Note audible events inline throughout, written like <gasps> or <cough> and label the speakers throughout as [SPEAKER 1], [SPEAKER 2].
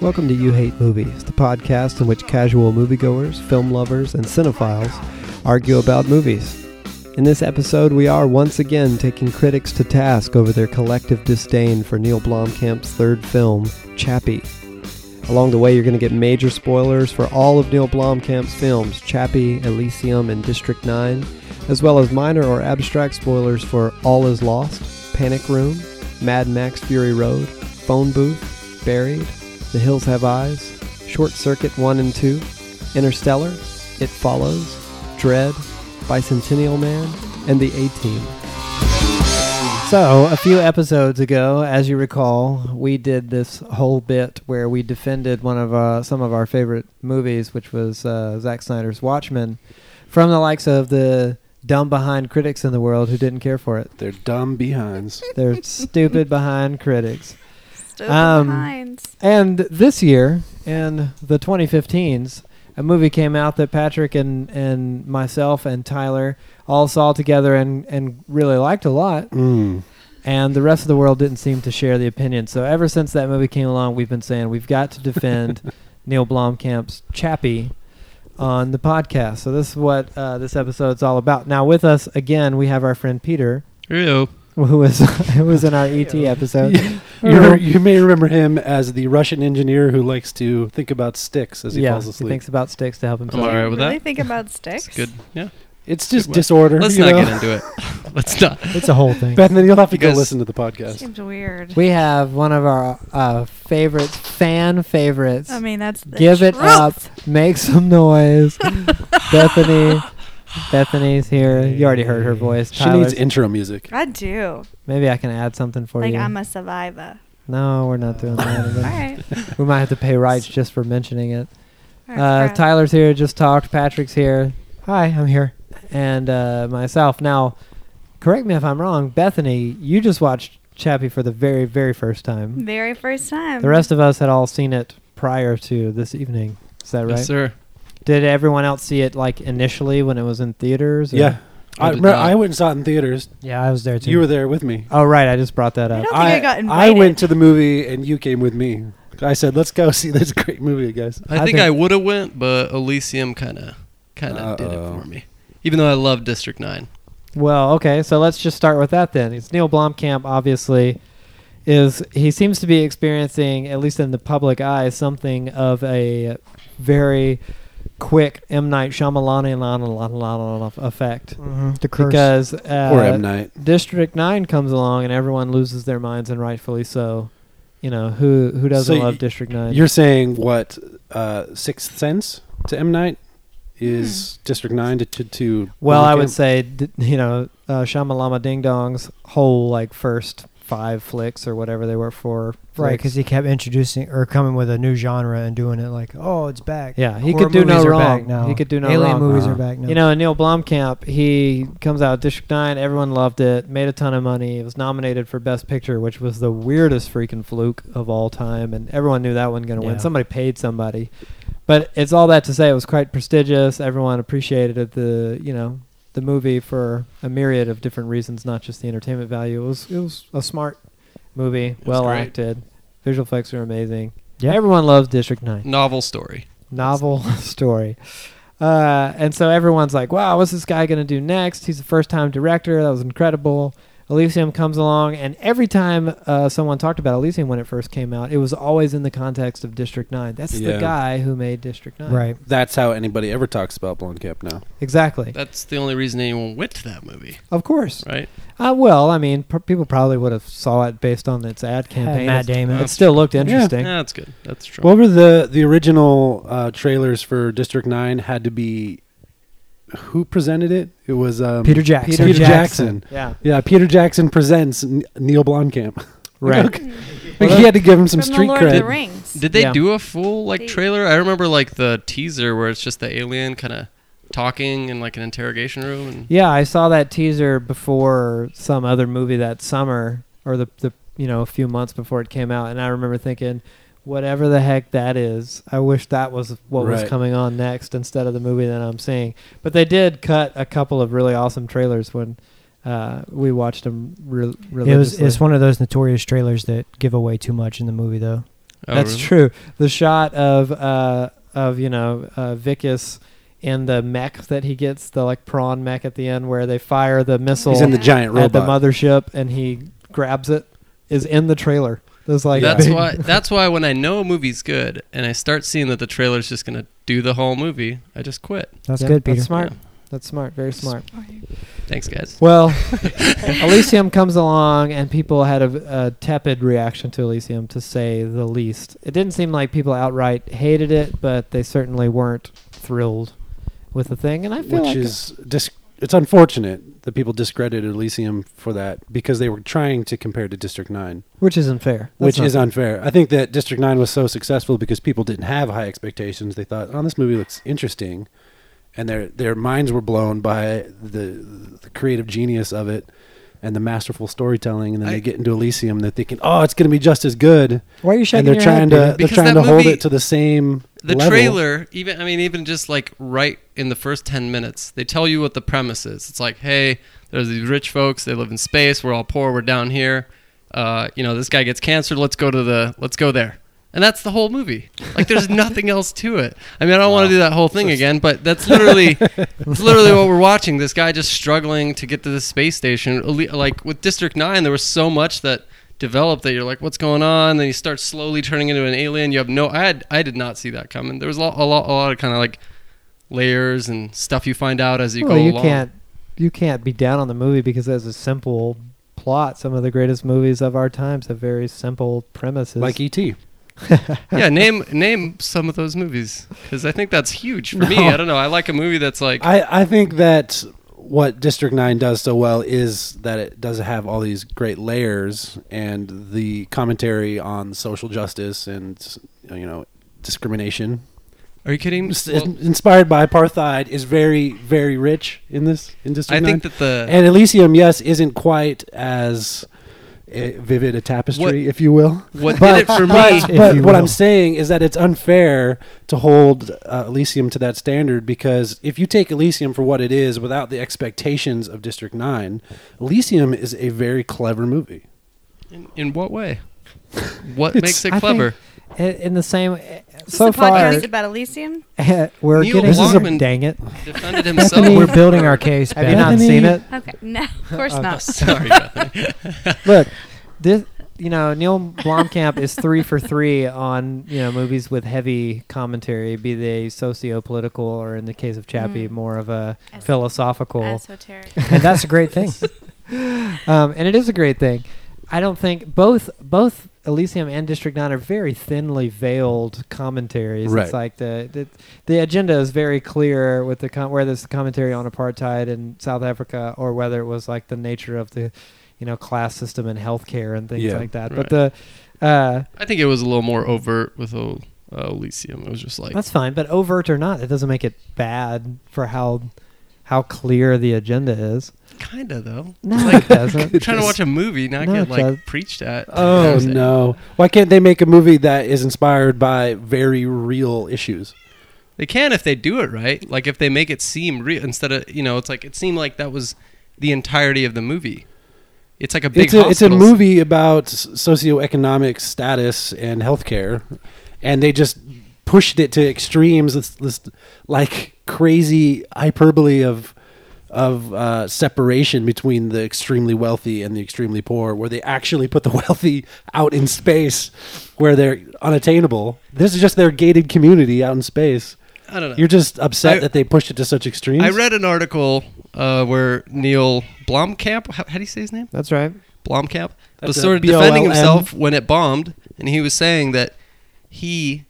[SPEAKER 1] Welcome to You Hate Movies, the podcast in which casual moviegoers, film lovers, and cinephiles argue about movies. In this episode, we are once again taking critics to task over their collective disdain for Neil Blomkamp's third film, Chappie. Along the way, you're going to get major spoilers for all of Neil Blomkamp's films, Chappie, Elysium, and District 9, as well as minor or abstract spoilers for All Is Lost, Panic Room, Mad Max Fury Road, Phone Booth, Buried, The Hills Have Eyes, Short Circuit 1 and 2, Interstellar, It Follows, Dread, Bicentennial Man, and The A Team. So, a few episodes ago, as you recall, we did this whole bit where we defended one of uh, some of our favorite movies, which was uh, Zack Snyder's Watchmen, from the likes of the dumb behind critics in the world who didn't care for it.
[SPEAKER 2] They're dumb behinds.
[SPEAKER 1] They're <laughs> stupid behind critics.
[SPEAKER 3] Stove
[SPEAKER 1] Um,
[SPEAKER 3] behind.
[SPEAKER 1] And this year, in the 2015s, a movie came out that Patrick and, and myself and Tyler all saw together and, and really liked a lot.
[SPEAKER 2] Mm.
[SPEAKER 1] and the rest of the world didn't seem to share the opinion. So ever since that movie came along, we've been saying we've got to defend
[SPEAKER 2] <laughs>
[SPEAKER 1] Neil Blomkamp's Chappie on the podcast. So this is what uh, this episode's all about. Now with us again, we have our friend Peter,
[SPEAKER 4] Ew.
[SPEAKER 1] who was <laughs> who was in our ET
[SPEAKER 2] <laughs>
[SPEAKER 1] episode.
[SPEAKER 2] You,
[SPEAKER 1] <laughs>
[SPEAKER 2] re- you may remember him as the Russian engineer who likes to think about sticks as he
[SPEAKER 1] yeah,
[SPEAKER 2] falls
[SPEAKER 1] he
[SPEAKER 2] asleep.
[SPEAKER 1] thinks about sticks to help himself.
[SPEAKER 4] all right with
[SPEAKER 3] really
[SPEAKER 4] that.
[SPEAKER 3] think about
[SPEAKER 4] It's
[SPEAKER 3] sticks.
[SPEAKER 4] good. Yeah.
[SPEAKER 2] it's just
[SPEAKER 4] Good one.
[SPEAKER 2] disorder.
[SPEAKER 4] Let's
[SPEAKER 2] you
[SPEAKER 4] not
[SPEAKER 2] know? <laughs>
[SPEAKER 4] get into it. <laughs> Let's not.
[SPEAKER 1] It's a whole thing.
[SPEAKER 2] Beth, then you'll have to
[SPEAKER 4] You
[SPEAKER 2] go
[SPEAKER 4] guys-
[SPEAKER 2] listen to the podcast.
[SPEAKER 3] Seems weird.
[SPEAKER 1] We have one of our uh, favorites, fan favorites.
[SPEAKER 3] I mean, that's the
[SPEAKER 1] Give it
[SPEAKER 3] truth.
[SPEAKER 1] up. Make some
[SPEAKER 3] <laughs>
[SPEAKER 1] noise. Bethany. Bethany's here. You already heard her voice.
[SPEAKER 2] She needs
[SPEAKER 1] Tyler's-
[SPEAKER 2] intro music.
[SPEAKER 3] I do.
[SPEAKER 1] Maybe I can add something for
[SPEAKER 3] like
[SPEAKER 1] you.
[SPEAKER 3] I'm a
[SPEAKER 4] <laughs>
[SPEAKER 3] survivor.
[SPEAKER 1] no, we're not doing that.
[SPEAKER 3] <laughs> All
[SPEAKER 1] again.
[SPEAKER 3] right.
[SPEAKER 1] We might have to pay rights just for mentioning it.
[SPEAKER 3] All
[SPEAKER 1] Uh,
[SPEAKER 3] right, crap.
[SPEAKER 1] Tyler's here, just talked. Patrick's here. Hi, I'm here. And uh, myself. Now, correct me if I'm wrong, Bethany, you just watched Chappie for the very, very first time.
[SPEAKER 3] Very first time.
[SPEAKER 1] The rest of us had all seen it prior to this evening. Is that right?
[SPEAKER 4] Yes, sir.
[SPEAKER 1] Did everyone else see it like initially when it was in theaters? or-
[SPEAKER 2] Yeah.
[SPEAKER 4] I
[SPEAKER 2] I,
[SPEAKER 4] did
[SPEAKER 2] remember,
[SPEAKER 4] not.
[SPEAKER 2] I went and saw it in theaters.
[SPEAKER 1] Yeah, I was there too.
[SPEAKER 2] You were there with me.
[SPEAKER 1] Oh, right. I just brought that
[SPEAKER 3] I
[SPEAKER 1] up.
[SPEAKER 3] don't think I, got
[SPEAKER 2] I
[SPEAKER 3] invited.
[SPEAKER 2] went to the movie and you came with me. I said, let's go see this <laughs> great movie, guys.
[SPEAKER 4] I,
[SPEAKER 1] I
[SPEAKER 4] think
[SPEAKER 1] think-
[SPEAKER 4] I would have went, but Elysium kind of, kind of did it
[SPEAKER 2] Uh-oh.
[SPEAKER 4] for me. Even though I love District Nine.
[SPEAKER 1] Well, okay, so let's just start with that then. It's Neil Blomkamp, obviously, is he seems to be experiencing, at least in the public eye, something of a very quick M Night Shyamalan effect
[SPEAKER 5] The
[SPEAKER 1] because
[SPEAKER 2] or M.
[SPEAKER 1] uh,
[SPEAKER 2] Night.
[SPEAKER 1] District Nine comes along and everyone loses their minds and rightfully so. You know who who doesn't
[SPEAKER 2] So y-
[SPEAKER 1] love District Nine?
[SPEAKER 2] You're saying what uh, Sixth Sense to M. Night is
[SPEAKER 3] Hmm.
[SPEAKER 2] District 9 to, to, to
[SPEAKER 1] Well, I would
[SPEAKER 2] Blomkamp?
[SPEAKER 1] say, d- you know, uh, Shyamalama Ding Dong's whole like first five flicks or whatever they were for.
[SPEAKER 5] Right,
[SPEAKER 1] flicks.
[SPEAKER 5] because he kept introducing or coming with a new genre and doing it like, oh, it's back.
[SPEAKER 1] yeah, he
[SPEAKER 5] Horror
[SPEAKER 1] could do no
[SPEAKER 5] movies are back
[SPEAKER 1] wrong.
[SPEAKER 5] now.
[SPEAKER 1] He could do no
[SPEAKER 5] Alien
[SPEAKER 1] wrong.
[SPEAKER 5] movies
[SPEAKER 2] Uh-huh.
[SPEAKER 5] are back now.
[SPEAKER 1] You know, and Neil Blomkamp, he comes out with District Nine. Everyone loved it. Made a ton of money. It was nominated for Best Picture, which was the weirdest freaking fluke of all time, and everyone knew that wasn't going to
[SPEAKER 5] Yeah.
[SPEAKER 1] win. Somebody paid somebody, but it's all that to say it was quite prestigious. Everyone appreciated it. The you know the movie for a myriad of different reasons, not just the entertainment value. It was it was a smart movie, well
[SPEAKER 4] great.
[SPEAKER 1] acted. Visual effects are amazing.
[SPEAKER 5] Yeah.
[SPEAKER 1] Everyone loves District Nine
[SPEAKER 4] Novel story.
[SPEAKER 1] novel <laughs> story. Uh, and so everyone's like, wow, what's this guy going to do next? He's a first time director. That was incredible. Elysium comes along, and every time uh, someone talked about Elysium when it first came out, it was always in the context of District 9. That's the
[SPEAKER 2] Yeah.
[SPEAKER 1] guy who made District 9.
[SPEAKER 5] right?
[SPEAKER 2] That's how anybody ever talks about Blomkamp now.
[SPEAKER 1] Exactly.
[SPEAKER 4] That's the only reason anyone went to that movie,
[SPEAKER 1] Of course.
[SPEAKER 4] right?
[SPEAKER 1] Uh, well, I mean, pr- people probably would have saw it based on its ad campaign.
[SPEAKER 5] Matt
[SPEAKER 1] It-
[SPEAKER 5] Damon.
[SPEAKER 1] It still looked interesting.
[SPEAKER 4] Yeah, that's good. That's true.
[SPEAKER 2] What were the the original uh, trailers for District Nine had to be? Who presented it? It was um,
[SPEAKER 5] Peter Jackson.
[SPEAKER 2] Peter, Jackson.
[SPEAKER 1] Yeah.
[SPEAKER 2] Yeah, Peter Jackson presents N- Neil <laughs> Blomkamp.
[SPEAKER 1] Right.
[SPEAKER 2] Like,
[SPEAKER 1] Well,
[SPEAKER 2] he had to give him some
[SPEAKER 3] From the
[SPEAKER 2] street
[SPEAKER 3] Lord of the
[SPEAKER 2] cred.
[SPEAKER 3] Rings.
[SPEAKER 4] Did they
[SPEAKER 1] Yeah.
[SPEAKER 4] do a full like
[SPEAKER 3] They-
[SPEAKER 4] trailer? I remember like the teaser where it's just the alien kind of talking in like an interrogation room. And
[SPEAKER 1] Yeah, I saw that teaser before some other movie that summer, or the the you know a few months before it came out, and I remember thinking, whatever the heck that is, I wish that was what was
[SPEAKER 2] Right.
[SPEAKER 1] coming on next instead of the movie that I'm seeing. But they did cut a couple of really awesome trailers when uh, we watched them re-
[SPEAKER 5] It was
[SPEAKER 1] religiously.
[SPEAKER 5] it's one of those notorious trailers that give away too much in the movie though.
[SPEAKER 4] Oh,
[SPEAKER 1] That's
[SPEAKER 4] really?
[SPEAKER 1] true. The shot of uh of you know uh Vicus and the mech that he gets, the like prawn mech at the end where they fire the missile
[SPEAKER 2] He's in the giant
[SPEAKER 1] at
[SPEAKER 2] robot.
[SPEAKER 1] the mothership and he grabs it is in the trailer. There's like
[SPEAKER 4] that's
[SPEAKER 1] big-
[SPEAKER 4] why. That's why when I know a movie's good and I start seeing that the trailer's just gonna do the whole movie, I just quit.
[SPEAKER 5] That's
[SPEAKER 1] Yeah,
[SPEAKER 5] good, Peter.
[SPEAKER 1] That's smart.
[SPEAKER 4] Yeah.
[SPEAKER 1] That's smart. Very smart.
[SPEAKER 4] Thanks, guys. <laughs>
[SPEAKER 1] Well, Elysium comes along, and people had a, a tepid reaction to Elysium, to say the least. It didn't seem like people outright hated it, but they certainly weren't thrilled with the thing. And I feel
[SPEAKER 2] which
[SPEAKER 1] like
[SPEAKER 2] is dis- it's unfortunate that people discredited Elysium for that because they were trying to compare to District Nine,
[SPEAKER 1] which isn't fair. That's
[SPEAKER 2] which
[SPEAKER 1] not
[SPEAKER 2] is unfair. I think that District Nine was so successful because people didn't have high expectations. They thought, "Oh, this movie looks interesting," and their their minds were blown by the the creative genius of it and the masterful storytelling. And then
[SPEAKER 4] I-
[SPEAKER 2] they get into Elysium, they're thinking, "Oh, it's going to be just as good,"
[SPEAKER 1] Why are you shaking
[SPEAKER 2] and they're
[SPEAKER 1] your head?
[SPEAKER 2] trying
[SPEAKER 1] Peter?
[SPEAKER 2] to they're
[SPEAKER 4] Because
[SPEAKER 2] trying
[SPEAKER 4] that
[SPEAKER 2] to hold
[SPEAKER 4] movie-
[SPEAKER 2] it to the same
[SPEAKER 4] The
[SPEAKER 2] level.
[SPEAKER 4] trailer, even I mean, even just like right in the first ten minutes, they tell you what the premise is. It's like, hey, there's these rich folks. They live in space. We're all poor. We're down here. Uh, you know, this guy gets cancer. Let's go to the. Let's go there. And that's the whole movie. Like, there's nothing else to it. I mean, I don't want to do that whole thing again, but that's literally, that's literally what we're watching. This guy just struggling to get to the space station. Ali- Like with District Nine, there was so much that developed that you're like, what's going on? Then you start slowly turning into an alien. You have no. I had. I did not see that coming. There was a lot, a lot, a lot of kind of like layers and stuff you find out as you
[SPEAKER 1] well,
[SPEAKER 4] go
[SPEAKER 1] you
[SPEAKER 4] along.
[SPEAKER 1] can't you can't be down on the movie because it has a simple plot. Some of the greatest movies of our times have very simple premises.
[SPEAKER 2] like E ET.
[SPEAKER 4] yeah, name name some of those movies because I think that's huge for me.
[SPEAKER 2] No.
[SPEAKER 4] I don't know. I like a movie that's like
[SPEAKER 2] I, I think that what District 9 does so well is that it does have all these great layers and the commentary on social justice and, you know, discrimination.
[SPEAKER 4] Are you kidding?
[SPEAKER 2] It's
[SPEAKER 4] Well,
[SPEAKER 2] inspired by apartheid is very, very rich in this, in District
[SPEAKER 4] I
[SPEAKER 2] 9.
[SPEAKER 4] think that the
[SPEAKER 2] and Elysium, yes, isn't quite as eh, vivid a tapestry,
[SPEAKER 4] What-
[SPEAKER 2] if you will.
[SPEAKER 4] what
[SPEAKER 2] but-
[SPEAKER 4] did it for
[SPEAKER 2] But,
[SPEAKER 4] me.
[SPEAKER 2] but
[SPEAKER 5] you
[SPEAKER 2] what I'm
[SPEAKER 5] will.
[SPEAKER 2] saying is that it's unfair to hold uh, Elysium to that standard because if you take Elysium for what it is without the expectations of District 9, Elysium is a very clever
[SPEAKER 4] <laughs>
[SPEAKER 2] movie.
[SPEAKER 4] In, in what way? What
[SPEAKER 2] It's-
[SPEAKER 4] makes it
[SPEAKER 1] I
[SPEAKER 4] clever?
[SPEAKER 1] i- in the same
[SPEAKER 3] Is
[SPEAKER 1] so
[SPEAKER 3] the
[SPEAKER 1] far
[SPEAKER 3] podcast about Elysium?
[SPEAKER 1] <laughs> we're
[SPEAKER 4] Neil
[SPEAKER 1] getting
[SPEAKER 4] This is a-
[SPEAKER 1] dang
[SPEAKER 3] <laughs>
[SPEAKER 1] it.
[SPEAKER 4] Defended himself.
[SPEAKER 5] Bethany, we're building our case.
[SPEAKER 1] Have you
[SPEAKER 5] Bethany.
[SPEAKER 1] not seen it?
[SPEAKER 3] Okay, no, of course
[SPEAKER 4] Oh,
[SPEAKER 3] not.
[SPEAKER 4] <laughs> sorry, Bethany.
[SPEAKER 1] Look, this you know Neil Blomkamp is three for three on you know movies with heavy commentary, be they socio-political or in the case of Chappie,
[SPEAKER 3] Mm.
[SPEAKER 1] more of a
[SPEAKER 3] As-
[SPEAKER 1] philosophical.
[SPEAKER 3] Esoteric.
[SPEAKER 5] And that's a great <laughs> thing.
[SPEAKER 1] um, and it is a great thing. I don't think both both Elysium and District Nine are very thinly veiled commentaries. It's
[SPEAKER 2] Right.
[SPEAKER 1] like the, the the agenda is very clear with the com- whether it's the commentary on apartheid in South Africa or whether it was like the nature of the you know class system and healthcare and things
[SPEAKER 2] Yeah.
[SPEAKER 1] like that. But
[SPEAKER 4] Right.
[SPEAKER 1] the uh,
[SPEAKER 4] I think it was a little more overt with o- uh, Elysium. It was just like
[SPEAKER 1] that's fine. But overt or not, it doesn't make it bad for how how clear the agenda is.
[SPEAKER 4] kind of though.
[SPEAKER 1] No,
[SPEAKER 4] Like-
[SPEAKER 1] it
[SPEAKER 5] <laughs>
[SPEAKER 1] doesn't.
[SPEAKER 4] I'm trying to watch a movie, not
[SPEAKER 1] No, it
[SPEAKER 4] get like
[SPEAKER 1] does.
[SPEAKER 4] preached at.
[SPEAKER 2] Oh, no. Why can't they make a movie that is inspired by very real issues?
[SPEAKER 4] They can if they do it right. Like if they make it seem real instead of you know, it's like it seemed like that was the entirety of the movie. It's like a big.
[SPEAKER 2] It's a, it's a
[SPEAKER 4] hospital-
[SPEAKER 2] movie about s- socioeconomic status and healthcare, and they just pushed it to extremes. This, this like crazy hyperbole of of uh, separation between the extremely wealthy and the extremely poor, where they actually put the <laughs> wealthy out in space, where they're unattainable. This is just their gated community out in space.
[SPEAKER 4] I don't know.
[SPEAKER 2] You're just upset
[SPEAKER 4] I-
[SPEAKER 2] that they pushed it to such extremes.
[SPEAKER 4] I read an article uh, where Neil Blomkamp, how, how do you say his name?
[SPEAKER 1] That's right.
[SPEAKER 4] Blomkamp was
[SPEAKER 2] That's a
[SPEAKER 4] sort of
[SPEAKER 2] B O
[SPEAKER 4] defending
[SPEAKER 2] L M.
[SPEAKER 4] himself when it bombed, and he was saying that he,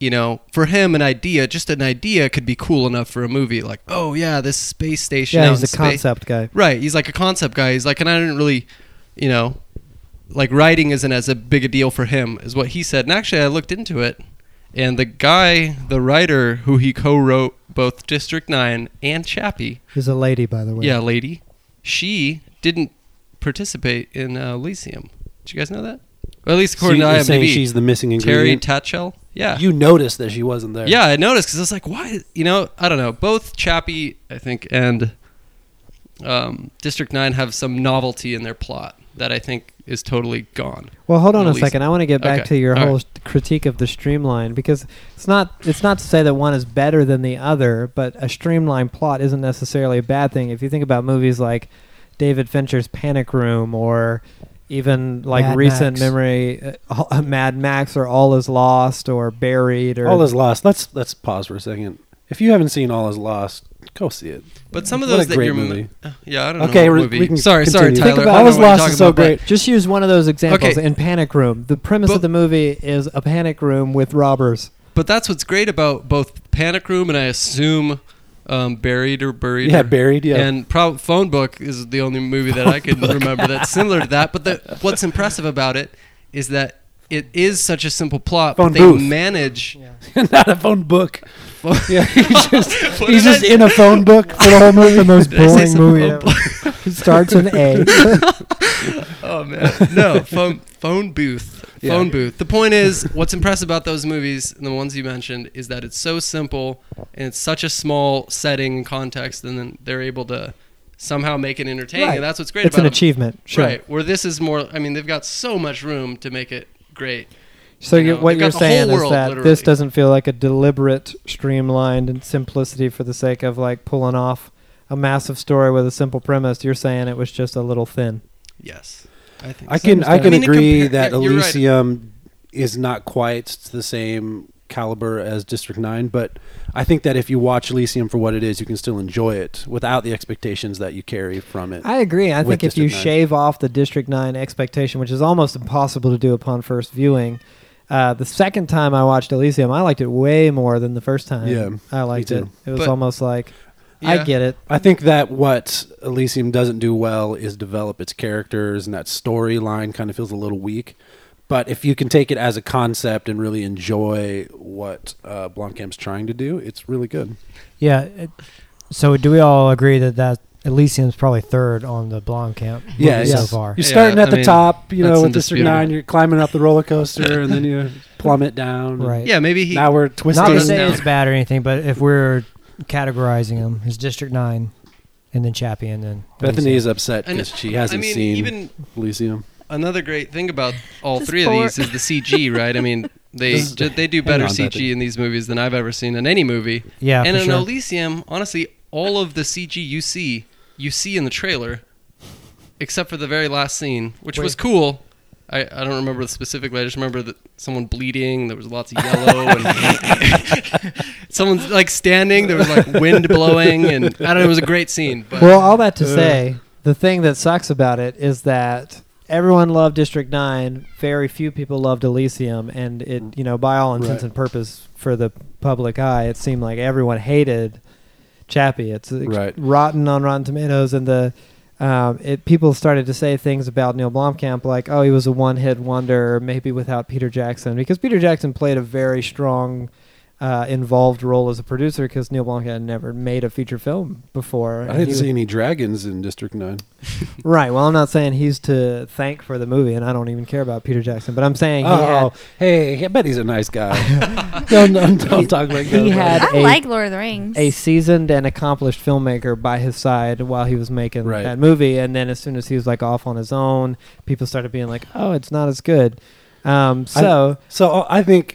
[SPEAKER 4] you know, for him, an idea, just an idea, could be cool enough for a movie. Like, oh yeah, this space station.
[SPEAKER 1] Yeah,
[SPEAKER 4] out
[SPEAKER 1] he's
[SPEAKER 4] in
[SPEAKER 1] a
[SPEAKER 4] spa-
[SPEAKER 1] concept guy.
[SPEAKER 4] Right. He's like a concept guy. He's like, and I didn't really, you know, like writing isn't as a big a deal for him, is what he said. And actually, I looked into it, and the guy, the writer who he co-wrote both District Nine and Chappie,
[SPEAKER 5] He's a lady, by the way.
[SPEAKER 4] yeah, lady, she didn't participate in uh, Elysium. Did you guys know that? Well, at least
[SPEAKER 2] So
[SPEAKER 4] according
[SPEAKER 2] you're
[SPEAKER 4] to
[SPEAKER 2] saying
[SPEAKER 4] IMDb,
[SPEAKER 2] she's the missing
[SPEAKER 4] Terry
[SPEAKER 2] ingredient.
[SPEAKER 4] Tatchell. Yeah,
[SPEAKER 2] you noticed that she wasn't there.
[SPEAKER 4] yeah, I noticed because I was like, why? You know, I don't know. Both Chappie, I think, and um, District Nine have some novelty in their plot. that I think is totally gone.
[SPEAKER 1] Well, hold on
[SPEAKER 4] At
[SPEAKER 1] a
[SPEAKER 4] least-
[SPEAKER 1] second. I want to get back
[SPEAKER 4] okay.
[SPEAKER 1] to your
[SPEAKER 4] All
[SPEAKER 1] whole critique of the streamline because it's not it's not to say that one is better than the other, but a streamlined plot isn't necessarily a bad thing. If you think about movies like David Fincher's Panic Room or even like
[SPEAKER 5] Mad
[SPEAKER 1] recent
[SPEAKER 5] Max.
[SPEAKER 1] memory uh, <laughs> all- Mad Max or All Is Lost or Buried or
[SPEAKER 2] All is lost. Let's let's pause for a second. If you haven't seen All is Lost, go see it.
[SPEAKER 4] But some of
[SPEAKER 2] What a
[SPEAKER 4] those that
[SPEAKER 2] great
[SPEAKER 4] you're
[SPEAKER 2] movie.
[SPEAKER 4] uh, yeah, I don't
[SPEAKER 2] Okay,
[SPEAKER 4] know.
[SPEAKER 2] we-
[SPEAKER 4] what movie.
[SPEAKER 2] we can
[SPEAKER 4] sorry, sorry,
[SPEAKER 2] continue.
[SPEAKER 4] Tyler.
[SPEAKER 2] Think about
[SPEAKER 4] I
[SPEAKER 2] All
[SPEAKER 4] don't
[SPEAKER 2] Is
[SPEAKER 4] know what you're
[SPEAKER 2] Lost
[SPEAKER 4] talking
[SPEAKER 2] is so
[SPEAKER 4] about, but-
[SPEAKER 2] great.
[SPEAKER 1] just use one of those examples
[SPEAKER 4] Okay.
[SPEAKER 1] in Panic Room. The premise of
[SPEAKER 4] But-
[SPEAKER 1] the movie is a panic room with robbers.
[SPEAKER 4] But that's what's great about both Panic Room and I assume um, Buried or Buried.
[SPEAKER 2] Yeah,
[SPEAKER 4] or-
[SPEAKER 2] buried. Yeah,
[SPEAKER 4] And prob- Phone Book is the only movie that I can remember that's similar to that.
[SPEAKER 2] <laughs>
[SPEAKER 4] But the, what's impressive about it is that it is such a simple plot,
[SPEAKER 2] Phone
[SPEAKER 4] but
[SPEAKER 2] booth.
[SPEAKER 4] they manage.
[SPEAKER 2] <laughs> not a phone book.
[SPEAKER 4] Phone-
[SPEAKER 2] Yeah, he's just
[SPEAKER 4] What
[SPEAKER 2] he's
[SPEAKER 4] did I
[SPEAKER 2] just
[SPEAKER 4] say?
[SPEAKER 2] in a phone book for the whole movie.
[SPEAKER 5] the
[SPEAKER 4] <laughs>
[SPEAKER 5] most
[SPEAKER 4] Did I say
[SPEAKER 5] boring
[SPEAKER 4] something
[SPEAKER 5] movie
[SPEAKER 4] about
[SPEAKER 5] ever. Starts with A.
[SPEAKER 4] <laughs> Oh man, <laughs> no phone phone booth,
[SPEAKER 2] Yeah.
[SPEAKER 4] phone booth. The point is, what's impressive about those movies and the ones you mentioned is that it's so simple and it's such a small setting and context, and then they're able to somehow make it entertaining,
[SPEAKER 1] Right.
[SPEAKER 4] and that's what's great
[SPEAKER 5] It's an
[SPEAKER 4] about it.
[SPEAKER 5] achievement. Sure.
[SPEAKER 4] Right, where this is more. I mean, they've got so much room to make it great.
[SPEAKER 1] So
[SPEAKER 4] You
[SPEAKER 1] you
[SPEAKER 4] know,
[SPEAKER 1] what
[SPEAKER 4] they've
[SPEAKER 1] you're
[SPEAKER 4] got the whole
[SPEAKER 1] saying is
[SPEAKER 4] world,
[SPEAKER 1] that
[SPEAKER 4] literally.
[SPEAKER 1] this doesn't feel like a deliberate, streamlined, and simplicity for the sake of like pulling off a massive story with a simple premise. You're saying it was just a little thin.
[SPEAKER 4] Yes, I think
[SPEAKER 2] I
[SPEAKER 4] so.
[SPEAKER 2] can I
[SPEAKER 4] I
[SPEAKER 2] can
[SPEAKER 4] mean, it
[SPEAKER 2] agree
[SPEAKER 4] compare-
[SPEAKER 2] that
[SPEAKER 4] yeah, you're right.
[SPEAKER 2] Elysium is not quite the same caliber as District Nine, but I think that if you watch Elysium for what it is, you can still enjoy it without the expectations that you carry from it.
[SPEAKER 1] I agree. I
[SPEAKER 2] With
[SPEAKER 1] think if you
[SPEAKER 2] District Nine.
[SPEAKER 1] shave off the District Nine expectation, which is almost impossible to do upon first viewing, uh, the second time I watched Elysium, I liked it way more than the first time.
[SPEAKER 2] Yeah,
[SPEAKER 1] I liked it.
[SPEAKER 2] too.
[SPEAKER 1] It was
[SPEAKER 4] But-
[SPEAKER 1] almost like
[SPEAKER 4] Yeah.
[SPEAKER 1] I get it.
[SPEAKER 2] I think that what Elysium doesn't do well is develop its characters, and that storyline kind of feels a little weak. But if you can take it as a concept and really enjoy what uh, Blomkamp's trying to do, it's really good.
[SPEAKER 5] Yeah. it- so do we all agree that that Elysium's probably third on the Blomkamp movie
[SPEAKER 2] Yeah,
[SPEAKER 5] so
[SPEAKER 2] yes.
[SPEAKER 5] far?
[SPEAKER 2] You're
[SPEAKER 4] Yeah,
[SPEAKER 2] starting at
[SPEAKER 4] I
[SPEAKER 2] the
[SPEAKER 4] mean,
[SPEAKER 2] top, you know,
[SPEAKER 4] that's
[SPEAKER 2] with District
[SPEAKER 4] indisputable.
[SPEAKER 2] Nine. You're climbing up the roller coaster, and
[SPEAKER 5] <laughs>
[SPEAKER 2] then you plummet down.
[SPEAKER 5] Right.
[SPEAKER 4] Yeah, maybe he.
[SPEAKER 2] now we're twisting.
[SPEAKER 5] Not to
[SPEAKER 4] Started
[SPEAKER 5] say
[SPEAKER 4] down.
[SPEAKER 5] it's bad or anything, but if we're categorizing them, it's District Nine, and then Chappie, and then
[SPEAKER 2] Bethany is upset
[SPEAKER 4] And-
[SPEAKER 2] because she
[SPEAKER 4] I
[SPEAKER 2] hasn't
[SPEAKER 4] mean,
[SPEAKER 2] seen
[SPEAKER 4] even
[SPEAKER 2] Elysium.
[SPEAKER 4] another great thing about all
[SPEAKER 3] Just
[SPEAKER 4] three
[SPEAKER 3] four.
[SPEAKER 4] of these is the CG, right?
[SPEAKER 5] <laughs>
[SPEAKER 4] I mean, they
[SPEAKER 2] This is-
[SPEAKER 4] ju- they do
[SPEAKER 2] hang
[SPEAKER 4] better
[SPEAKER 2] on,
[SPEAKER 4] CG
[SPEAKER 2] Betty.
[SPEAKER 4] in these movies than I've ever seen in any movie.
[SPEAKER 5] yeah,
[SPEAKER 4] and
[SPEAKER 5] for
[SPEAKER 4] in
[SPEAKER 5] sure.
[SPEAKER 4] Elysium, honestly, all of the CG you see, you see in the trailer, except for the very last scene, which was cool. I, I don't remember it specifically. I just remember that someone bleeding. There was lots of yellow, and <laughs> someone's like standing. There was like wind blowing, and I don't know. It was a great scene. But
[SPEAKER 1] Well, all that to
[SPEAKER 5] Uh.
[SPEAKER 1] say, the thing that sucks about it is that everyone loved District Nine. Very few people loved Elysium, and it, you know, by all intents
[SPEAKER 2] Right.
[SPEAKER 1] and purpose, for the public eye, it seemed like everyone hated Chappie. It's uh,
[SPEAKER 2] Right.
[SPEAKER 1] rotten on Rotten Tomatoes, and the um, it people started to say things about Neil Blomkamp like, "Oh, he was a one-hit wonder, maybe without Peter Jackson," because Peter Jackson played a very strong. Uh, involved role as a producer because Neil Blomkamp had never made a feature film before.
[SPEAKER 2] I
[SPEAKER 1] and he
[SPEAKER 2] didn't
[SPEAKER 1] was-
[SPEAKER 2] see any dragons in District Nine.
[SPEAKER 1] Right. Well, I'm not saying he's to thank for the movie, and I don't even care about Peter Jackson, but I'm saying he
[SPEAKER 2] Oh, hey, I bet he's a
[SPEAKER 1] <laughs>
[SPEAKER 2] nice guy. <laughs> don't, don't, don't talk like that.
[SPEAKER 1] He
[SPEAKER 2] about
[SPEAKER 1] had-
[SPEAKER 2] him.
[SPEAKER 1] I
[SPEAKER 3] I
[SPEAKER 1] a- like
[SPEAKER 3] like Lord of the Rings.
[SPEAKER 1] had a seasoned and accomplished filmmaker by his side while he was making
[SPEAKER 2] Right.
[SPEAKER 1] that movie, and then as soon as he was like off on his own, people started being like, "Oh, it's not as good." Um, so
[SPEAKER 2] So uh, I think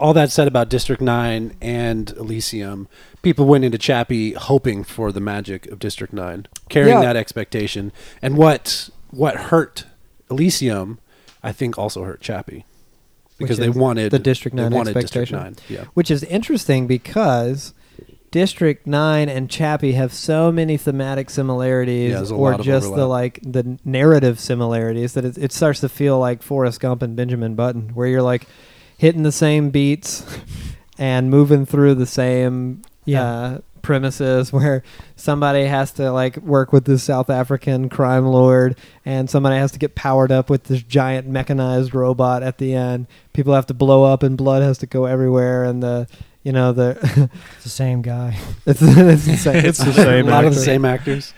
[SPEAKER 2] all that said about District Nine and Elysium, people went into Chappie hoping for the magic of District Nine, carrying
[SPEAKER 1] Yeah.
[SPEAKER 2] that expectation, and what what hurt Elysium, I think also hurt Chappie because
[SPEAKER 1] Which
[SPEAKER 2] they
[SPEAKER 1] is
[SPEAKER 2] wanted
[SPEAKER 1] the District
[SPEAKER 2] they
[SPEAKER 1] 9
[SPEAKER 2] wanted
[SPEAKER 1] expectation.
[SPEAKER 2] District Nine,
[SPEAKER 1] which is interesting because District Nine and Chappie have so many thematic
[SPEAKER 2] Yeah,
[SPEAKER 1] similarities,
[SPEAKER 2] there's a lot
[SPEAKER 1] or
[SPEAKER 2] of
[SPEAKER 1] just the
[SPEAKER 2] overlap.
[SPEAKER 1] like the narrative similarities that it, it starts to feel like Forrest Gump and Benjamin Button, where you're like hitting the same beats and moving through the same
[SPEAKER 5] Yeah.
[SPEAKER 1] uh, premises, <laughs> where somebody has to like work with this South African crime lord, and somebody has to get powered up with this giant mechanized robot at the end. People have to blow up, and blood has to go everywhere, and the you know the <laughs>
[SPEAKER 5] It's the same guy.
[SPEAKER 1] it's, <laughs> it's the same.
[SPEAKER 2] <laughs> It's
[SPEAKER 1] the
[SPEAKER 2] yeah. a lot of the same actors.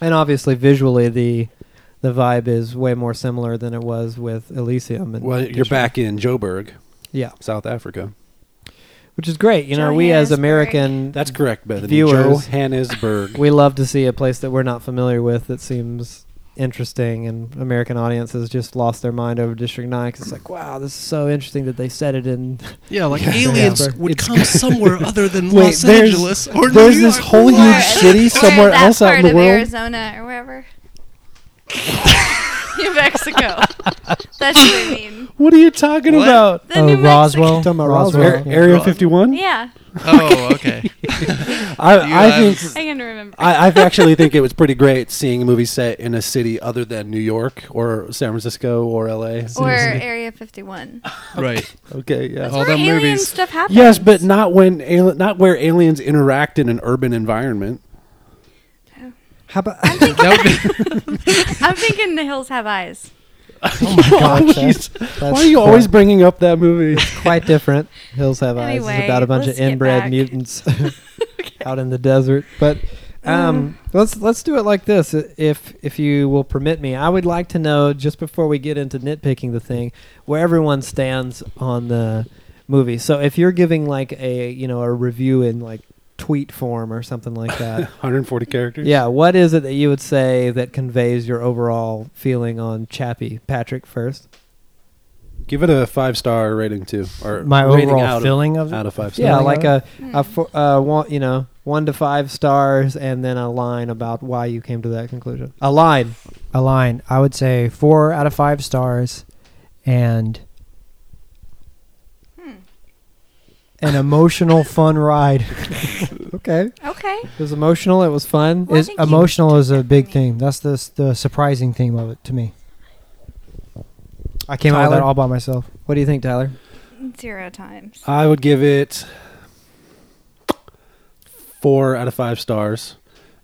[SPEAKER 1] and obviously, visually, the the vibe is way more similar than it was with Elysium. And
[SPEAKER 2] Well, you're back in Joburg,
[SPEAKER 1] yeah,
[SPEAKER 2] South Africa.
[SPEAKER 1] which is great. You know, we as
[SPEAKER 3] Johannesburg.
[SPEAKER 1] American,
[SPEAKER 2] That's correct, Bethany.
[SPEAKER 1] Viewers.
[SPEAKER 2] Johannesburg.
[SPEAKER 1] we love to see a place that we're not familiar with that seems interesting, and American audiences just lost their mind over District Nine 'cause it's like, wow, this is so interesting that they said it in.
[SPEAKER 4] Yeah, like
[SPEAKER 1] Yeah.
[SPEAKER 4] aliens
[SPEAKER 1] Yeah.
[SPEAKER 4] would
[SPEAKER 2] It's- <laughs>
[SPEAKER 4] come somewhere other than
[SPEAKER 2] Wait,
[SPEAKER 4] Los
[SPEAKER 2] there's-
[SPEAKER 4] Angeles or
[SPEAKER 2] there's
[SPEAKER 4] New
[SPEAKER 2] this
[SPEAKER 4] York.
[SPEAKER 2] whole
[SPEAKER 4] What?
[SPEAKER 2] huge city somewhere
[SPEAKER 3] that
[SPEAKER 2] else out in
[SPEAKER 3] part
[SPEAKER 2] the world?
[SPEAKER 3] Of Arizona or wherever. <laughs>
[SPEAKER 1] <laughs>
[SPEAKER 3] New Mexico. That's what I mean.
[SPEAKER 2] What are you talking
[SPEAKER 4] What?
[SPEAKER 2] about?
[SPEAKER 3] The New
[SPEAKER 5] Roswell.
[SPEAKER 1] Talking about
[SPEAKER 5] Roswell.
[SPEAKER 1] Oh, Roswell.
[SPEAKER 2] Ar-
[SPEAKER 1] Yeah.
[SPEAKER 2] Area
[SPEAKER 4] Right.
[SPEAKER 2] 51?
[SPEAKER 3] Mexico. Yeah,
[SPEAKER 4] Oh,
[SPEAKER 2] <laughs>
[SPEAKER 4] okay.
[SPEAKER 2] I, I
[SPEAKER 4] You
[SPEAKER 2] think
[SPEAKER 3] <laughs>
[SPEAKER 4] guys-
[SPEAKER 3] I can remember.
[SPEAKER 2] I, I actually think it was pretty great seeing a movie set in a city other than New York or San Francisco or LA.
[SPEAKER 3] <laughs> or Area 51.
[SPEAKER 4] right.
[SPEAKER 2] okay, yeah.
[SPEAKER 3] That's
[SPEAKER 4] All
[SPEAKER 3] where
[SPEAKER 4] them
[SPEAKER 3] alien
[SPEAKER 4] movies.
[SPEAKER 3] stuff happens.
[SPEAKER 2] Yes, but not when ali- not where aliens interact in an urban environment.
[SPEAKER 1] How about
[SPEAKER 4] That would be,
[SPEAKER 3] <laughs> I'm thinking The Hills Have Eyes.
[SPEAKER 2] why,
[SPEAKER 1] gosh,
[SPEAKER 2] would
[SPEAKER 1] that's-
[SPEAKER 2] you-
[SPEAKER 1] that's
[SPEAKER 2] why are you always bringing up that movie?
[SPEAKER 1] quite different? Hills Have Eyes is
[SPEAKER 3] Anyway,
[SPEAKER 1] about a bunch
[SPEAKER 3] let's
[SPEAKER 1] of
[SPEAKER 3] get
[SPEAKER 1] inbred
[SPEAKER 3] back. <laughs>
[SPEAKER 1] mutants <laughs> out in the desert, but.
[SPEAKER 3] Uh.
[SPEAKER 1] Um, let's let's do it like this, i- if if you will permit me. I would like to know just before we get into nitpicking the thing, where everyone stands on the movie. So if you're giving like a you know a review in like tweet form or something like <laughs> that,
[SPEAKER 2] 140 characters.
[SPEAKER 1] yeah, what is it that you would say that conveys your overall feeling on Chappie? Patrick first.
[SPEAKER 2] Give it a five star rating too, or
[SPEAKER 5] My
[SPEAKER 2] rating
[SPEAKER 5] overall
[SPEAKER 2] out
[SPEAKER 5] feeling of,
[SPEAKER 2] of,
[SPEAKER 5] it.
[SPEAKER 2] out of five
[SPEAKER 1] Yeah,
[SPEAKER 2] stars.
[SPEAKER 5] Something like
[SPEAKER 1] like a,
[SPEAKER 3] Hmm.
[SPEAKER 1] a fo- uh, one, you know one to five stars, and then a line about why you came to that conclusion. A line.
[SPEAKER 5] a line. I would say four out of five stars, and
[SPEAKER 3] hmm.
[SPEAKER 5] an
[SPEAKER 3] <laughs>
[SPEAKER 5] emotional fun ride.
[SPEAKER 1] Okay,
[SPEAKER 3] Okay.
[SPEAKER 1] it was emotional. It was fun.
[SPEAKER 3] Well, I
[SPEAKER 5] is
[SPEAKER 3] think you
[SPEAKER 5] emotional is a
[SPEAKER 3] that for
[SPEAKER 5] big
[SPEAKER 3] me.
[SPEAKER 5] theme. That's the s- the surprising theme of it to me. I came out with that
[SPEAKER 1] Tyler?
[SPEAKER 5] all by myself.
[SPEAKER 1] What do you think, Tyler?
[SPEAKER 3] Zero times.
[SPEAKER 2] I would give it four out of five stars,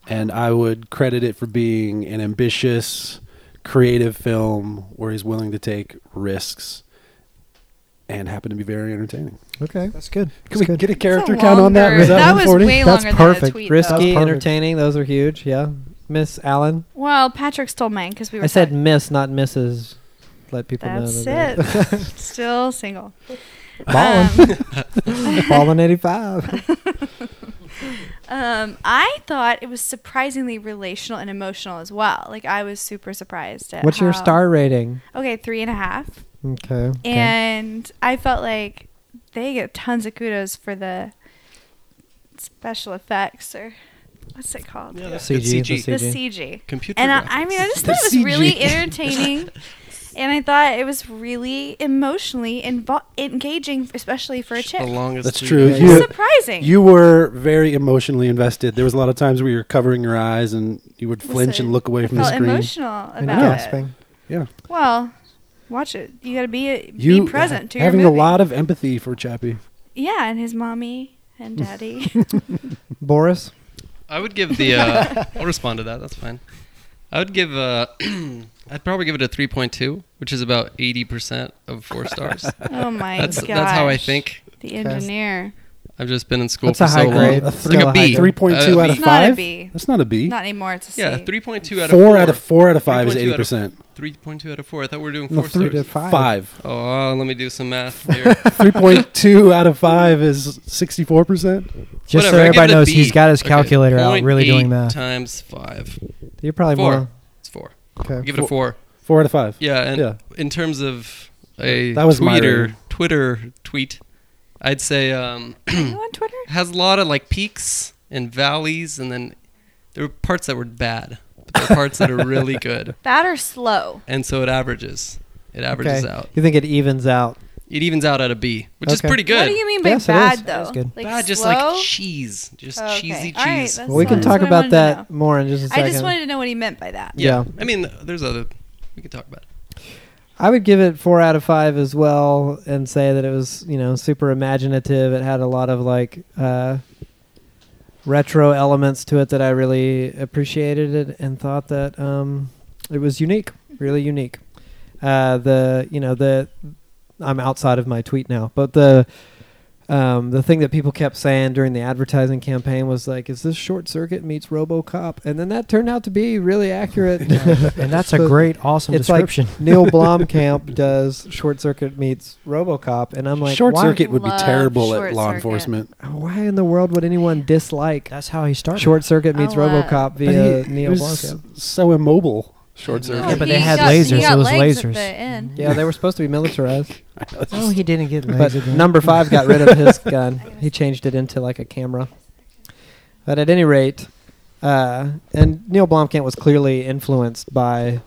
[SPEAKER 2] and I would credit it for being an ambitious, creative film where he's willing to take risks and happened to be very entertaining.
[SPEAKER 1] Okay.
[SPEAKER 5] That's good.
[SPEAKER 2] Can we get a
[SPEAKER 3] That's a
[SPEAKER 2] character count on that?
[SPEAKER 3] longer-
[SPEAKER 2] Was that,
[SPEAKER 3] that was
[SPEAKER 2] 140?
[SPEAKER 3] way
[SPEAKER 1] That's
[SPEAKER 3] longer than a
[SPEAKER 1] perfect.
[SPEAKER 3] tweet. though.
[SPEAKER 1] Risky,
[SPEAKER 5] That's perfect.
[SPEAKER 1] entertaining. Those are huge. Yeah. Miss Allen.
[SPEAKER 3] Well, Patrick stole mine because we were.
[SPEAKER 1] I said
[SPEAKER 3] talking-
[SPEAKER 1] miss, not Mrs. Let people know.
[SPEAKER 3] That's
[SPEAKER 1] that
[SPEAKER 3] it.
[SPEAKER 2] <laughs>
[SPEAKER 3] Still single.
[SPEAKER 1] Ballin'. <laughs> Ballin'
[SPEAKER 3] <laughs>
[SPEAKER 1] 85.
[SPEAKER 3] Um, I thought it was surprisingly relational and emotional as well. Like I was super surprised. At
[SPEAKER 1] What's your
[SPEAKER 3] how-
[SPEAKER 1] star rating?
[SPEAKER 3] Okay, three and a half.
[SPEAKER 1] Okay.
[SPEAKER 3] And I felt like they get tons of kudos for the special effects or what's it called?
[SPEAKER 4] yeah, that's
[SPEAKER 1] CG, the
[SPEAKER 3] the
[SPEAKER 4] good CG.
[SPEAKER 1] CG.
[SPEAKER 3] CG.
[SPEAKER 4] Computer
[SPEAKER 3] And I,
[SPEAKER 4] graphics.
[SPEAKER 3] I mean, I just
[SPEAKER 2] The
[SPEAKER 3] thought it was
[SPEAKER 2] CG. <laughs>
[SPEAKER 3] really entertaining. And I thought it was really emotionally invo- engaging, especially for a chick.
[SPEAKER 4] The longest.
[SPEAKER 2] That's
[SPEAKER 4] three
[SPEAKER 2] true.
[SPEAKER 4] days.
[SPEAKER 2] You-
[SPEAKER 3] Surprising.
[SPEAKER 2] You were very emotionally invested. There was a lot of times where you were covering your eyes and you would flinch
[SPEAKER 3] Listen,
[SPEAKER 2] and look away
[SPEAKER 3] I
[SPEAKER 2] from the
[SPEAKER 3] felt
[SPEAKER 2] screen.
[SPEAKER 3] emotional about
[SPEAKER 1] And
[SPEAKER 2] Yeah.
[SPEAKER 1] gasping.
[SPEAKER 2] Yeah,
[SPEAKER 3] it. Well, watch it. You got to be
[SPEAKER 2] you
[SPEAKER 3] be present to
[SPEAKER 2] having
[SPEAKER 3] your movie.
[SPEAKER 2] a lot of empathy for Chappie.
[SPEAKER 3] Yeah, and his mommy
[SPEAKER 2] <laughs>
[SPEAKER 3] and daddy.
[SPEAKER 1] Boris?
[SPEAKER 4] I would give the.
[SPEAKER 2] <laughs>
[SPEAKER 4] Uh, I'll respond to that. That's fine. I would give. Uh, <clears throat> I'd probably give it a 3.2, which is about 80 percent of four
[SPEAKER 2] <laughs>
[SPEAKER 4] stars.
[SPEAKER 3] oh <laughs> my god.
[SPEAKER 4] that's that's how I think.
[SPEAKER 3] The engineer.
[SPEAKER 4] I've just been in school
[SPEAKER 1] That's
[SPEAKER 4] for
[SPEAKER 1] a high
[SPEAKER 4] so
[SPEAKER 1] grade.
[SPEAKER 4] long.
[SPEAKER 2] A
[SPEAKER 1] Still a
[SPEAKER 4] Like a
[SPEAKER 1] high
[SPEAKER 4] B.
[SPEAKER 1] grade.
[SPEAKER 2] Three point two
[SPEAKER 4] Uh,
[SPEAKER 2] out of
[SPEAKER 3] It's not a
[SPEAKER 2] five.
[SPEAKER 3] B.
[SPEAKER 2] That's not a B.
[SPEAKER 3] Not anymore. It's a C.
[SPEAKER 4] Yeah, 3.2 out of
[SPEAKER 2] four out of four out of five is
[SPEAKER 4] 3.2
[SPEAKER 2] eighty
[SPEAKER 4] out of-
[SPEAKER 2] percent.
[SPEAKER 4] 3.2 out of four. I thought we were doing
[SPEAKER 1] No,
[SPEAKER 4] four
[SPEAKER 1] three to
[SPEAKER 4] stars.
[SPEAKER 1] five. <laughs>
[SPEAKER 2] Five.
[SPEAKER 4] Oh, uh, let me do some math
[SPEAKER 5] <laughs>
[SPEAKER 4] here.
[SPEAKER 2] Three point two out of five is sixty four percent.
[SPEAKER 5] Just
[SPEAKER 4] Whatever,
[SPEAKER 5] so
[SPEAKER 4] I give
[SPEAKER 5] everybody
[SPEAKER 4] it a
[SPEAKER 5] knows,
[SPEAKER 4] B.
[SPEAKER 5] he's got his
[SPEAKER 4] Okay,
[SPEAKER 5] calculator out, really
[SPEAKER 4] 0.8
[SPEAKER 5] doing math.
[SPEAKER 4] Times five.
[SPEAKER 1] You're probably
[SPEAKER 4] Four.
[SPEAKER 1] more.
[SPEAKER 4] It's four.
[SPEAKER 1] Okay.
[SPEAKER 4] Give it a four.
[SPEAKER 2] Four out of five.
[SPEAKER 4] Yeah, and
[SPEAKER 2] Yeah.
[SPEAKER 4] in terms of a
[SPEAKER 2] That was my
[SPEAKER 4] Twitter
[SPEAKER 2] rating.
[SPEAKER 4] Twitter tweet, I'd say um,
[SPEAKER 3] Are you on Twitter?
[SPEAKER 4] has a lot of like peaks and valleys, and then there were parts that were bad, but there were parts that are really good,
[SPEAKER 3] That or slow?
[SPEAKER 4] and so it averages. It averages
[SPEAKER 1] Okay.
[SPEAKER 4] out.
[SPEAKER 1] You think it evens out?
[SPEAKER 4] It evens out at a B, which is
[SPEAKER 1] Okay.
[SPEAKER 4] pretty good.
[SPEAKER 3] What do you mean by
[SPEAKER 1] Yes, it
[SPEAKER 3] bad
[SPEAKER 1] is. It
[SPEAKER 3] though?
[SPEAKER 5] is good.
[SPEAKER 3] Like
[SPEAKER 4] bad, just
[SPEAKER 3] slow? Oh,
[SPEAKER 4] like cheese, just
[SPEAKER 3] Okay.
[SPEAKER 4] cheesy
[SPEAKER 3] All right,
[SPEAKER 4] cheese.
[SPEAKER 3] that's
[SPEAKER 1] Well, we can
[SPEAKER 3] fine.
[SPEAKER 1] talk
[SPEAKER 3] That's what I
[SPEAKER 1] about that
[SPEAKER 3] wanted to
[SPEAKER 1] more in just a
[SPEAKER 3] know.
[SPEAKER 1] second.
[SPEAKER 3] I just wanted to know what he meant by that.
[SPEAKER 4] yeah.
[SPEAKER 1] yeah.
[SPEAKER 4] I mean, there's other. We can talk about it.
[SPEAKER 1] I would give it four out of five as well, and say that it was you know super imaginative. It had a lot of like uh, retro elements to it that I really appreciated it and thought that um, it was unique, really unique. Uh, the you know the I'm outside of my tweet now, but the um, the thing that people kept saying during the advertising campaign was like, "Is this Short Circuit meets RoboCop?" And then that turned out to be really
[SPEAKER 6] <laughs>
[SPEAKER 5] <laughs>
[SPEAKER 1] accurate. <laughs>
[SPEAKER 5] and that's a
[SPEAKER 1] So
[SPEAKER 5] great, awesome
[SPEAKER 1] it's like-
[SPEAKER 5] description.
[SPEAKER 1] Neil Blomkamp does Short Circuit meets RoboCop, and I'm like,
[SPEAKER 2] short
[SPEAKER 1] why,
[SPEAKER 2] circuit would be
[SPEAKER 3] Love
[SPEAKER 2] terrible at
[SPEAKER 3] Short
[SPEAKER 2] law
[SPEAKER 3] Circuit.
[SPEAKER 2] enforcement.
[SPEAKER 1] Why in the world would anyone dislike
[SPEAKER 5] that's how he started.
[SPEAKER 1] Short Circuit meets
[SPEAKER 3] I'll, uh,
[SPEAKER 1] RoboCop
[SPEAKER 2] But
[SPEAKER 1] via
[SPEAKER 2] he- he <laughs>
[SPEAKER 1] Neil
[SPEAKER 2] was
[SPEAKER 1] Blomkamp?
[SPEAKER 2] so immobile. Short
[SPEAKER 4] No.
[SPEAKER 2] circuit.
[SPEAKER 5] Yeah, but they
[SPEAKER 3] he
[SPEAKER 5] had
[SPEAKER 3] got- he
[SPEAKER 5] lasers, it
[SPEAKER 3] got
[SPEAKER 5] was
[SPEAKER 3] legs
[SPEAKER 5] lasers.
[SPEAKER 3] At the end.
[SPEAKER 1] Yeah, they were supposed to be
[SPEAKER 2] <laughs>
[SPEAKER 1] militarized,
[SPEAKER 5] Oh, he didn't get
[SPEAKER 1] but
[SPEAKER 5] laser gun.
[SPEAKER 1] number five got rid of his gun. He changed it into like a camera. But at any rate, uh, and Neil Blomkamp was clearly influenced by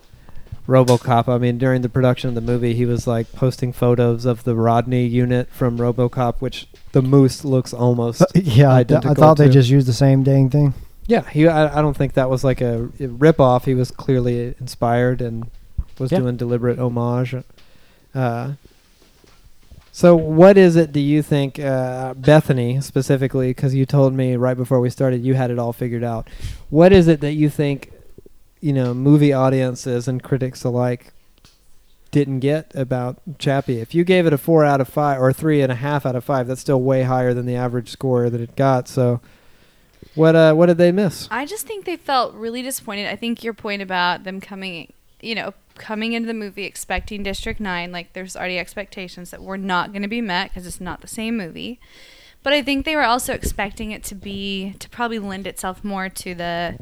[SPEAKER 1] RoboCop. I mean, during the production of the movie, he was like posting photos of the Rodney unit from RoboCop, which the moose looks
[SPEAKER 2] <laughs>
[SPEAKER 1] almost.
[SPEAKER 5] Uh, yeah, I, d- I
[SPEAKER 1] identical
[SPEAKER 5] thought they
[SPEAKER 1] to-
[SPEAKER 5] just used the same dang thing.
[SPEAKER 1] Yeah, he. I, I don't think that was like a rip off. He was clearly inspired and was
[SPEAKER 5] Yeah.
[SPEAKER 1] doing deliberate homage. Uh, so, what is it? Do you think, uh, Bethany specifically? Because you told me right before we started you had it all figured out. What is it that you think, you know, movie audiences and critics alike didn't get about Chappie? If you gave it a four out of five or three and a half out of five, that's still way higher than the average score that it got. So, what uh, what did they miss?
[SPEAKER 3] I just think they felt really disappointed. I think your point about them coming, you know, coming into the movie expecting District 9, like there's already expectations that were not going to be met because it's not the same movie. But I think they were also expecting it to be, to probably lend itself more to the,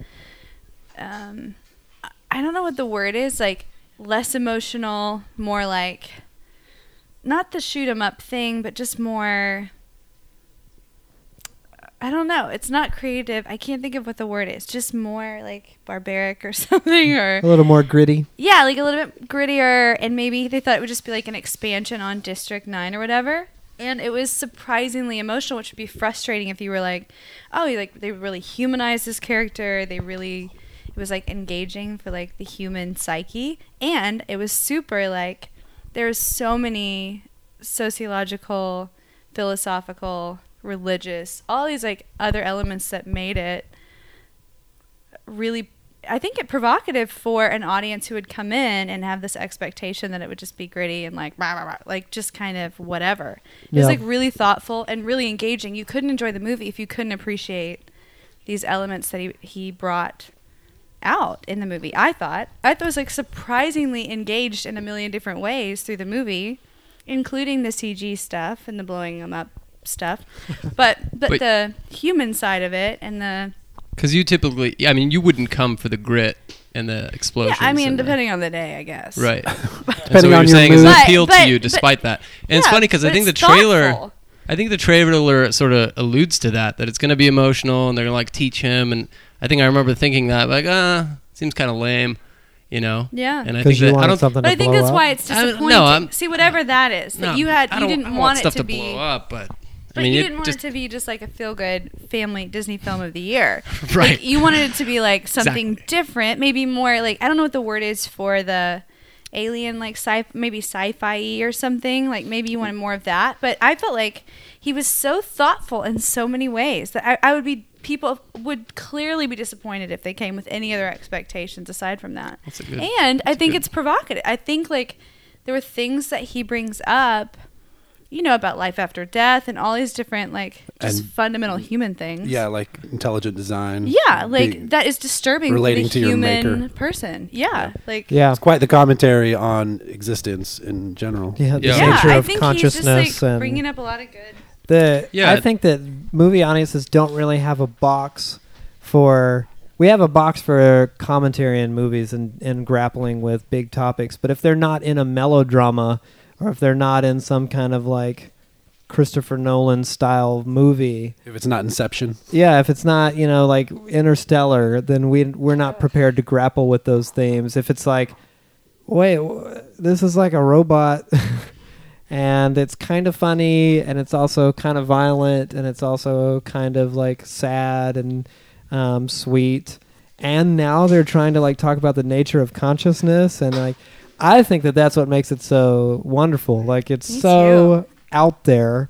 [SPEAKER 3] um, I- I don't know what the word is, like less emotional, more like, not the shoot 'em up thing, but just more I don't know. It's not creative. I can't think of what the word is. Just more like barbaric or <laughs> something or
[SPEAKER 1] A little more gritty.
[SPEAKER 3] yeah, like a little bit grittier and maybe they thought it would just be like an expansion on District 9 or whatever. And it was surprisingly emotional, which would be frustrating if you were like, oh, you like they really humanized this character. They really it was like engaging for like the human psyche and it was super like there's so many sociological, philosophical, religious, all these like other elements that made it really I think it provocative for an audience who would come in and have this expectation that it would just be gritty and like rah, rah, rah, like just kind of whatever. It was
[SPEAKER 1] Yeah.
[SPEAKER 3] like really thoughtful and really engaging. You couldn't enjoy the movie if you couldn't appreciate these elements that he he brought out in the movie. I thought I thought it was like surprisingly engaged in a million different ways through the movie, including the CG stuff and the blowing them up stuff, but but,
[SPEAKER 4] But-
[SPEAKER 3] the human side of it and the
[SPEAKER 4] Because you typically, yeah, I mean, you wouldn't come for the grit and the
[SPEAKER 3] yeah.
[SPEAKER 4] explosions.
[SPEAKER 3] I mean,
[SPEAKER 4] and the-
[SPEAKER 3] depending on the day, I guess. <laughs>
[SPEAKER 4] Right. And so
[SPEAKER 1] Depending
[SPEAKER 4] what
[SPEAKER 1] on
[SPEAKER 4] you're
[SPEAKER 1] your
[SPEAKER 4] saying is
[SPEAKER 1] mood.
[SPEAKER 4] it
[SPEAKER 3] But-
[SPEAKER 4] appealed
[SPEAKER 3] but-
[SPEAKER 4] to you
[SPEAKER 3] but-
[SPEAKER 4] despite that. And it's
[SPEAKER 3] Yeah,
[SPEAKER 4] funny because I
[SPEAKER 3] but
[SPEAKER 4] think the
[SPEAKER 3] it's
[SPEAKER 4] trailer,
[SPEAKER 3] thoughtful.
[SPEAKER 4] I think the trailer sort of alludes to that, that it's going to be emotional and they're going to like teach him. And I think I remember thinking that, like, ah, seems kind of lame, you know?
[SPEAKER 3] Yeah.
[SPEAKER 4] And I think
[SPEAKER 1] Because you
[SPEAKER 4] that, I
[SPEAKER 1] wanted
[SPEAKER 4] don't,
[SPEAKER 1] something
[SPEAKER 3] But
[SPEAKER 1] to
[SPEAKER 3] I think
[SPEAKER 1] blow
[SPEAKER 3] that's
[SPEAKER 1] up.
[SPEAKER 3] why it's
[SPEAKER 4] I don't- no,
[SPEAKER 3] disappointing.
[SPEAKER 4] I'm-
[SPEAKER 3] See, whatever that is that
[SPEAKER 4] no,
[SPEAKER 3] you had,
[SPEAKER 4] I
[SPEAKER 3] you
[SPEAKER 4] don't-
[SPEAKER 3] didn't
[SPEAKER 4] I
[SPEAKER 3] want,
[SPEAKER 4] don't
[SPEAKER 3] it
[SPEAKER 4] stuff
[SPEAKER 3] to be.
[SPEAKER 4] blow up, but.
[SPEAKER 3] But
[SPEAKER 4] I mean,
[SPEAKER 3] you
[SPEAKER 4] it
[SPEAKER 3] didn't want
[SPEAKER 4] just,
[SPEAKER 3] it to be just like a feel good family Disney film of the year.
[SPEAKER 4] <laughs> Right.
[SPEAKER 3] Like, you wanted it to be like something
[SPEAKER 4] Exactly.
[SPEAKER 3] different, maybe more like I don't know what the word is for the alien like sci maybe sci-fi or something. Like maybe you wanted more of that. But I felt like he was so thoughtful in so many ways that I, I would be people would clearly be disappointed if they came with any other expectations aside from that.
[SPEAKER 4] That's a good-
[SPEAKER 3] and I
[SPEAKER 4] that's
[SPEAKER 3] think
[SPEAKER 4] good.
[SPEAKER 3] it's provocative. I think like there were things that he brings up you know about life after death and all these different like just
[SPEAKER 2] And-
[SPEAKER 3] fundamental human things.
[SPEAKER 2] Yeah, like intelligent design.
[SPEAKER 3] Yeah, like
[SPEAKER 2] Big-
[SPEAKER 3] that is disturbing
[SPEAKER 2] relating
[SPEAKER 3] for the
[SPEAKER 2] to your
[SPEAKER 3] human
[SPEAKER 2] maker.
[SPEAKER 3] person. Yeah, like
[SPEAKER 1] Yeah.
[SPEAKER 2] It's quite the commentary on existence in general.
[SPEAKER 1] Yeah, the
[SPEAKER 4] Yeah.
[SPEAKER 3] yeah.
[SPEAKER 1] nature
[SPEAKER 3] I
[SPEAKER 1] of
[SPEAKER 3] think
[SPEAKER 1] consciousness
[SPEAKER 3] he's just like
[SPEAKER 1] and
[SPEAKER 3] bringing up a lot of good.
[SPEAKER 1] the.
[SPEAKER 4] Yeah.
[SPEAKER 1] I think that movie audiences don't really have a box for. We have a box for commentary in movies and, and grappling with big topics, but if they're not in a melodrama or if they're not in some kind of like Christopher Nolan style movie,
[SPEAKER 2] If it's not Inception,
[SPEAKER 1] yeah, if it's not you know like Interstellar, then we we're not prepared to grapple with those themes. If it's like, wait, w- this is like a robot, <laughs> and it's kind of funny, and it's also kind of violent, and it's also kind of like sad and um, sweet. And now they're trying to like talk about the nature of consciousness, and like I think that that's what makes it so wonderful. Like it's
[SPEAKER 3] Me
[SPEAKER 1] so out there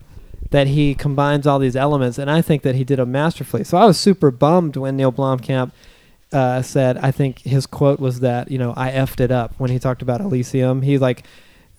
[SPEAKER 1] that he combines all these elements, and I think that he did it masterfully. So I was super bummed when Neil Blomkamp uh, said, I think his quote was that, you know, I effed it up when he talked about Elysium. He like,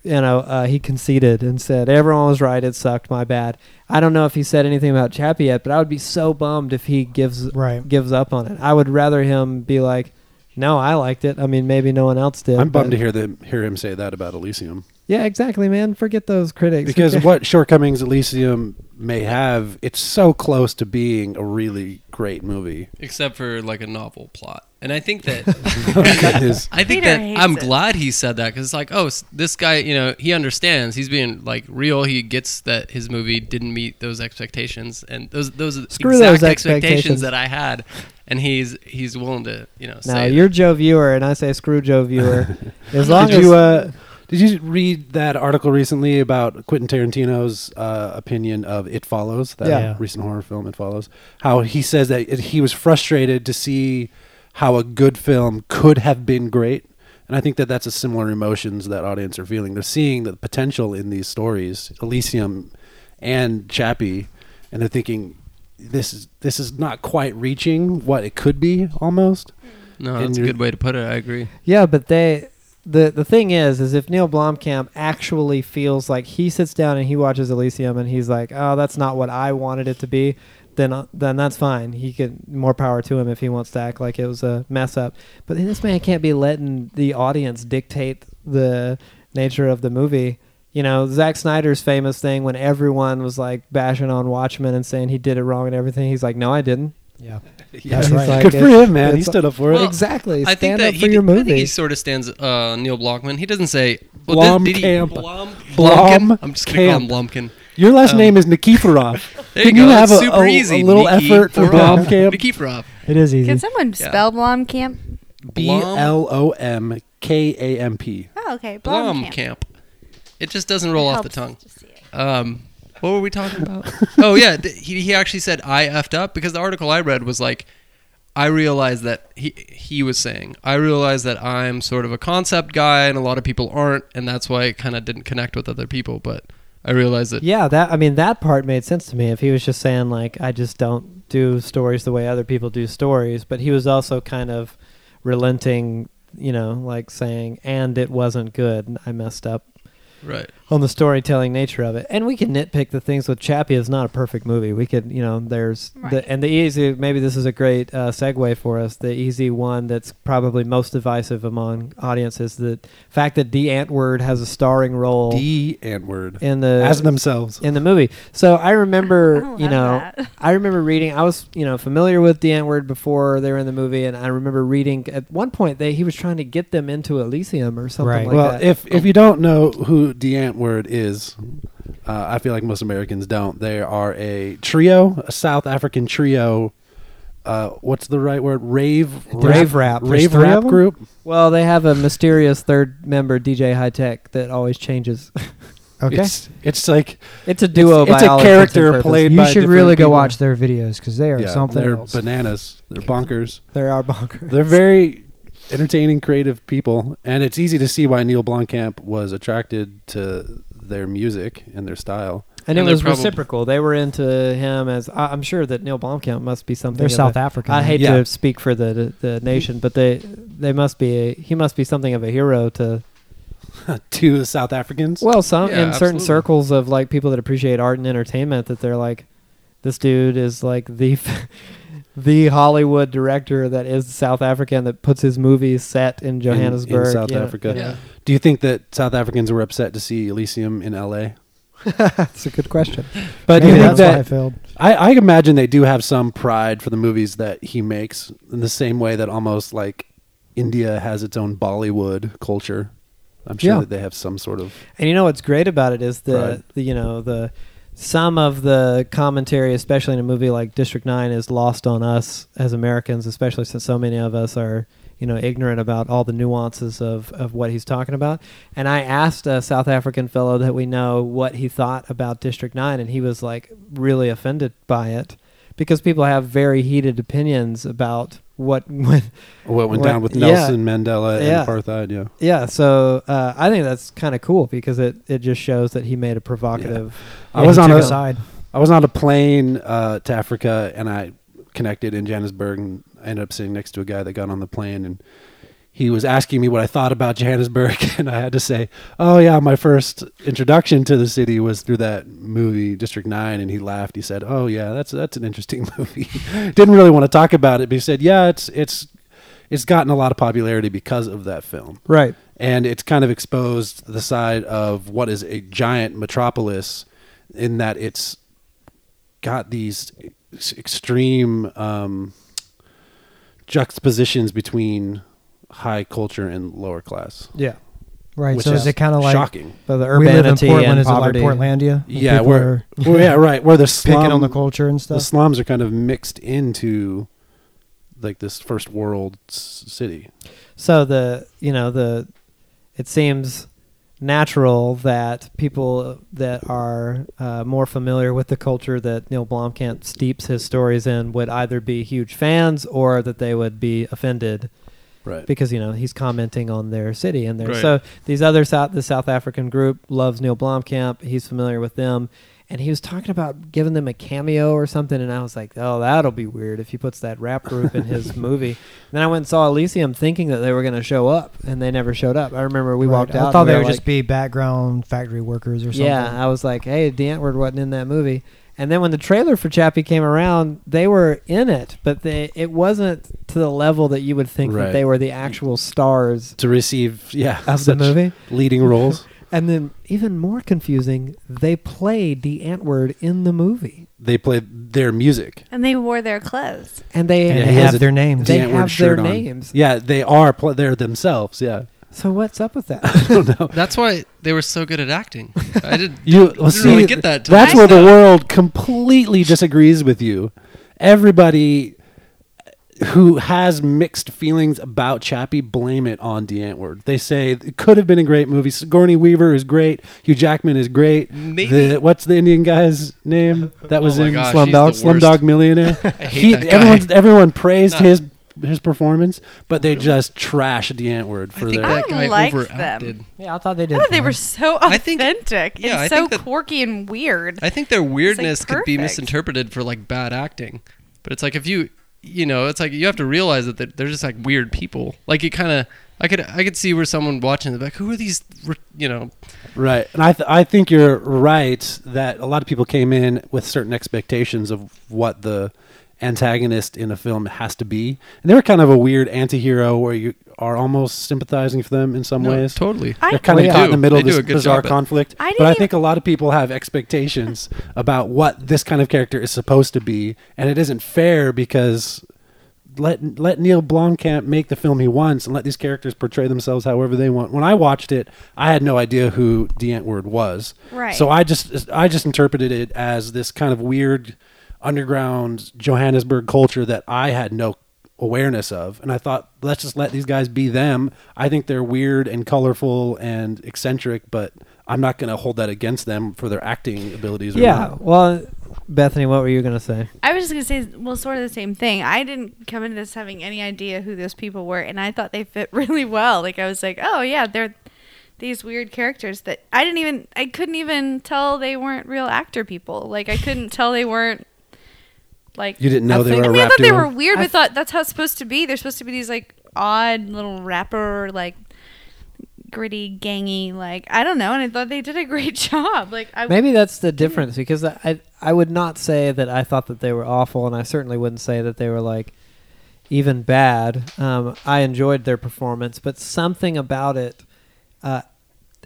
[SPEAKER 1] you know, uh, he conceded and said, everyone was right, it sucked, my bad. I don't know if he said anything about Chappie yet, but I would be so bummed if he gives
[SPEAKER 5] Right.
[SPEAKER 1] gives up on it. I would rather him be like, no, I liked it. I mean, maybe no one else did.
[SPEAKER 2] I'm bummed
[SPEAKER 1] but-
[SPEAKER 2] to hear them hear him say that about Elysium.
[SPEAKER 1] Yeah, exactly, man. Forget those critics. <laughs>
[SPEAKER 2] Because
[SPEAKER 1] Okay.
[SPEAKER 2] what shortcomings Elysium may have, it's so close to being a really great movie.
[SPEAKER 4] except for like a novel plot. And I
[SPEAKER 3] <laughs>
[SPEAKER 4] think that
[SPEAKER 2] It is-
[SPEAKER 4] I think
[SPEAKER 3] Peter
[SPEAKER 4] that
[SPEAKER 3] hates
[SPEAKER 4] I'm
[SPEAKER 3] it.
[SPEAKER 4] glad he said that because it's like, oh, s- this guy, you know, he understands. He's being like real. He gets that his movie didn't meet those expectations and those those
[SPEAKER 1] Screw
[SPEAKER 4] exact
[SPEAKER 1] those expectations.
[SPEAKER 4] expectations that I had. And he's he's willing to you know
[SPEAKER 1] No,
[SPEAKER 4] say
[SPEAKER 1] you're Joe Viewer, and I say screw Joe
[SPEAKER 2] <laughs>
[SPEAKER 1] Viewer. as long
[SPEAKER 2] Did
[SPEAKER 1] as
[SPEAKER 2] you uh, did you read that article recently about Quentin Tarantino's uh, opinion of It Follows, that
[SPEAKER 1] Yeah.
[SPEAKER 2] recent horror film It Follows? How he says that it, he was frustrated to see how a good film could have been great, and I think that that's a similar emotions that audience are feeling. They're seeing the potential in these stories, Elysium and Chappie, and they're thinking. This is this is not quite reaching what it could be almost.
[SPEAKER 4] no.
[SPEAKER 2] and
[SPEAKER 4] That's a
[SPEAKER 2] you're-
[SPEAKER 4] good way to put it. I agree.
[SPEAKER 1] Yeah, but they the the thing is, is if Neil Blomkamp actually feels like he sits down and he watches Elysium and he's like, oh, that's not what I wanted it to be, then uh, then that's fine. He can more power to him if he wants to act like it was a mess up. But this man can't be letting the audience dictate the nature of the movie. You know, Zack Snyder's famous thing when everyone was like bashing on Watchmen and saying he did it wrong and everything. He's like, no, I didn't.
[SPEAKER 5] <laughs> Yeah.
[SPEAKER 1] Yeah,
[SPEAKER 5] That's
[SPEAKER 1] he's
[SPEAKER 5] right.
[SPEAKER 1] like-
[SPEAKER 2] Good for
[SPEAKER 1] it's-
[SPEAKER 2] him, man. He
[SPEAKER 1] it's-
[SPEAKER 2] stood up for it.
[SPEAKER 4] Well,
[SPEAKER 1] exactly. Stand
[SPEAKER 4] I think that
[SPEAKER 1] up
[SPEAKER 4] he
[SPEAKER 1] for
[SPEAKER 4] did-
[SPEAKER 1] your
[SPEAKER 4] I
[SPEAKER 1] movie.
[SPEAKER 4] think he sort of stands uh, Neil Blockman. He doesn't say well, did- did he-
[SPEAKER 2] Blomkamp.
[SPEAKER 4] Blom- Blomkin? I'm just gonna call him Blomkin.
[SPEAKER 2] Your last
[SPEAKER 4] Um,
[SPEAKER 2] name is Nikiforov. <laughs>
[SPEAKER 4] There
[SPEAKER 2] Can
[SPEAKER 4] you go.
[SPEAKER 2] you have
[SPEAKER 4] It's
[SPEAKER 2] a,
[SPEAKER 4] super
[SPEAKER 2] a- a
[SPEAKER 4] easy.
[SPEAKER 2] little
[SPEAKER 4] Nikki
[SPEAKER 2] effort for
[SPEAKER 4] Rob.
[SPEAKER 2] Blomkamp?
[SPEAKER 4] Nikki Rob.
[SPEAKER 5] It is easy.
[SPEAKER 3] Can someone
[SPEAKER 4] Yeah.
[SPEAKER 3] spell Blom Camp?
[SPEAKER 2] <laughs> B L O M K A M P.
[SPEAKER 3] Oh, okay. Blom,
[SPEAKER 4] Blom
[SPEAKER 3] Camp.
[SPEAKER 4] camp. It just doesn't roll off the
[SPEAKER 3] Helps
[SPEAKER 4] tongue.
[SPEAKER 3] to see it.
[SPEAKER 4] Um, what were we talking about? <laughs> oh yeah, th- he he actually said I effed up because the article I read was like, I realized that he he was saying I realized that I'm sort of a concept guy and a lot of people aren't, and that's why it kind of didn't connect with other people. But I realized that
[SPEAKER 1] Yeah, that I mean that part made sense to me. If he was just saying like I just don't do stories the way other people do stories, but he was also kind of relenting, you know, like saying and it wasn't good. and I messed up
[SPEAKER 4] right.
[SPEAKER 1] on the storytelling nature of it. And we can nitpick the things with Chappie. It's not a perfect movie. We could, you know, there's
[SPEAKER 3] Right.
[SPEAKER 1] the and the easy. Maybe this is a great uh, segue for us. The easy one that's probably most divisive among audiences. The fact that D. Antword has a starring role
[SPEAKER 2] D and word.
[SPEAKER 1] in the
[SPEAKER 2] As themselves.
[SPEAKER 1] in the movie. So I remember,
[SPEAKER 3] <laughs> I
[SPEAKER 1] you know,
[SPEAKER 3] love that.
[SPEAKER 1] I remember reading. I was, you know, familiar with the N word before they were in the movie, and I remember reading at one point they he was trying to get them into Elysium or something
[SPEAKER 5] Right.
[SPEAKER 1] like
[SPEAKER 2] well,
[SPEAKER 1] that.
[SPEAKER 2] if if you don't know who Deant Word is, uh, I feel like most Americans don't. They are a trio, a South African trio. Uh, what's the right word? Rave
[SPEAKER 1] Rave rap. There's
[SPEAKER 2] rave
[SPEAKER 1] three of
[SPEAKER 2] rap
[SPEAKER 1] them?
[SPEAKER 2] group.
[SPEAKER 1] well, they have a mysterious third member, DJ High Tech, that always changes.
[SPEAKER 5] Okay.
[SPEAKER 2] It's it's like
[SPEAKER 1] it's a duo.
[SPEAKER 2] it's
[SPEAKER 1] by
[SPEAKER 2] a
[SPEAKER 1] all intents and
[SPEAKER 2] character
[SPEAKER 1] purposes. <laughs>
[SPEAKER 2] played
[SPEAKER 5] you
[SPEAKER 2] by
[SPEAKER 5] should
[SPEAKER 2] different
[SPEAKER 5] really go
[SPEAKER 2] people.
[SPEAKER 5] watch their videos because they are
[SPEAKER 2] yeah,
[SPEAKER 5] something
[SPEAKER 2] they're
[SPEAKER 5] else.
[SPEAKER 2] bananas. They're bonkers.
[SPEAKER 1] There are bonkers.
[SPEAKER 2] They're very entertaining, creative people, and it's easy to see why Neil Blomkamp was attracted to their music and their style. <laughs>
[SPEAKER 1] and,
[SPEAKER 4] and
[SPEAKER 1] it
[SPEAKER 4] they're
[SPEAKER 1] was
[SPEAKER 4] probab-
[SPEAKER 1] reciprocal. They were into him as I, I'm sure that Neil Blomkamp must be something.
[SPEAKER 5] They're
[SPEAKER 1] of
[SPEAKER 5] South
[SPEAKER 1] a-
[SPEAKER 5] African.
[SPEAKER 1] I hate
[SPEAKER 2] Yeah.
[SPEAKER 1] to speak for the, the the nation, but they they must be a, he must be something of a hero to
[SPEAKER 2] to the South Africans.
[SPEAKER 1] Well, some
[SPEAKER 4] Yeah,
[SPEAKER 1] in certain
[SPEAKER 4] absolutely.
[SPEAKER 1] circles of like people that appreciate art and entertainment, that they're like, this dude is like the <laughs> f- the Hollywood director that is South African that puts his movies set in
[SPEAKER 2] in
[SPEAKER 1] Johannesburg,
[SPEAKER 2] South
[SPEAKER 1] you know,
[SPEAKER 2] Africa.
[SPEAKER 1] you know. <laughs>
[SPEAKER 4] Yeah.
[SPEAKER 2] Do you think that South Africans were upset to see Elysium in LA?
[SPEAKER 5] That's a good question.
[SPEAKER 1] But
[SPEAKER 5] Maybe
[SPEAKER 1] you know,
[SPEAKER 5] that's why I
[SPEAKER 1] that,
[SPEAKER 5] failed.
[SPEAKER 2] I, I imagine they do have some pride for the movies that he makes in the same way that almost like India has its own Bollywood culture. I'm sure
[SPEAKER 1] Yeah.
[SPEAKER 2] that they have some sort of
[SPEAKER 1] and you know what's great about it is the,
[SPEAKER 2] Right.
[SPEAKER 1] the you know the some of the commentary, especially in a movie like District Nine, is lost on us as Americans, especially since so many of us are you know ignorant about all the nuances of of what he's talking about. And I asked a South African fellow that we know what he thought about District 9, and he was like really offended by it because people have very heated opinions about what <laughs> when
[SPEAKER 2] what went
[SPEAKER 1] What-
[SPEAKER 2] down with
[SPEAKER 1] yeah.
[SPEAKER 2] Nelson Mandela
[SPEAKER 1] Yeah.
[SPEAKER 2] and apartheid. Yeah.
[SPEAKER 1] yeah so uh, i think that's kind of cool because it, it just shows that he made a provocative
[SPEAKER 2] I was
[SPEAKER 5] He
[SPEAKER 2] on
[SPEAKER 5] took
[SPEAKER 2] a
[SPEAKER 5] a side.
[SPEAKER 2] I was on a plane uh, to Africa, and I connected in Johannesburg, and I ended up sitting next to a guy that got on the plane, and he was asking me what I thought about Johannesburg, <laughs> and I had to say, "Oh yeah, my first introduction to the city was through that movie District 9," and he laughed. He said, <laughs> "Oh yeah, that's that's an interesting movie." Didn't really want to talk about it, but he said, "Yeah, it's it's." it's gotten a lot of popularity because of that film,
[SPEAKER 1] Right.
[SPEAKER 2] and it's kind of exposed the side of what is a giant metropolis, in that it's got these ex- extreme um, juxtapositions between high culture and lower class.
[SPEAKER 1] Yeah.
[SPEAKER 5] Right.
[SPEAKER 2] which
[SPEAKER 5] so is it kind of like
[SPEAKER 2] shocking?
[SPEAKER 1] So the
[SPEAKER 5] we live in
[SPEAKER 1] urbanity
[SPEAKER 5] Portland?
[SPEAKER 1] and
[SPEAKER 5] is
[SPEAKER 1] poverty.
[SPEAKER 5] it like Portlandia? Where
[SPEAKER 2] Yeah,
[SPEAKER 5] people
[SPEAKER 2] where
[SPEAKER 5] are
[SPEAKER 2] well, yeah, right, where the
[SPEAKER 5] <laughs>
[SPEAKER 2] slum,
[SPEAKER 5] picking on the culture and
[SPEAKER 2] the
[SPEAKER 5] stuff.
[SPEAKER 2] slums are kind of mixed into like this first world s- city.
[SPEAKER 1] So the you know the it seems natural that people that are uh, more familiar with the culture that Neil Blomkamp steeps his stories in would either be huge fans or that they would be offended
[SPEAKER 2] Right.
[SPEAKER 1] because you know he's commenting on their city and their
[SPEAKER 4] Right.
[SPEAKER 1] so these other South the South African group loves Neil Blomkamp he's familiar with them and he was talking about giving them a cameo or something and I was like oh that'll be weird if he puts that rap group in
[SPEAKER 5] <laughs>
[SPEAKER 1] his movie and then I went and saw Elysium thinking that they were going to show up and they never showed up I remember we
[SPEAKER 5] Right.
[SPEAKER 1] walked out
[SPEAKER 5] I thought
[SPEAKER 1] and we
[SPEAKER 5] they
[SPEAKER 1] were
[SPEAKER 5] would
[SPEAKER 1] like-
[SPEAKER 5] just be background factory workers or something.
[SPEAKER 1] yeah, I was like, hey, the Antwoord wasn't in that movie. And then when the trailer for Chappie came around, they were in it, but they, it wasn't to the level that you would think that
[SPEAKER 2] Right.
[SPEAKER 1] they were the actual stars
[SPEAKER 2] To receive, yeah,
[SPEAKER 1] of the
[SPEAKER 2] such
[SPEAKER 1] movie.
[SPEAKER 2] leading roles.
[SPEAKER 1] And then, even more confusing, they played the Antwoord in the movie,
[SPEAKER 2] they played their music.
[SPEAKER 3] And they wore their clothes.
[SPEAKER 1] and they
[SPEAKER 5] and
[SPEAKER 2] Yeah,
[SPEAKER 5] they
[SPEAKER 2] he has
[SPEAKER 5] have
[SPEAKER 2] a
[SPEAKER 5] their names.
[SPEAKER 1] they
[SPEAKER 2] The Antwoord
[SPEAKER 1] have their
[SPEAKER 2] shirt on.
[SPEAKER 1] names.
[SPEAKER 2] Yeah, they are pl- they're themselves. Yeah,
[SPEAKER 1] So what's up with that?
[SPEAKER 4] That's why they were so good at acting. I did,
[SPEAKER 2] you
[SPEAKER 4] didn't
[SPEAKER 2] see,
[SPEAKER 4] really get that. till
[SPEAKER 2] That's
[SPEAKER 4] just
[SPEAKER 2] where the
[SPEAKER 4] now.
[SPEAKER 2] world completely disagrees with you. Everybody who has mixed feelings about Chappie blame it on DeAntword. They say it could have been a great movie. Sigourney Weaver is great. Hugh Jackman is great.
[SPEAKER 4] Maybe. Oh
[SPEAKER 2] The- what's the Indian guy's name? That was
[SPEAKER 4] my
[SPEAKER 2] in
[SPEAKER 4] gosh,
[SPEAKER 2] Slumdog
[SPEAKER 4] he's the worst.
[SPEAKER 2] Slumdog Millionaire.
[SPEAKER 4] <laughs> I hate
[SPEAKER 2] he,
[SPEAKER 4] that guy.
[SPEAKER 2] everyone, everyone praised
[SPEAKER 4] Nah.
[SPEAKER 2] his his performance, but they just trash DeAntword for
[SPEAKER 4] I think
[SPEAKER 2] their.
[SPEAKER 4] that
[SPEAKER 3] I
[SPEAKER 4] guy
[SPEAKER 3] liked them.
[SPEAKER 4] overacted.
[SPEAKER 5] <laughs> yeah, I thought they did.
[SPEAKER 3] Oh, they
[SPEAKER 5] fine.
[SPEAKER 3] were so
[SPEAKER 4] I think-
[SPEAKER 3] authentic
[SPEAKER 4] yeah, I
[SPEAKER 3] and so
[SPEAKER 4] think that-
[SPEAKER 3] quirky and weird.
[SPEAKER 4] I think their weirdness could be
[SPEAKER 3] perfect.
[SPEAKER 4] misinterpreted for like bad acting, but it's like if you, you know, it's like you have to realize that they're- they're just like weird people. Like you kind of, I could, I could see where someone watching it, like, who are these, r- you know,
[SPEAKER 2] Right, and I th- I think you're right that a lot of people came in with certain expectations of what the antagonist in a film has to be, and they were kind of a weird anti-hero where you are almost sympathizing for them in some
[SPEAKER 4] No,
[SPEAKER 2] ways.
[SPEAKER 4] totally.
[SPEAKER 3] I-
[SPEAKER 2] They're kind of
[SPEAKER 4] They
[SPEAKER 2] caught
[SPEAKER 4] do.
[SPEAKER 2] in the middle of
[SPEAKER 4] They do
[SPEAKER 2] this
[SPEAKER 4] a good
[SPEAKER 2] bizarre
[SPEAKER 4] job at-
[SPEAKER 2] conflict.
[SPEAKER 3] I
[SPEAKER 2] but I
[SPEAKER 3] didn't
[SPEAKER 2] think a lot of people have expectations <laughs> about what this kind of character is supposed to be, and it isn't fair because let let Neil Blomkamp make the film he wants and let these characters portray themselves however they want. When I watched it, I had no idea who Deantword was.
[SPEAKER 3] Right.
[SPEAKER 2] So I just I just interpreted it as this kind of weird underground Johannesburg culture that I had no awareness of and I thought let's just let these guys be them. I think they're weird and colorful and eccentric, but I'm not going to hold that against them for their acting abilities or
[SPEAKER 1] yeah.
[SPEAKER 2] not.
[SPEAKER 1] Well, Bethany, what were you going to say?
[SPEAKER 3] I was just gonna say, well, sort of the same thing. I didn't come into this having any idea who those people were, and I thought they fit <laughs> really well. Like I was like, oh yeah, they're these weird characters that I didn't even, I couldn't even tell they weren't real actor people. Like I couldn't tell they weren't like
[SPEAKER 2] You didn't know
[SPEAKER 3] I
[SPEAKER 2] they
[SPEAKER 3] think-
[SPEAKER 2] were a
[SPEAKER 3] I mean, I
[SPEAKER 2] rap
[SPEAKER 3] thought they
[SPEAKER 2] duo?
[SPEAKER 3] were weird,
[SPEAKER 1] I
[SPEAKER 3] but thought that's how it's supposed to be. They're supposed to be these like odd little rapper like gritty gangy like i don't know and i thought they did a great <laughs> job like i
[SPEAKER 1] Maybe that's the difference because I, I I would not say that I thought that they were awful, and I certainly wouldn't say that they were like even bad. Um, I enjoyed their performance, but something about it uh,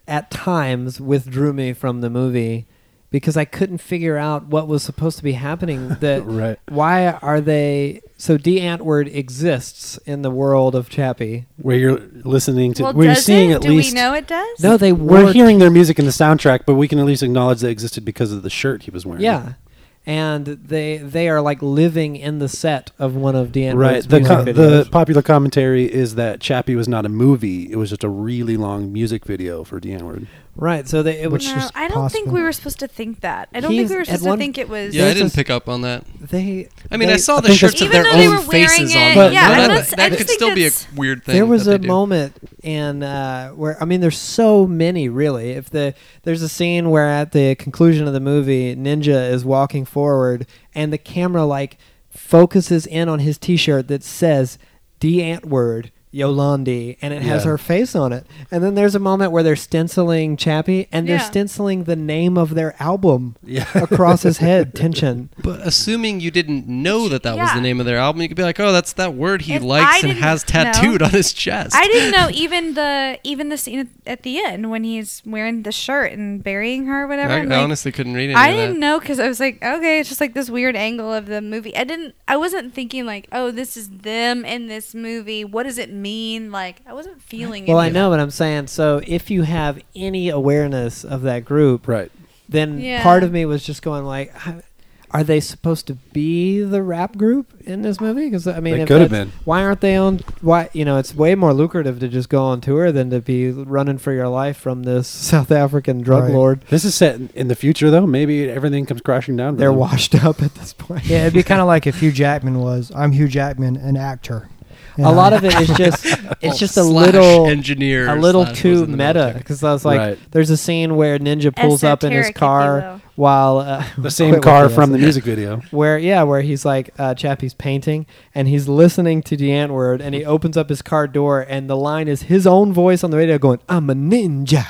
[SPEAKER 1] at times withdrew me from the movie because I couldn't figure out what was supposed to be happening.
[SPEAKER 2] <laughs>
[SPEAKER 1] That
[SPEAKER 2] Right.
[SPEAKER 1] why are they so? D Antword exists in the world of Chappie.
[SPEAKER 2] Where you're listening to
[SPEAKER 3] well,
[SPEAKER 2] where you're
[SPEAKER 3] does
[SPEAKER 2] seeing
[SPEAKER 3] it?
[SPEAKER 2] at
[SPEAKER 3] do
[SPEAKER 2] least
[SPEAKER 3] we know it does
[SPEAKER 1] No, they
[SPEAKER 2] We're
[SPEAKER 1] work-
[SPEAKER 2] hearing their music in the soundtrack, but we can at least acknowledge they existed because of the shirt he was wearing.
[SPEAKER 1] Yeah. And they they are like living in the set of one of Deanne
[SPEAKER 2] Right.
[SPEAKER 1] Wood's
[SPEAKER 2] The,
[SPEAKER 1] music
[SPEAKER 2] co-
[SPEAKER 1] videos.
[SPEAKER 2] the popular commentary is that Chappie was not a movie; it was just a really long music video for Deanne Ward.
[SPEAKER 1] right. So they it was
[SPEAKER 5] Which-
[SPEAKER 3] No,
[SPEAKER 5] is
[SPEAKER 3] I don't think
[SPEAKER 5] possible.
[SPEAKER 3] we were supposed to think that. I don't think
[SPEAKER 1] He's-
[SPEAKER 3] we were
[SPEAKER 1] at
[SPEAKER 3] supposed to
[SPEAKER 1] one-
[SPEAKER 3] think it was.
[SPEAKER 4] yeah, I
[SPEAKER 1] There's
[SPEAKER 4] didn't
[SPEAKER 1] a-
[SPEAKER 4] pick up on that.
[SPEAKER 1] they.
[SPEAKER 4] I mean,
[SPEAKER 1] they-
[SPEAKER 4] I saw the
[SPEAKER 2] think
[SPEAKER 4] shirts
[SPEAKER 2] that's-
[SPEAKER 4] with their
[SPEAKER 3] Even though they
[SPEAKER 4] own
[SPEAKER 3] were wearing
[SPEAKER 4] faces
[SPEAKER 3] it,
[SPEAKER 4] on.
[SPEAKER 1] But-
[SPEAKER 4] them.
[SPEAKER 1] yeah,
[SPEAKER 4] Now
[SPEAKER 1] I'm
[SPEAKER 4] that
[SPEAKER 1] just-
[SPEAKER 3] I
[SPEAKER 4] that
[SPEAKER 3] just
[SPEAKER 4] could
[SPEAKER 3] think
[SPEAKER 4] still be a
[SPEAKER 3] that's-
[SPEAKER 4] weird thing.
[SPEAKER 1] There was
[SPEAKER 4] that they
[SPEAKER 1] a
[SPEAKER 4] do.
[SPEAKER 1] moment in uh, where I mean, there's so many really. If the there's a scene where at the conclusion of the movie, Ninja is walking forward, and the camera like focuses in on his T-shirt that says "D Antword" Yolandi, and it has
[SPEAKER 2] Yeah.
[SPEAKER 1] her face on it. And then there's a moment where they're stenciling Chappie, and they're
[SPEAKER 3] Yeah.
[SPEAKER 1] stenciling the name of their album
[SPEAKER 2] Yeah.
[SPEAKER 1] <laughs> across his head. Tension.
[SPEAKER 4] But assuming you didn't know that that was
[SPEAKER 3] Yeah.
[SPEAKER 4] the name of their album, you could be like, "Oh, that's that word he
[SPEAKER 3] If I
[SPEAKER 4] likes and
[SPEAKER 3] didn't
[SPEAKER 4] has
[SPEAKER 3] know-
[SPEAKER 4] tattooed on his chest."
[SPEAKER 3] I didn't know even the even the scene at- at the end when he's wearing the shirt and burying her or whatever.
[SPEAKER 4] <laughs> I,
[SPEAKER 3] I'm
[SPEAKER 4] I
[SPEAKER 3] like,
[SPEAKER 4] honestly couldn't read any
[SPEAKER 3] I
[SPEAKER 4] of
[SPEAKER 3] didn't
[SPEAKER 4] that.
[SPEAKER 3] know because I was like, okay, it's just like this weird angle of the movie. I didn't, I wasn't thinking like, oh, this is them in this movie. What does it mean? Like, I wasn't feeling.
[SPEAKER 1] Well,
[SPEAKER 3] any
[SPEAKER 1] I
[SPEAKER 3] of
[SPEAKER 1] know what I'm saying. So if you have any awareness of that group,
[SPEAKER 2] Right.
[SPEAKER 1] then
[SPEAKER 3] Yeah.
[SPEAKER 1] part of me was just going like, "Huh, are they supposed to be the rap group in this movie? Because I mean,
[SPEAKER 2] They
[SPEAKER 1] if
[SPEAKER 2] could have
[SPEAKER 1] that's-
[SPEAKER 2] been.
[SPEAKER 1] Why aren't they on? Why you know, it's way more lucrative to just go on tour than to be running for your life from this <laughs> South African drug
[SPEAKER 5] Right.
[SPEAKER 1] lord.
[SPEAKER 2] This is set in, in the future, though. Maybe everything comes crashing down. to
[SPEAKER 1] They're
[SPEAKER 2] them.
[SPEAKER 1] washed <laughs> up at this point.
[SPEAKER 5] Yeah,
[SPEAKER 1] <laughs>
[SPEAKER 5] it'd be kind of like if Hugh Jackman was. I'm Hugh Jackman, an actor.
[SPEAKER 1] a lot of it is <laughs> just it's just a
[SPEAKER 4] Slash
[SPEAKER 1] little
[SPEAKER 4] engineer,
[SPEAKER 1] a little
[SPEAKER 4] slash was
[SPEAKER 1] too
[SPEAKER 4] in the
[SPEAKER 1] meta
[SPEAKER 4] military.
[SPEAKER 1] because I was like,
[SPEAKER 2] Right.
[SPEAKER 1] there's a scene where Ninja pulls up in
[SPEAKER 3] Esoteric,
[SPEAKER 1] his
[SPEAKER 3] if you
[SPEAKER 1] car
[SPEAKER 3] will.
[SPEAKER 1] while <laughs> uh,
[SPEAKER 2] the same
[SPEAKER 1] quit with
[SPEAKER 2] car
[SPEAKER 1] me,
[SPEAKER 2] from the
[SPEAKER 1] that's it.
[SPEAKER 2] music video.
[SPEAKER 1] where yeah where he's like uh, Chappie's painting and he's listening to the Ant word and he opens up his car door and the line is his own voice on the radio going I'm a
[SPEAKER 2] <laughs>
[SPEAKER 1] ninja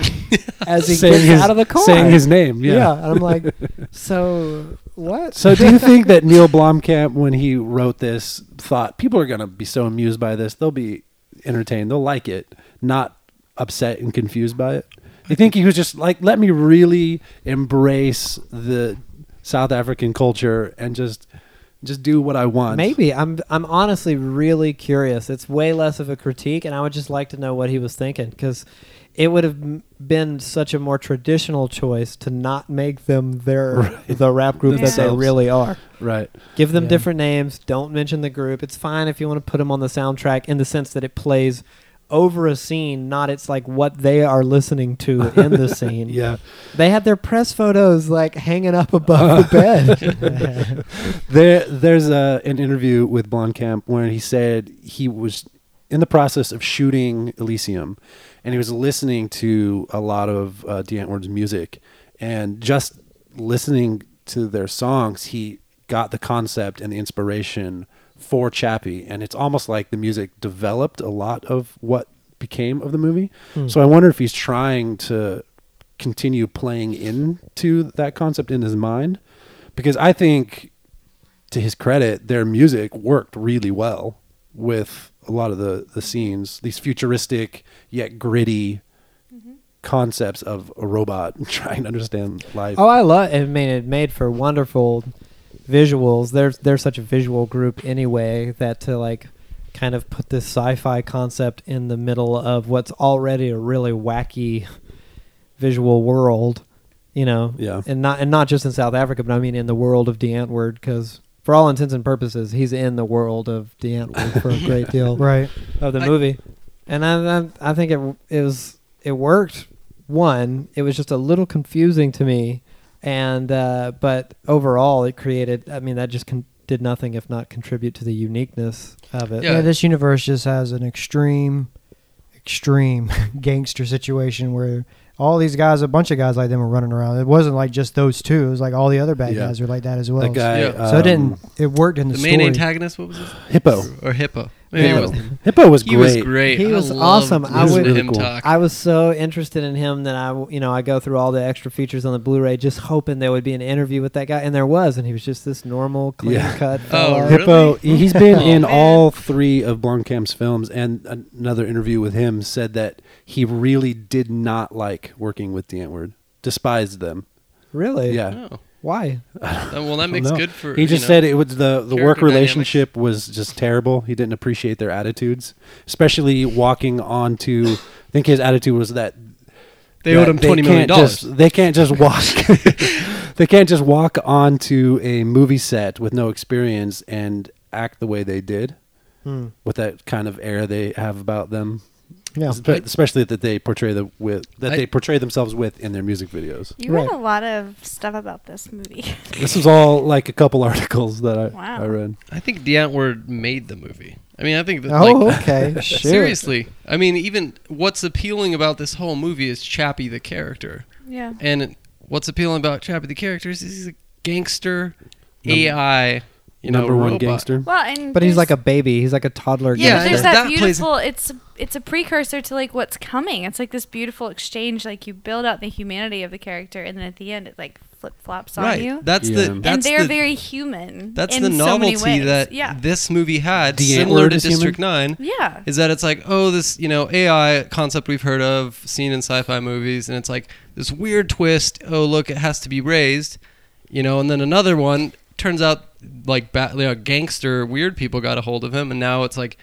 [SPEAKER 1] as he
[SPEAKER 2] Saying
[SPEAKER 1] gets
[SPEAKER 2] his-
[SPEAKER 1] out of the car
[SPEAKER 2] saying his name.
[SPEAKER 1] yeah.
[SPEAKER 2] Yeah.
[SPEAKER 1] and I'm like
[SPEAKER 2] <laughs>
[SPEAKER 1] so what
[SPEAKER 2] So, do you think that Neil Blomkamp, when he wrote this, thought people are going to be so amused by this, they'll be entertained, they'll like it, not upset and confused by it? You think he was just like, let me really embrace the South African culture and just just do what I
[SPEAKER 1] <laughs>
[SPEAKER 2] want?
[SPEAKER 1] Maybe I'm. I'm honestly really curious. It's way less of a critique, and I would just like to know what he was thinking because it would have m- been such a more traditional choice to not make them their the rap group that they
[SPEAKER 2] Themselves.
[SPEAKER 1] really are.
[SPEAKER 2] Right.
[SPEAKER 1] Give them
[SPEAKER 5] Yeah.
[SPEAKER 1] different names. Don't mention the group. It's fine if you want to put them on the soundtrack in the sense that it plays over a scene, not it's like what they are listening to in the scene.
[SPEAKER 2] Yeah.
[SPEAKER 1] They had their press photos like hanging up above the bed.
[SPEAKER 2] There, there's a, an interview with Blomkamp where he said he was in the process of shooting Elysium, and he was listening to a lot of uh, DeAntwoord's music, and just listening to their songs, he got the concept and the inspiration for Chappie, and it's almost like the music developed a lot of what became of the movie. So I wonder if he's trying to continue playing into that concept in his mind, because I think to his credit, their music worked really well with a lot of the, the scenes, these futuristic yet gritty concepts of a robot <laughs> trying to understand life.
[SPEAKER 1] Oh, I love. I mean, it made for wonderful visuals. They're they're such a visual group anyway that to like kind of put this sci-fi concept in the middle of what's already a really wacky visual world, you know.
[SPEAKER 2] Yeah.
[SPEAKER 1] And not and not just in South Africa, but I mean in the world of DeAntword because. For all intents and purposes, he's in the world of DeAntword for a
[SPEAKER 2] <laughs>
[SPEAKER 1] great
[SPEAKER 5] <laughs>
[SPEAKER 1] deal
[SPEAKER 5] right.
[SPEAKER 1] of the
[SPEAKER 4] I-
[SPEAKER 1] movie, and I, I I think it it was it worked. One, it was just a little confusing to me, and uh, but overall, it created. I mean, that just con- did nothing if not contribute to the uniqueness of it.
[SPEAKER 4] Yeah.
[SPEAKER 5] Yeah. this universe just has an extreme, extreme <laughs> gangster situation where all these guys, a bunch of guys like them, are running around. It wasn't like just those two. It was like all the other bad
[SPEAKER 2] Yeah.
[SPEAKER 5] guys were like that as well.
[SPEAKER 2] that guy,
[SPEAKER 4] Yeah.
[SPEAKER 5] so it
[SPEAKER 2] um,
[SPEAKER 5] didn't. It worked in the,
[SPEAKER 4] The main
[SPEAKER 5] story.
[SPEAKER 4] antagonist, what was his?
[SPEAKER 2] Hippo.
[SPEAKER 4] or Hippo? Maybe it
[SPEAKER 1] Hippo.
[SPEAKER 4] was.
[SPEAKER 2] Hippo was
[SPEAKER 4] He
[SPEAKER 2] great.
[SPEAKER 4] was great.
[SPEAKER 1] He
[SPEAKER 4] I
[SPEAKER 1] was
[SPEAKER 4] loved
[SPEAKER 1] awesome. I
[SPEAKER 4] listening
[SPEAKER 2] would-
[SPEAKER 4] to him
[SPEAKER 2] Really cool.
[SPEAKER 4] talk.
[SPEAKER 1] I was so interested in him that I, w- you know, I go through all the extra features on the Blu-ray, just hoping there would be an interview with that guy, and there was, and he was just this normal,
[SPEAKER 2] <laughs> Yeah.
[SPEAKER 1] clean-cut.
[SPEAKER 4] Oh,
[SPEAKER 1] fella.
[SPEAKER 4] really?
[SPEAKER 2] Hippo, he's been
[SPEAKER 4] Oh,
[SPEAKER 2] in
[SPEAKER 4] man.
[SPEAKER 2] all three of Blomkamp's films, and an- another interview with him said that he really did not like working with Dantward, despised them.
[SPEAKER 1] really?
[SPEAKER 2] Yeah.
[SPEAKER 4] Oh.
[SPEAKER 1] Why?
[SPEAKER 4] Uh, Well, that
[SPEAKER 2] I don't
[SPEAKER 4] makes
[SPEAKER 2] know.
[SPEAKER 4] good for.
[SPEAKER 2] He
[SPEAKER 4] you
[SPEAKER 2] just
[SPEAKER 4] know.
[SPEAKER 2] said it was the the work
[SPEAKER 4] character
[SPEAKER 2] relationship was just terrible. He didn't appreciate their attitudes, especially walking onto. I think his attitude was that
[SPEAKER 4] they
[SPEAKER 2] that
[SPEAKER 4] owed him twenty million
[SPEAKER 2] can't
[SPEAKER 4] dollars.
[SPEAKER 2] Just, they can't just walk.
[SPEAKER 4] <laughs>
[SPEAKER 2] they can't just walk <laughs> onto a movie set with no experience and act the way they did,
[SPEAKER 1] Hmm.
[SPEAKER 2] with that kind of air they have about them.
[SPEAKER 5] Yeah.
[SPEAKER 2] Espe- especially that they portray the with that
[SPEAKER 4] I-
[SPEAKER 2] they portray themselves with in their music videos.
[SPEAKER 3] You
[SPEAKER 1] Right.
[SPEAKER 3] read a lot of stuff about this movie. <laughs>
[SPEAKER 2] This is all like a couple <laughs> articles that I,
[SPEAKER 3] Wow.
[SPEAKER 2] I read.
[SPEAKER 4] I think Deantward made the movie. I mean, I think that, like, <laughs>
[SPEAKER 5] Oh, okay. Sure.
[SPEAKER 4] Seriously, I mean, even what's appealing about this whole movie is Chappie the character,
[SPEAKER 3] yeah.
[SPEAKER 4] and what's appealing about Chappie the character is he's a gangster AI you know,
[SPEAKER 2] number one
[SPEAKER 4] robot.
[SPEAKER 2] gangster.
[SPEAKER 3] Well, and
[SPEAKER 6] But he's
[SPEAKER 3] there's-
[SPEAKER 6] like a baby. He's like a toddler.
[SPEAKER 3] yeah, but
[SPEAKER 4] Yeah,
[SPEAKER 3] there's
[SPEAKER 4] yeah.
[SPEAKER 3] that,
[SPEAKER 4] That plays-
[SPEAKER 3] beautiful. It's it's a precursor to like what's coming. It's like this beautiful exchange. Like you build out the humanity of the character, and then at the end, it like flip flops on
[SPEAKER 4] Right.
[SPEAKER 3] you.
[SPEAKER 4] That's
[SPEAKER 2] Yeah.
[SPEAKER 4] the
[SPEAKER 2] And
[SPEAKER 4] that's
[SPEAKER 3] and they're
[SPEAKER 4] the,
[SPEAKER 3] very human.
[SPEAKER 4] that's
[SPEAKER 3] in
[SPEAKER 4] the
[SPEAKER 3] so many
[SPEAKER 4] novelty
[SPEAKER 3] ways.
[SPEAKER 4] that
[SPEAKER 3] yeah,
[SPEAKER 4] this movie had,
[SPEAKER 2] The
[SPEAKER 4] similar
[SPEAKER 2] antler
[SPEAKER 4] to
[SPEAKER 2] is human?
[SPEAKER 4] District Nine.
[SPEAKER 3] yeah.
[SPEAKER 4] is that it's like oh this you know AI concept we've heard of seen in sci-fi movies and it's like this weird twist oh look it has to be raised you know and then another one turns out like ba- you know, gangster weird people got a hold of him and now it's like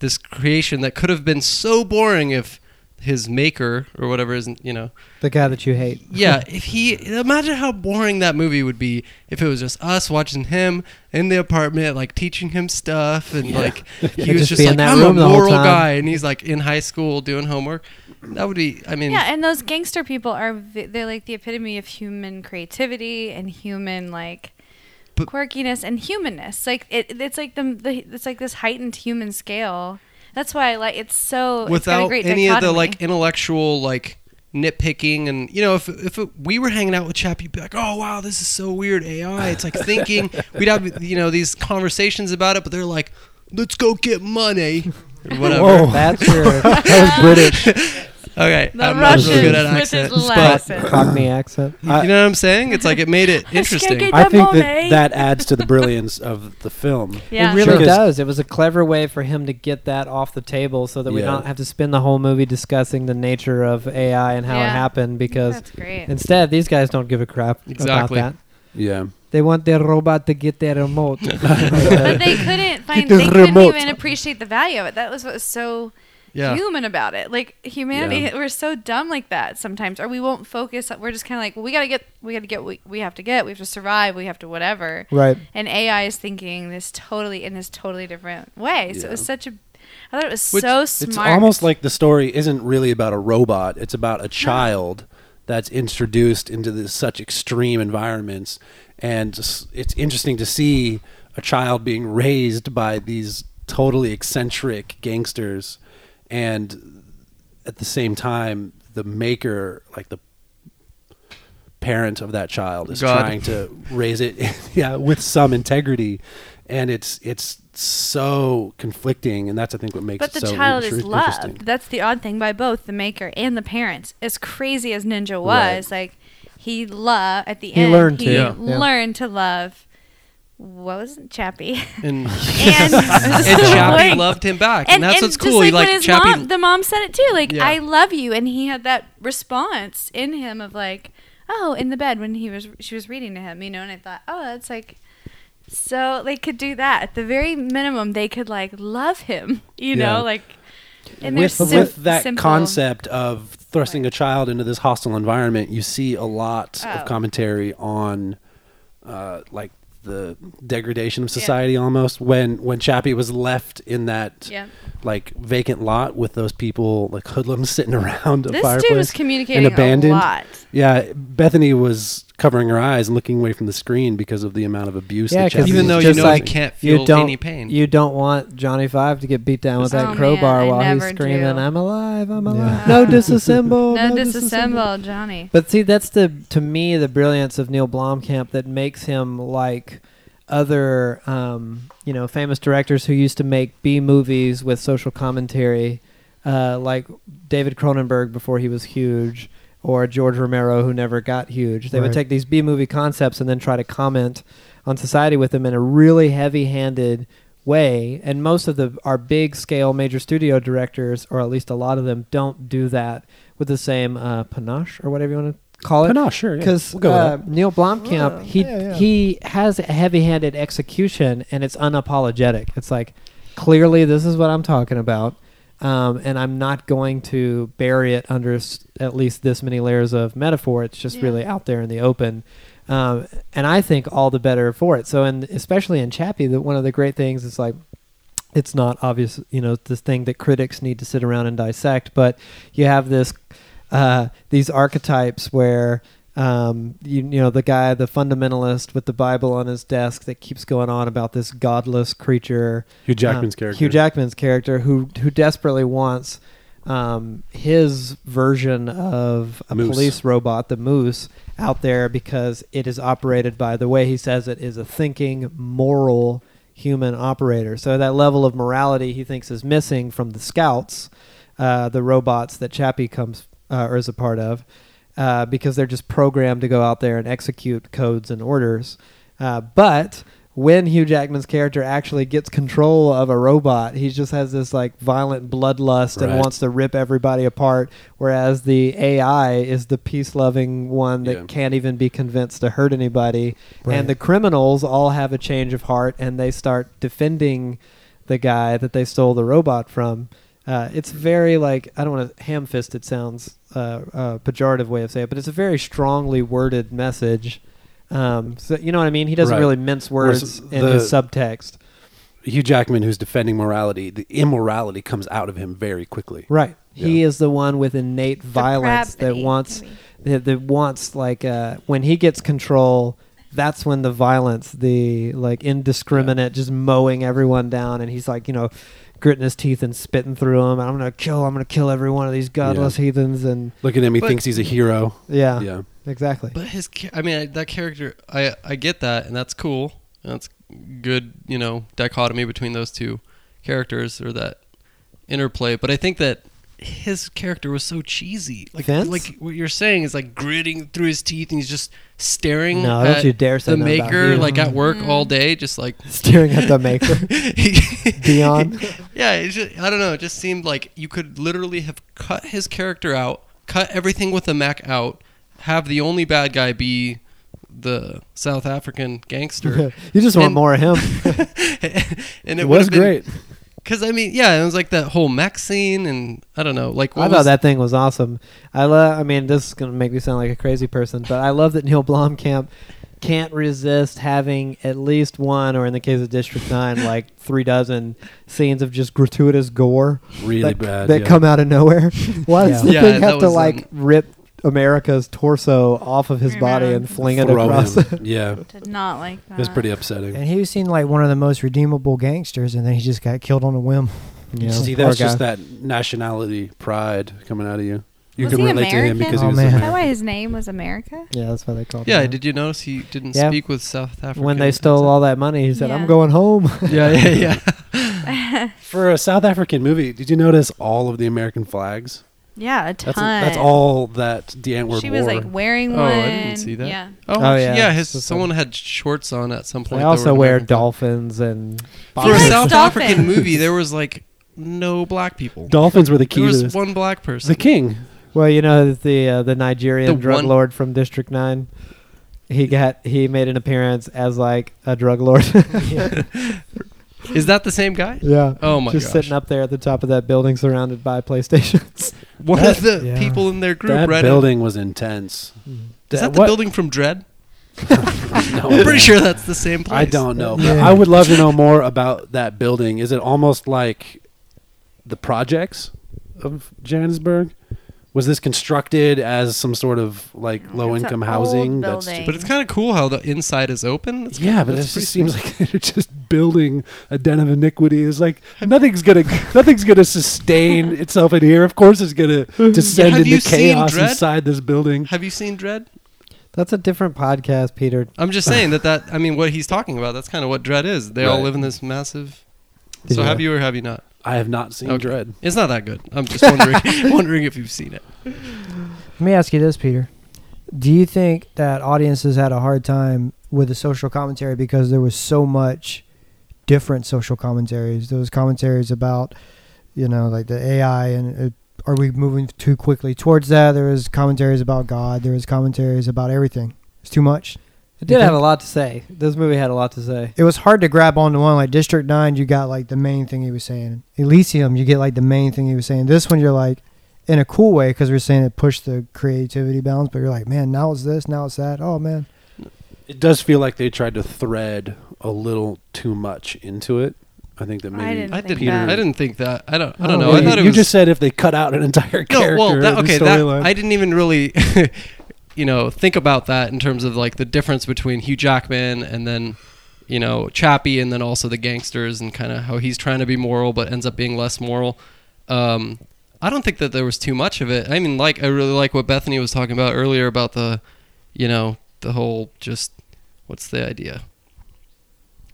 [SPEAKER 4] this creation that could have been so boring if his maker or whatever isn't you know
[SPEAKER 1] The guy that you hate.
[SPEAKER 4] yeah if he imagine how boring that movie would be if it was just us watching him in the apartment like teaching him stuff and
[SPEAKER 1] <laughs>
[SPEAKER 4] like he
[SPEAKER 1] He'd
[SPEAKER 4] was
[SPEAKER 1] just
[SPEAKER 4] just
[SPEAKER 1] be in
[SPEAKER 4] like
[SPEAKER 1] that
[SPEAKER 4] i'm a
[SPEAKER 1] room the whole
[SPEAKER 4] moral
[SPEAKER 1] time.
[SPEAKER 4] guy and he's like in high school doing homework that would be i mean
[SPEAKER 3] Yeah, and those gangster people are v- they're like the epitome of human creativity and human like
[SPEAKER 4] But-
[SPEAKER 3] quirkiness and humanness. Like it, it's like the, the it's like this heightened human scale. That's why I like it's so it's got a
[SPEAKER 4] without
[SPEAKER 3] great
[SPEAKER 4] any of the
[SPEAKER 3] dichotomy.
[SPEAKER 4] like intellectual like nitpicking and you know if if it, we were hanging out with chap you'd be like oh wow this is so weird ai it's
[SPEAKER 1] <laughs>
[SPEAKER 4] like thinking we'd have you know these conversations about it but they're like let's go
[SPEAKER 1] <laughs>
[SPEAKER 4] get money or whatever
[SPEAKER 1] Whoa, <laughs>
[SPEAKER 2] Oh.
[SPEAKER 1] that's your that was
[SPEAKER 4] <laughs>
[SPEAKER 1] British
[SPEAKER 4] Okay,
[SPEAKER 3] The
[SPEAKER 4] I'm not so
[SPEAKER 1] Russians
[SPEAKER 4] good at
[SPEAKER 3] with his
[SPEAKER 4] accents,
[SPEAKER 3] laugh.
[SPEAKER 4] but
[SPEAKER 3] Accent.
[SPEAKER 1] Cockney accent.
[SPEAKER 4] you
[SPEAKER 1] I,
[SPEAKER 4] know what I'm saying? It's like it made it interesting.
[SPEAKER 3] get-
[SPEAKER 2] I think that
[SPEAKER 3] Lemonade.
[SPEAKER 2] that adds to the brilliance of the film.
[SPEAKER 3] yeah.
[SPEAKER 1] It really
[SPEAKER 2] Sure.
[SPEAKER 1] does. It was a clever way for him to get that off the table, so that we
[SPEAKER 2] Yeah.
[SPEAKER 1] don't have to spend the whole movie discussing the nature of AI and how it
[SPEAKER 3] Yeah.
[SPEAKER 1] happened. Because
[SPEAKER 3] That's great.
[SPEAKER 1] instead, these guys don't give a crap
[SPEAKER 4] Exactly.
[SPEAKER 1] about that.
[SPEAKER 2] Yeah.
[SPEAKER 1] They want their robot to get their remote. <laughs>
[SPEAKER 3] but they couldn't find
[SPEAKER 1] the
[SPEAKER 3] they couldn't
[SPEAKER 1] remote.
[SPEAKER 3] even appreciate the value of it. That was what was so
[SPEAKER 4] Yeah,
[SPEAKER 3] human about it. Like humanity,
[SPEAKER 2] Yeah.
[SPEAKER 3] we're so dumb like that sometimes, or we won't focus. We're just kind of like, well, we gotta get, we gotta get, what we have to get, we have to survive, we have to whatever.
[SPEAKER 1] right.
[SPEAKER 3] And AI is thinking this totally in this totally different way. So it was
[SPEAKER 2] Yeah.
[SPEAKER 3] such a, I thought it was
[SPEAKER 4] Which-
[SPEAKER 3] so
[SPEAKER 2] It's
[SPEAKER 3] smart.
[SPEAKER 2] almost like the story isn't really about a robot. It's about a child that's introduced into this, such extreme environments, and just- it's interesting to see a child being raised by these totally eccentric gangsters, and at the same time, the maker, like the parent of that child, is
[SPEAKER 4] God.
[SPEAKER 2] trying to raise it, <laughs> yeah, with some integrity, and it's it's so conflicting, and that's I think what makes
[SPEAKER 3] but
[SPEAKER 2] it
[SPEAKER 3] the
[SPEAKER 2] so
[SPEAKER 3] child
[SPEAKER 2] inter-
[SPEAKER 3] is
[SPEAKER 2] interesting.
[SPEAKER 3] loved. That's the odd thing by both the maker and the parents. As crazy as Ninja
[SPEAKER 2] Right.
[SPEAKER 3] was, like he loved at the
[SPEAKER 1] He
[SPEAKER 3] end.
[SPEAKER 1] learned to.
[SPEAKER 3] he
[SPEAKER 4] Yeah.
[SPEAKER 1] Yeah.
[SPEAKER 3] learned to love. What was it, Chappie? <laughs>
[SPEAKER 1] <laughs>
[SPEAKER 2] <laughs>
[SPEAKER 4] and,
[SPEAKER 3] and,
[SPEAKER 4] and Chappie
[SPEAKER 3] Like-
[SPEAKER 4] loved him back, and,
[SPEAKER 3] and,
[SPEAKER 4] that's
[SPEAKER 3] and
[SPEAKER 4] what's
[SPEAKER 3] just
[SPEAKER 4] cool.
[SPEAKER 3] Like,
[SPEAKER 4] He like
[SPEAKER 3] when his
[SPEAKER 4] Chappie.
[SPEAKER 3] mom, the mom said it too. Like
[SPEAKER 4] Yeah.
[SPEAKER 3] I love you, and he had that response in him of like, oh, in the bed when he was she was reading to him, you know. And I thought, oh, that's like. So they could do that at the very minimum. They could like love him, you
[SPEAKER 2] Yeah.
[SPEAKER 3] know, like. And they're
[SPEAKER 2] with,
[SPEAKER 3] sim-
[SPEAKER 2] with that
[SPEAKER 3] simple.
[SPEAKER 2] concept of thrusting a child into this hostile environment, you see a lot
[SPEAKER 3] Oh.
[SPEAKER 2] of commentary on, uh, like the degradation of society almost when when Chappie was left in that
[SPEAKER 3] Yeah.
[SPEAKER 2] like vacant lot with those people like hoodlums <laughs> sitting around a
[SPEAKER 3] This
[SPEAKER 2] fireplace
[SPEAKER 3] dude was
[SPEAKER 2] and
[SPEAKER 3] communicating
[SPEAKER 2] abandoned.
[SPEAKER 3] a lot.
[SPEAKER 2] Yeah, Bethany was covering her eyes and looking away from the screen because of the amount of abuse.
[SPEAKER 1] Yeah,
[SPEAKER 2] that
[SPEAKER 1] 'cause
[SPEAKER 2] Chappie
[SPEAKER 1] it's
[SPEAKER 4] even
[SPEAKER 2] was
[SPEAKER 4] though you
[SPEAKER 1] just
[SPEAKER 4] know
[SPEAKER 1] like
[SPEAKER 4] he can't
[SPEAKER 1] you
[SPEAKER 4] feel
[SPEAKER 1] don't,
[SPEAKER 4] any pain,
[SPEAKER 1] You don't want Johnny Five to get beat down with
[SPEAKER 3] Oh,
[SPEAKER 1] that crowbar
[SPEAKER 3] man, I
[SPEAKER 1] while he's
[SPEAKER 3] never
[SPEAKER 1] screaming,
[SPEAKER 3] do.
[SPEAKER 1] "I'm alive! I'm alive!
[SPEAKER 3] Yeah. <laughs>
[SPEAKER 1] No
[SPEAKER 2] Oh,
[SPEAKER 1] disassemble!
[SPEAKER 3] No disassemble, Johnny.
[SPEAKER 1] But see, that's the to me the brilliance of Neil Blomkamp that makes him like other um, you know famous directors who used to make B movies with social commentary, uh, like David Cronenberg before he was huge, or George Romero who never got huge. They would
[SPEAKER 6] Right.
[SPEAKER 1] take these B movie concepts and then try to comment on society with them in a really heavy-handed way and most of the our big scale major studio directors or at least a lot of them don't do that with the same uh, panache or whatever you want to call it
[SPEAKER 2] Oh, no, sure, yeah.
[SPEAKER 1] because
[SPEAKER 2] We'll go with
[SPEAKER 1] uh, Neil Blomkamp,
[SPEAKER 6] Oh,
[SPEAKER 1] he
[SPEAKER 6] yeah, yeah.
[SPEAKER 1] he has a heavy-handed execution, and it's unapologetic. It's like clearly this is what I'm talking about, um, and I'm not going to bury it under s- at least this many layers of metaphor. It's just
[SPEAKER 3] Yeah.
[SPEAKER 1] really out there in the open, um, and I think all the better for it. So, and especially in Chappie, that one of the great things is like it's not obvious, you know, this thing that critics need to sit around and dissect, but you have this, uh, these archetypes where, um, you, you know, the guy, the fundamentalist with the Bible on his desk that keeps going on about this godless creature,
[SPEAKER 2] Hugh Jackman's
[SPEAKER 1] um,
[SPEAKER 2] character.
[SPEAKER 1] Hugh Jackman's character, who who desperately wants um, his version of a
[SPEAKER 2] Moose.
[SPEAKER 1] police robot, the Moose, out there because it is operated by the way he says it is a thinking, moral human operator. So that level of morality he thinks is missing from the Scouts, uh, the robots that Chappie comes uh, or is a part of, uh, because they're just programmed to go out there and execute codes and orders. Uh, but when Hugh Jackman's character actually gets control of a robot, he just has this like violent bloodlust and
[SPEAKER 2] Right.
[SPEAKER 1] wants to rip everybody apart. Whereas the AI is the peace loving one that
[SPEAKER 2] Yeah.
[SPEAKER 1] can't even be convinced to hurt anybody.
[SPEAKER 7] Right.
[SPEAKER 1] And the criminals all have a change of heart and they start defending the guy that they stole the robot from. Uh, it's very like I don't want to ham fist. It sounds uh, uh, pejorative way of saying it, but it's a very strongly worded message. Um, so you know what I mean. He doesn't
[SPEAKER 2] Right.
[SPEAKER 1] really mince
[SPEAKER 2] Whereas
[SPEAKER 1] words in
[SPEAKER 2] the-
[SPEAKER 1] his subtext,
[SPEAKER 2] Hugh Jackman, who's defending morality, the immorality comes out of him very quickly.
[SPEAKER 1] right? He
[SPEAKER 2] Yeah.
[SPEAKER 1] is the one with innate violence that
[SPEAKER 3] depravity,
[SPEAKER 1] wants
[SPEAKER 3] maybe.
[SPEAKER 1] that, that wants like uh, when he gets control. That's when the violence, the like indiscriminate, just mowing everyone down, and he's like you know gritting his teeth and spitting through them. I'm gonna kill. I'm gonna kill every one of these godless heathens, and
[SPEAKER 2] Look at him; he
[SPEAKER 4] But-
[SPEAKER 2] thinks he's a hero.
[SPEAKER 1] yeah,
[SPEAKER 2] yeah,
[SPEAKER 1] exactly.
[SPEAKER 4] But his, cha- I mean, I, that character, I I get that, and that's cool. And that's good, you know, dichotomy between those two characters or that interplay. But I think that his character was so cheesy. Like,
[SPEAKER 1] Vince?
[SPEAKER 4] like what you're saying is like gritting through his teeth, and he's just staring.
[SPEAKER 1] No,
[SPEAKER 4] at
[SPEAKER 1] don't you dare say
[SPEAKER 4] the
[SPEAKER 1] that about
[SPEAKER 4] maker,
[SPEAKER 1] you.
[SPEAKER 4] like at work
[SPEAKER 3] Mm.
[SPEAKER 4] all day, just like.
[SPEAKER 1] <laughs> Staring at the
[SPEAKER 2] <laughs>
[SPEAKER 1] maker, <laughs> Dion.
[SPEAKER 4] <laughs> Yeah, it's just, I don't know. It just seemed like you could literally have cut his character out, cut everything with the Mac out, have the only bad guy be the South African gangster,
[SPEAKER 1] <laughs> you just want
[SPEAKER 4] <laughs> And-
[SPEAKER 1] more of
[SPEAKER 2] <laughs>
[SPEAKER 1] him.
[SPEAKER 4] and
[SPEAKER 2] it, was great.
[SPEAKER 4] Because I mean, yeah, it was like that whole Mac scene, and I don't know, like
[SPEAKER 1] I
[SPEAKER 4] what
[SPEAKER 1] thought
[SPEAKER 4] was,
[SPEAKER 1] that thing was awesome. I love. I mean, this is gonna make me sound like a crazy person, but I love that Neil Blomkamp can't resist having at least one, or in the case of District Nine, like three dozen scenes of just gratuitous gore
[SPEAKER 2] Really
[SPEAKER 1] that,
[SPEAKER 2] bad.
[SPEAKER 1] that
[SPEAKER 2] yeah.
[SPEAKER 1] come out of
[SPEAKER 2] <laughs>
[SPEAKER 1] nowhere. Why does
[SPEAKER 4] Yeah.
[SPEAKER 1] the
[SPEAKER 4] Yeah,
[SPEAKER 1] thing
[SPEAKER 4] that
[SPEAKER 1] have to
[SPEAKER 4] was,
[SPEAKER 1] like
[SPEAKER 4] um,
[SPEAKER 1] rip America's torso off of his body and
[SPEAKER 3] Yeah.
[SPEAKER 1] fling it
[SPEAKER 2] Throw
[SPEAKER 1] across?
[SPEAKER 2] him. <laughs> Yeah, it
[SPEAKER 3] Did not like that.
[SPEAKER 2] was pretty upsetting.
[SPEAKER 6] And he was seen like one of the most redeemable gangsters, and then he just got killed on a whim.
[SPEAKER 1] Yeah,
[SPEAKER 2] See,
[SPEAKER 1] poor
[SPEAKER 2] that's
[SPEAKER 1] guy.
[SPEAKER 2] just that nationality pride coming out of you. You
[SPEAKER 3] Was
[SPEAKER 2] can
[SPEAKER 3] he
[SPEAKER 2] relate to him
[SPEAKER 3] American?
[SPEAKER 2] because
[SPEAKER 6] Oh,
[SPEAKER 2] he was
[SPEAKER 6] man.
[SPEAKER 3] Is
[SPEAKER 2] American.
[SPEAKER 3] that why his name was America?
[SPEAKER 1] Yeah, that's why they called.
[SPEAKER 4] yeah,
[SPEAKER 1] him.
[SPEAKER 4] did you notice he didn't
[SPEAKER 1] Yeah.
[SPEAKER 4] speak with South African?
[SPEAKER 1] When they stole all that money, he said,
[SPEAKER 3] Yeah.
[SPEAKER 1] "I'm going home."
[SPEAKER 4] <laughs> yeah, yeah, yeah.
[SPEAKER 2] For a South African movie, did you notice all of the American flags?
[SPEAKER 3] Yeah, a ton.
[SPEAKER 2] That's that's all that the Antwerp
[SPEAKER 3] She
[SPEAKER 2] War.
[SPEAKER 3] was like wearing
[SPEAKER 4] Oh,
[SPEAKER 3] one.
[SPEAKER 4] I didn't see that.
[SPEAKER 3] Yeah.
[SPEAKER 4] Oh,
[SPEAKER 1] <laughs> Oh,
[SPEAKER 4] yeah,
[SPEAKER 1] yeah,
[SPEAKER 4] yeah.
[SPEAKER 1] it's
[SPEAKER 4] His,
[SPEAKER 1] just
[SPEAKER 4] someone
[SPEAKER 1] a-
[SPEAKER 4] had shorts on at some point.
[SPEAKER 1] They
[SPEAKER 4] that
[SPEAKER 1] also
[SPEAKER 4] were
[SPEAKER 1] wear
[SPEAKER 4] American flag.
[SPEAKER 1] dolphins and
[SPEAKER 4] For a
[SPEAKER 3] Yes,
[SPEAKER 4] South
[SPEAKER 3] dolphins.
[SPEAKER 4] African movie, there was like no black people.
[SPEAKER 2] Dolphins were the key
[SPEAKER 4] There
[SPEAKER 2] to
[SPEAKER 4] was
[SPEAKER 2] this.
[SPEAKER 4] one black
[SPEAKER 2] The
[SPEAKER 4] person.
[SPEAKER 2] king.
[SPEAKER 1] Well, you know that the uh, the Nigerian
[SPEAKER 4] The
[SPEAKER 1] drug
[SPEAKER 4] one-
[SPEAKER 1] lord from District Nine. He got he made an appearance as like a drug lord.
[SPEAKER 4] <laughs>
[SPEAKER 1] <laughs>
[SPEAKER 4] Is that the same guy?
[SPEAKER 1] yeah.
[SPEAKER 4] Oh my
[SPEAKER 1] Just
[SPEAKER 4] gosh.
[SPEAKER 1] sitting up there at the top of that building, surrounded by
[SPEAKER 4] <laughs>
[SPEAKER 1] PlayStations.
[SPEAKER 4] One of
[SPEAKER 6] That-
[SPEAKER 4] the
[SPEAKER 6] yeah.
[SPEAKER 4] people in their group
[SPEAKER 2] That
[SPEAKER 4] read it.
[SPEAKER 2] building was intense.
[SPEAKER 1] Mm-hmm.
[SPEAKER 4] Is that the
[SPEAKER 2] what-
[SPEAKER 4] building from Dread?
[SPEAKER 2] <laughs> No,
[SPEAKER 4] I'm pretty
[SPEAKER 2] man.
[SPEAKER 4] sure that's the same place.
[SPEAKER 2] I don't know. but
[SPEAKER 6] Yeah.
[SPEAKER 2] I would love to know more about that building. Is it almost like the projects of Johannesburg? Was this constructed as some sort of like
[SPEAKER 3] It's
[SPEAKER 2] low income
[SPEAKER 3] an
[SPEAKER 2] housing?
[SPEAKER 3] old
[SPEAKER 2] just,
[SPEAKER 3] building.
[SPEAKER 4] But it's kind of cool how the inside is open. It's
[SPEAKER 2] yeah, but it
[SPEAKER 4] that's
[SPEAKER 2] just
[SPEAKER 4] pretty
[SPEAKER 2] seems like <laughs> they're just building a den of iniquity. It's like nothing's gonna nothing's gonna
[SPEAKER 3] <laughs>
[SPEAKER 2] sustain itself in here. Of course, it's gonna
[SPEAKER 4] <laughs>
[SPEAKER 2] descend
[SPEAKER 4] have you
[SPEAKER 2] into
[SPEAKER 4] seen
[SPEAKER 2] chaos
[SPEAKER 4] Dredd?
[SPEAKER 2] inside this building.
[SPEAKER 4] Have you seen Dread?
[SPEAKER 1] That's a different podcast, Peter.
[SPEAKER 4] I'm just saying that that I mean what he's talking about. That's kind of what Dread is. They all
[SPEAKER 2] Right.
[SPEAKER 4] live in this massive.
[SPEAKER 1] Did
[SPEAKER 4] so
[SPEAKER 1] you-
[SPEAKER 4] have you or have you not?
[SPEAKER 2] I have not seen
[SPEAKER 4] Okay.
[SPEAKER 2] Dread.
[SPEAKER 4] It's not that good. I'm
[SPEAKER 2] <laughs>
[SPEAKER 4] just wondering wondering if you've seen it.
[SPEAKER 6] Let me ask you this, Peter: Do you think that audiences had a hard time with the social commentary because there was so much different social commentaries? There was commentaries about, you know, like the AI and. Uh, are we moving too quickly towards that? There was commentaries about God. There was commentaries about everything. It's too much.
[SPEAKER 1] It did have a lot to say. This movie had a lot to say.
[SPEAKER 6] it was hard to grab onto one like District Nine. You got like the main thing he was saying. Elysium, you get like the main thing he was saying. This one, you're like in a cool way because we're saying it pushed the creativity bounds, but you're like, man, now it's this, now it's that. Oh man,
[SPEAKER 2] <laughs> It does feel like they tried to thread a little too much into it. I think that
[SPEAKER 3] I
[SPEAKER 2] maybe
[SPEAKER 3] didn't
[SPEAKER 4] I didn't.
[SPEAKER 3] Peter.
[SPEAKER 4] I didn't think that. I don't. I
[SPEAKER 6] Oh,
[SPEAKER 4] don't know.
[SPEAKER 6] yeah,
[SPEAKER 4] I thought it
[SPEAKER 2] you
[SPEAKER 4] was
[SPEAKER 2] just said if they cut out an entire character.
[SPEAKER 4] well, that, okay, that,
[SPEAKER 6] storyline.
[SPEAKER 4] I didn't even really, <laughs> you know, think about that in terms of like the difference between Hugh Jackman and then, you know, Chappie and then also the gangsters and kind of how he's trying to be moral but ends up being less moral. Um, I don't think that there was too much of it. I mean, like I really like what Bethany was talking about earlier about the, you know, the whole just what's the idea?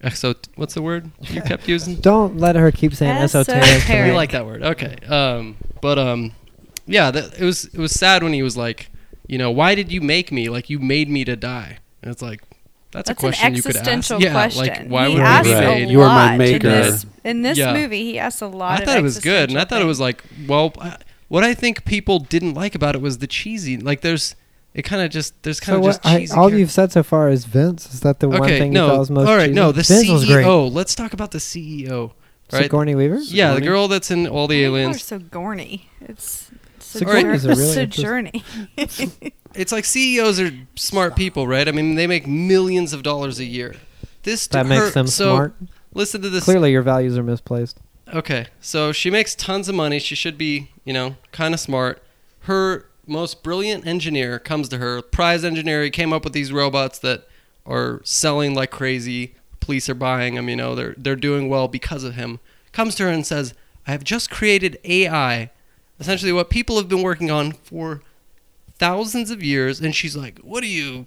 [SPEAKER 4] Exo, what's the word you kept using?
[SPEAKER 1] Don't let her keep saying
[SPEAKER 3] Esoteric.
[SPEAKER 1] esoteric.
[SPEAKER 4] We
[SPEAKER 3] Eric.
[SPEAKER 4] like that word. Okay. Um, but um, yeah, that, it was it was sad when he was like, you know, why did you make me? Like you made me to die. And it's like that's,
[SPEAKER 3] That's
[SPEAKER 4] a
[SPEAKER 3] an
[SPEAKER 4] question
[SPEAKER 3] existential
[SPEAKER 4] you could ask.
[SPEAKER 3] question.
[SPEAKER 4] Yeah, like why
[SPEAKER 3] he
[SPEAKER 4] would
[SPEAKER 3] asks
[SPEAKER 4] we
[SPEAKER 2] be
[SPEAKER 4] made?
[SPEAKER 3] a
[SPEAKER 2] Right. You are my
[SPEAKER 3] lot
[SPEAKER 2] maker.
[SPEAKER 3] In this, in this
[SPEAKER 4] Yeah.
[SPEAKER 3] movie, he asks a lot.
[SPEAKER 4] I
[SPEAKER 3] of
[SPEAKER 4] thought it was good, and I
[SPEAKER 3] existential
[SPEAKER 4] thought it was
[SPEAKER 3] things.
[SPEAKER 4] like, well, I- what I think people didn't like about it was the cheesy. Like there's, it kind of just there's kind
[SPEAKER 1] So
[SPEAKER 4] of
[SPEAKER 1] what,
[SPEAKER 4] just
[SPEAKER 1] I,
[SPEAKER 4] cheesy.
[SPEAKER 1] all
[SPEAKER 4] character-
[SPEAKER 1] you've said so far is Vince. Is that the one
[SPEAKER 4] okay,
[SPEAKER 1] thing
[SPEAKER 4] no,
[SPEAKER 1] you thought was most
[SPEAKER 4] all right,
[SPEAKER 1] cheesy?
[SPEAKER 4] no, the
[SPEAKER 6] Vince was great.
[SPEAKER 4] CEO. Let's talk about the CEO. Right?
[SPEAKER 1] Sigourney Weaver?
[SPEAKER 4] Yeah, the
[SPEAKER 2] Sigourney?
[SPEAKER 4] girl that's in all the
[SPEAKER 3] People are
[SPEAKER 4] aliens.
[SPEAKER 3] so gorny. It's
[SPEAKER 1] Sigourney's a really
[SPEAKER 3] it's a
[SPEAKER 1] interest-
[SPEAKER 3] journey. <laughs>
[SPEAKER 4] It's like CEOs are smart people, right? I mean, they make millions of dollars a year. This to
[SPEAKER 1] That
[SPEAKER 4] her-
[SPEAKER 1] makes them
[SPEAKER 4] so
[SPEAKER 1] smart.
[SPEAKER 4] Listen to this.
[SPEAKER 1] Clearly, your values are misplaced.
[SPEAKER 4] Okay, so she makes tons of money. She should be, you know, kind of smart. Her most brilliant engineer comes to her, prize engineer. He came up with these robots that are selling like crazy. Police are buying them. You know, they're they're doing well because of him. Comes to her and says, "I have just created AI, essentially what people have been working on for thousands of years." And she's like, "What are you?"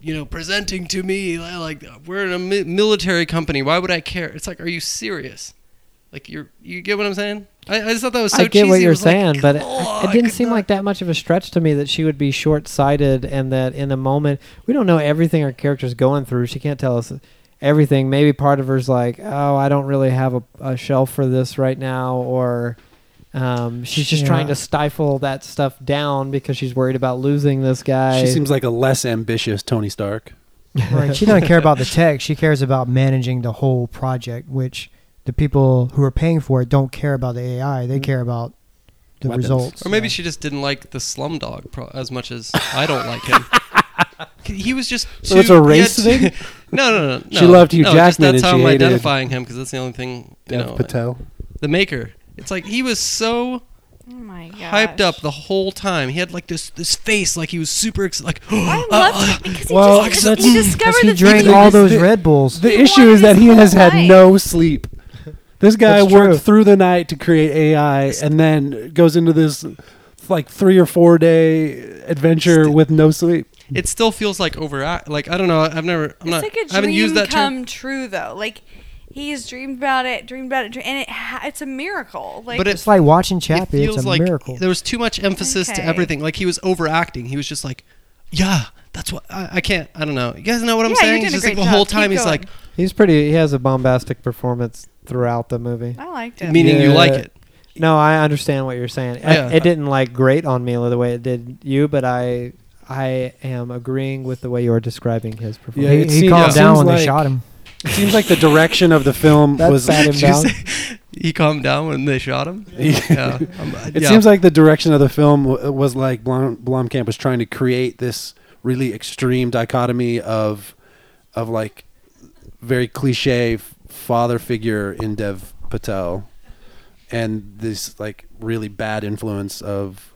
[SPEAKER 4] You know, presenting to me like we're in a mi- military company. Why would I care? It's like, are you serious? Like you're, you get what I'm saying? I, I just thought that was so
[SPEAKER 1] I get
[SPEAKER 4] cheesy.
[SPEAKER 1] what
[SPEAKER 4] It
[SPEAKER 1] you're
[SPEAKER 4] was like,
[SPEAKER 1] saying, but it,
[SPEAKER 4] "Come
[SPEAKER 1] I-
[SPEAKER 4] on,
[SPEAKER 1] it didn't
[SPEAKER 4] could
[SPEAKER 1] seem
[SPEAKER 4] not-"
[SPEAKER 1] like that much of a stretch to me that she would be short-sighted and that in the moment we don't know everything our character's going through. She can't tell us everything. Maybe part of her's like, "Oh, I don't really have a, a shelf for this right now," or um, she's just trying to
[SPEAKER 6] Yeah.
[SPEAKER 1] stifle that stuff down because she's worried about losing this guy.
[SPEAKER 2] She seems like a less ambitious Tony Stark.
[SPEAKER 6] Right. She doesn't care about the tech. She cares about managing the whole project, which the people who are paying for it don't care about the AI. They care about the
[SPEAKER 2] Mm-hmm. Weapons.
[SPEAKER 6] results.
[SPEAKER 4] Or maybe
[SPEAKER 6] Yeah.
[SPEAKER 4] she just didn't like the Slumdog pro- as much as I don't like him.
[SPEAKER 2] <laughs>
[SPEAKER 4] he was just.
[SPEAKER 2] So
[SPEAKER 4] too-
[SPEAKER 2] it's a
[SPEAKER 4] he had <laughs>
[SPEAKER 2] race
[SPEAKER 4] too-
[SPEAKER 2] thing?
[SPEAKER 4] No, no, no, no.
[SPEAKER 2] She loved Hugh
[SPEAKER 4] no, just
[SPEAKER 2] Jackman and
[SPEAKER 4] That's how
[SPEAKER 2] she
[SPEAKER 4] I'm
[SPEAKER 2] hated
[SPEAKER 4] identifying him because that's the only thing you know.
[SPEAKER 2] Patel.
[SPEAKER 4] The maker. It's like he was so
[SPEAKER 3] Oh my god.
[SPEAKER 4] hyped up the whole time. He had like this this face, like he was super excited. Like <gasps> uh,
[SPEAKER 3] I loved it because he
[SPEAKER 2] Well,
[SPEAKER 3] just
[SPEAKER 2] that's-
[SPEAKER 3] he
[SPEAKER 6] Because
[SPEAKER 3] discovered
[SPEAKER 6] he
[SPEAKER 3] that
[SPEAKER 6] drank
[SPEAKER 3] he
[SPEAKER 6] all
[SPEAKER 3] was-
[SPEAKER 6] those Red Bulls.
[SPEAKER 2] The
[SPEAKER 3] He
[SPEAKER 2] issue is
[SPEAKER 3] wanted
[SPEAKER 2] that
[SPEAKER 3] his
[SPEAKER 2] he has
[SPEAKER 3] whole
[SPEAKER 2] had
[SPEAKER 3] life.
[SPEAKER 2] no sleep. This guy
[SPEAKER 6] That's
[SPEAKER 2] worked
[SPEAKER 6] true.
[SPEAKER 2] through the night to create AI and then goes into this like three or four day adventure with no sleep.
[SPEAKER 4] it still feels like overact. Like I don't know. I've never.
[SPEAKER 3] It's
[SPEAKER 4] I'm not.
[SPEAKER 3] like a
[SPEAKER 4] I haven't used
[SPEAKER 3] dream
[SPEAKER 4] that term.
[SPEAKER 3] come true though. Like he's dreamed about it, dreamed about it, dream- and it ha- it's a miracle. Like
[SPEAKER 4] But it
[SPEAKER 6] It's like watching
[SPEAKER 4] it
[SPEAKER 6] Chappie.
[SPEAKER 4] feels
[SPEAKER 6] It's a
[SPEAKER 4] like
[SPEAKER 6] miracle.
[SPEAKER 4] there was too much emphasis to
[SPEAKER 3] Okay.
[SPEAKER 4] everything. Like he was overacting. He was just like, "Yeah, that's what I, I can't. I don't know. You guys know what I'm
[SPEAKER 3] Yeah, you're
[SPEAKER 4] saying?"
[SPEAKER 3] doing
[SPEAKER 4] It's
[SPEAKER 3] a
[SPEAKER 4] just like
[SPEAKER 3] great
[SPEAKER 4] the whole
[SPEAKER 3] job.
[SPEAKER 4] time
[SPEAKER 3] Keep
[SPEAKER 4] he's
[SPEAKER 3] going.
[SPEAKER 4] like,
[SPEAKER 1] He's pretty. He has a bombastic performance throughout the movie.
[SPEAKER 3] I liked it.
[SPEAKER 4] meaning you like
[SPEAKER 1] Yeah.
[SPEAKER 4] it.
[SPEAKER 1] No, I understand what you're saying. I-
[SPEAKER 4] Yeah.
[SPEAKER 1] it didn't like grate on me the way it did you, but I I am agreeing with the way you're describing his
[SPEAKER 2] Yeah,
[SPEAKER 1] performance.
[SPEAKER 6] he
[SPEAKER 2] it
[SPEAKER 6] he
[SPEAKER 2] seems-
[SPEAKER 6] calmed
[SPEAKER 2] yeah.
[SPEAKER 6] down
[SPEAKER 2] seems
[SPEAKER 6] when they
[SPEAKER 2] like-
[SPEAKER 6] shot him.
[SPEAKER 2] It seems like the direction of the film
[SPEAKER 1] That
[SPEAKER 2] was. <laughs>
[SPEAKER 1] sat him
[SPEAKER 4] Did you
[SPEAKER 1] down.
[SPEAKER 4] say- he calmed down when they shot him. Yeah, I'm-
[SPEAKER 2] It
[SPEAKER 4] yeah.
[SPEAKER 2] seems like the direction of the film w- uh, was like Blom, Blomkamp was trying to create this really extreme dichotomy of, of like, very cliche f- father figure in Dev Patel, and this like really bad influence of,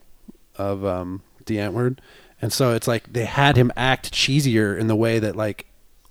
[SPEAKER 2] of um, D'Antwoord, and so it's like they had him act cheesier in the way that like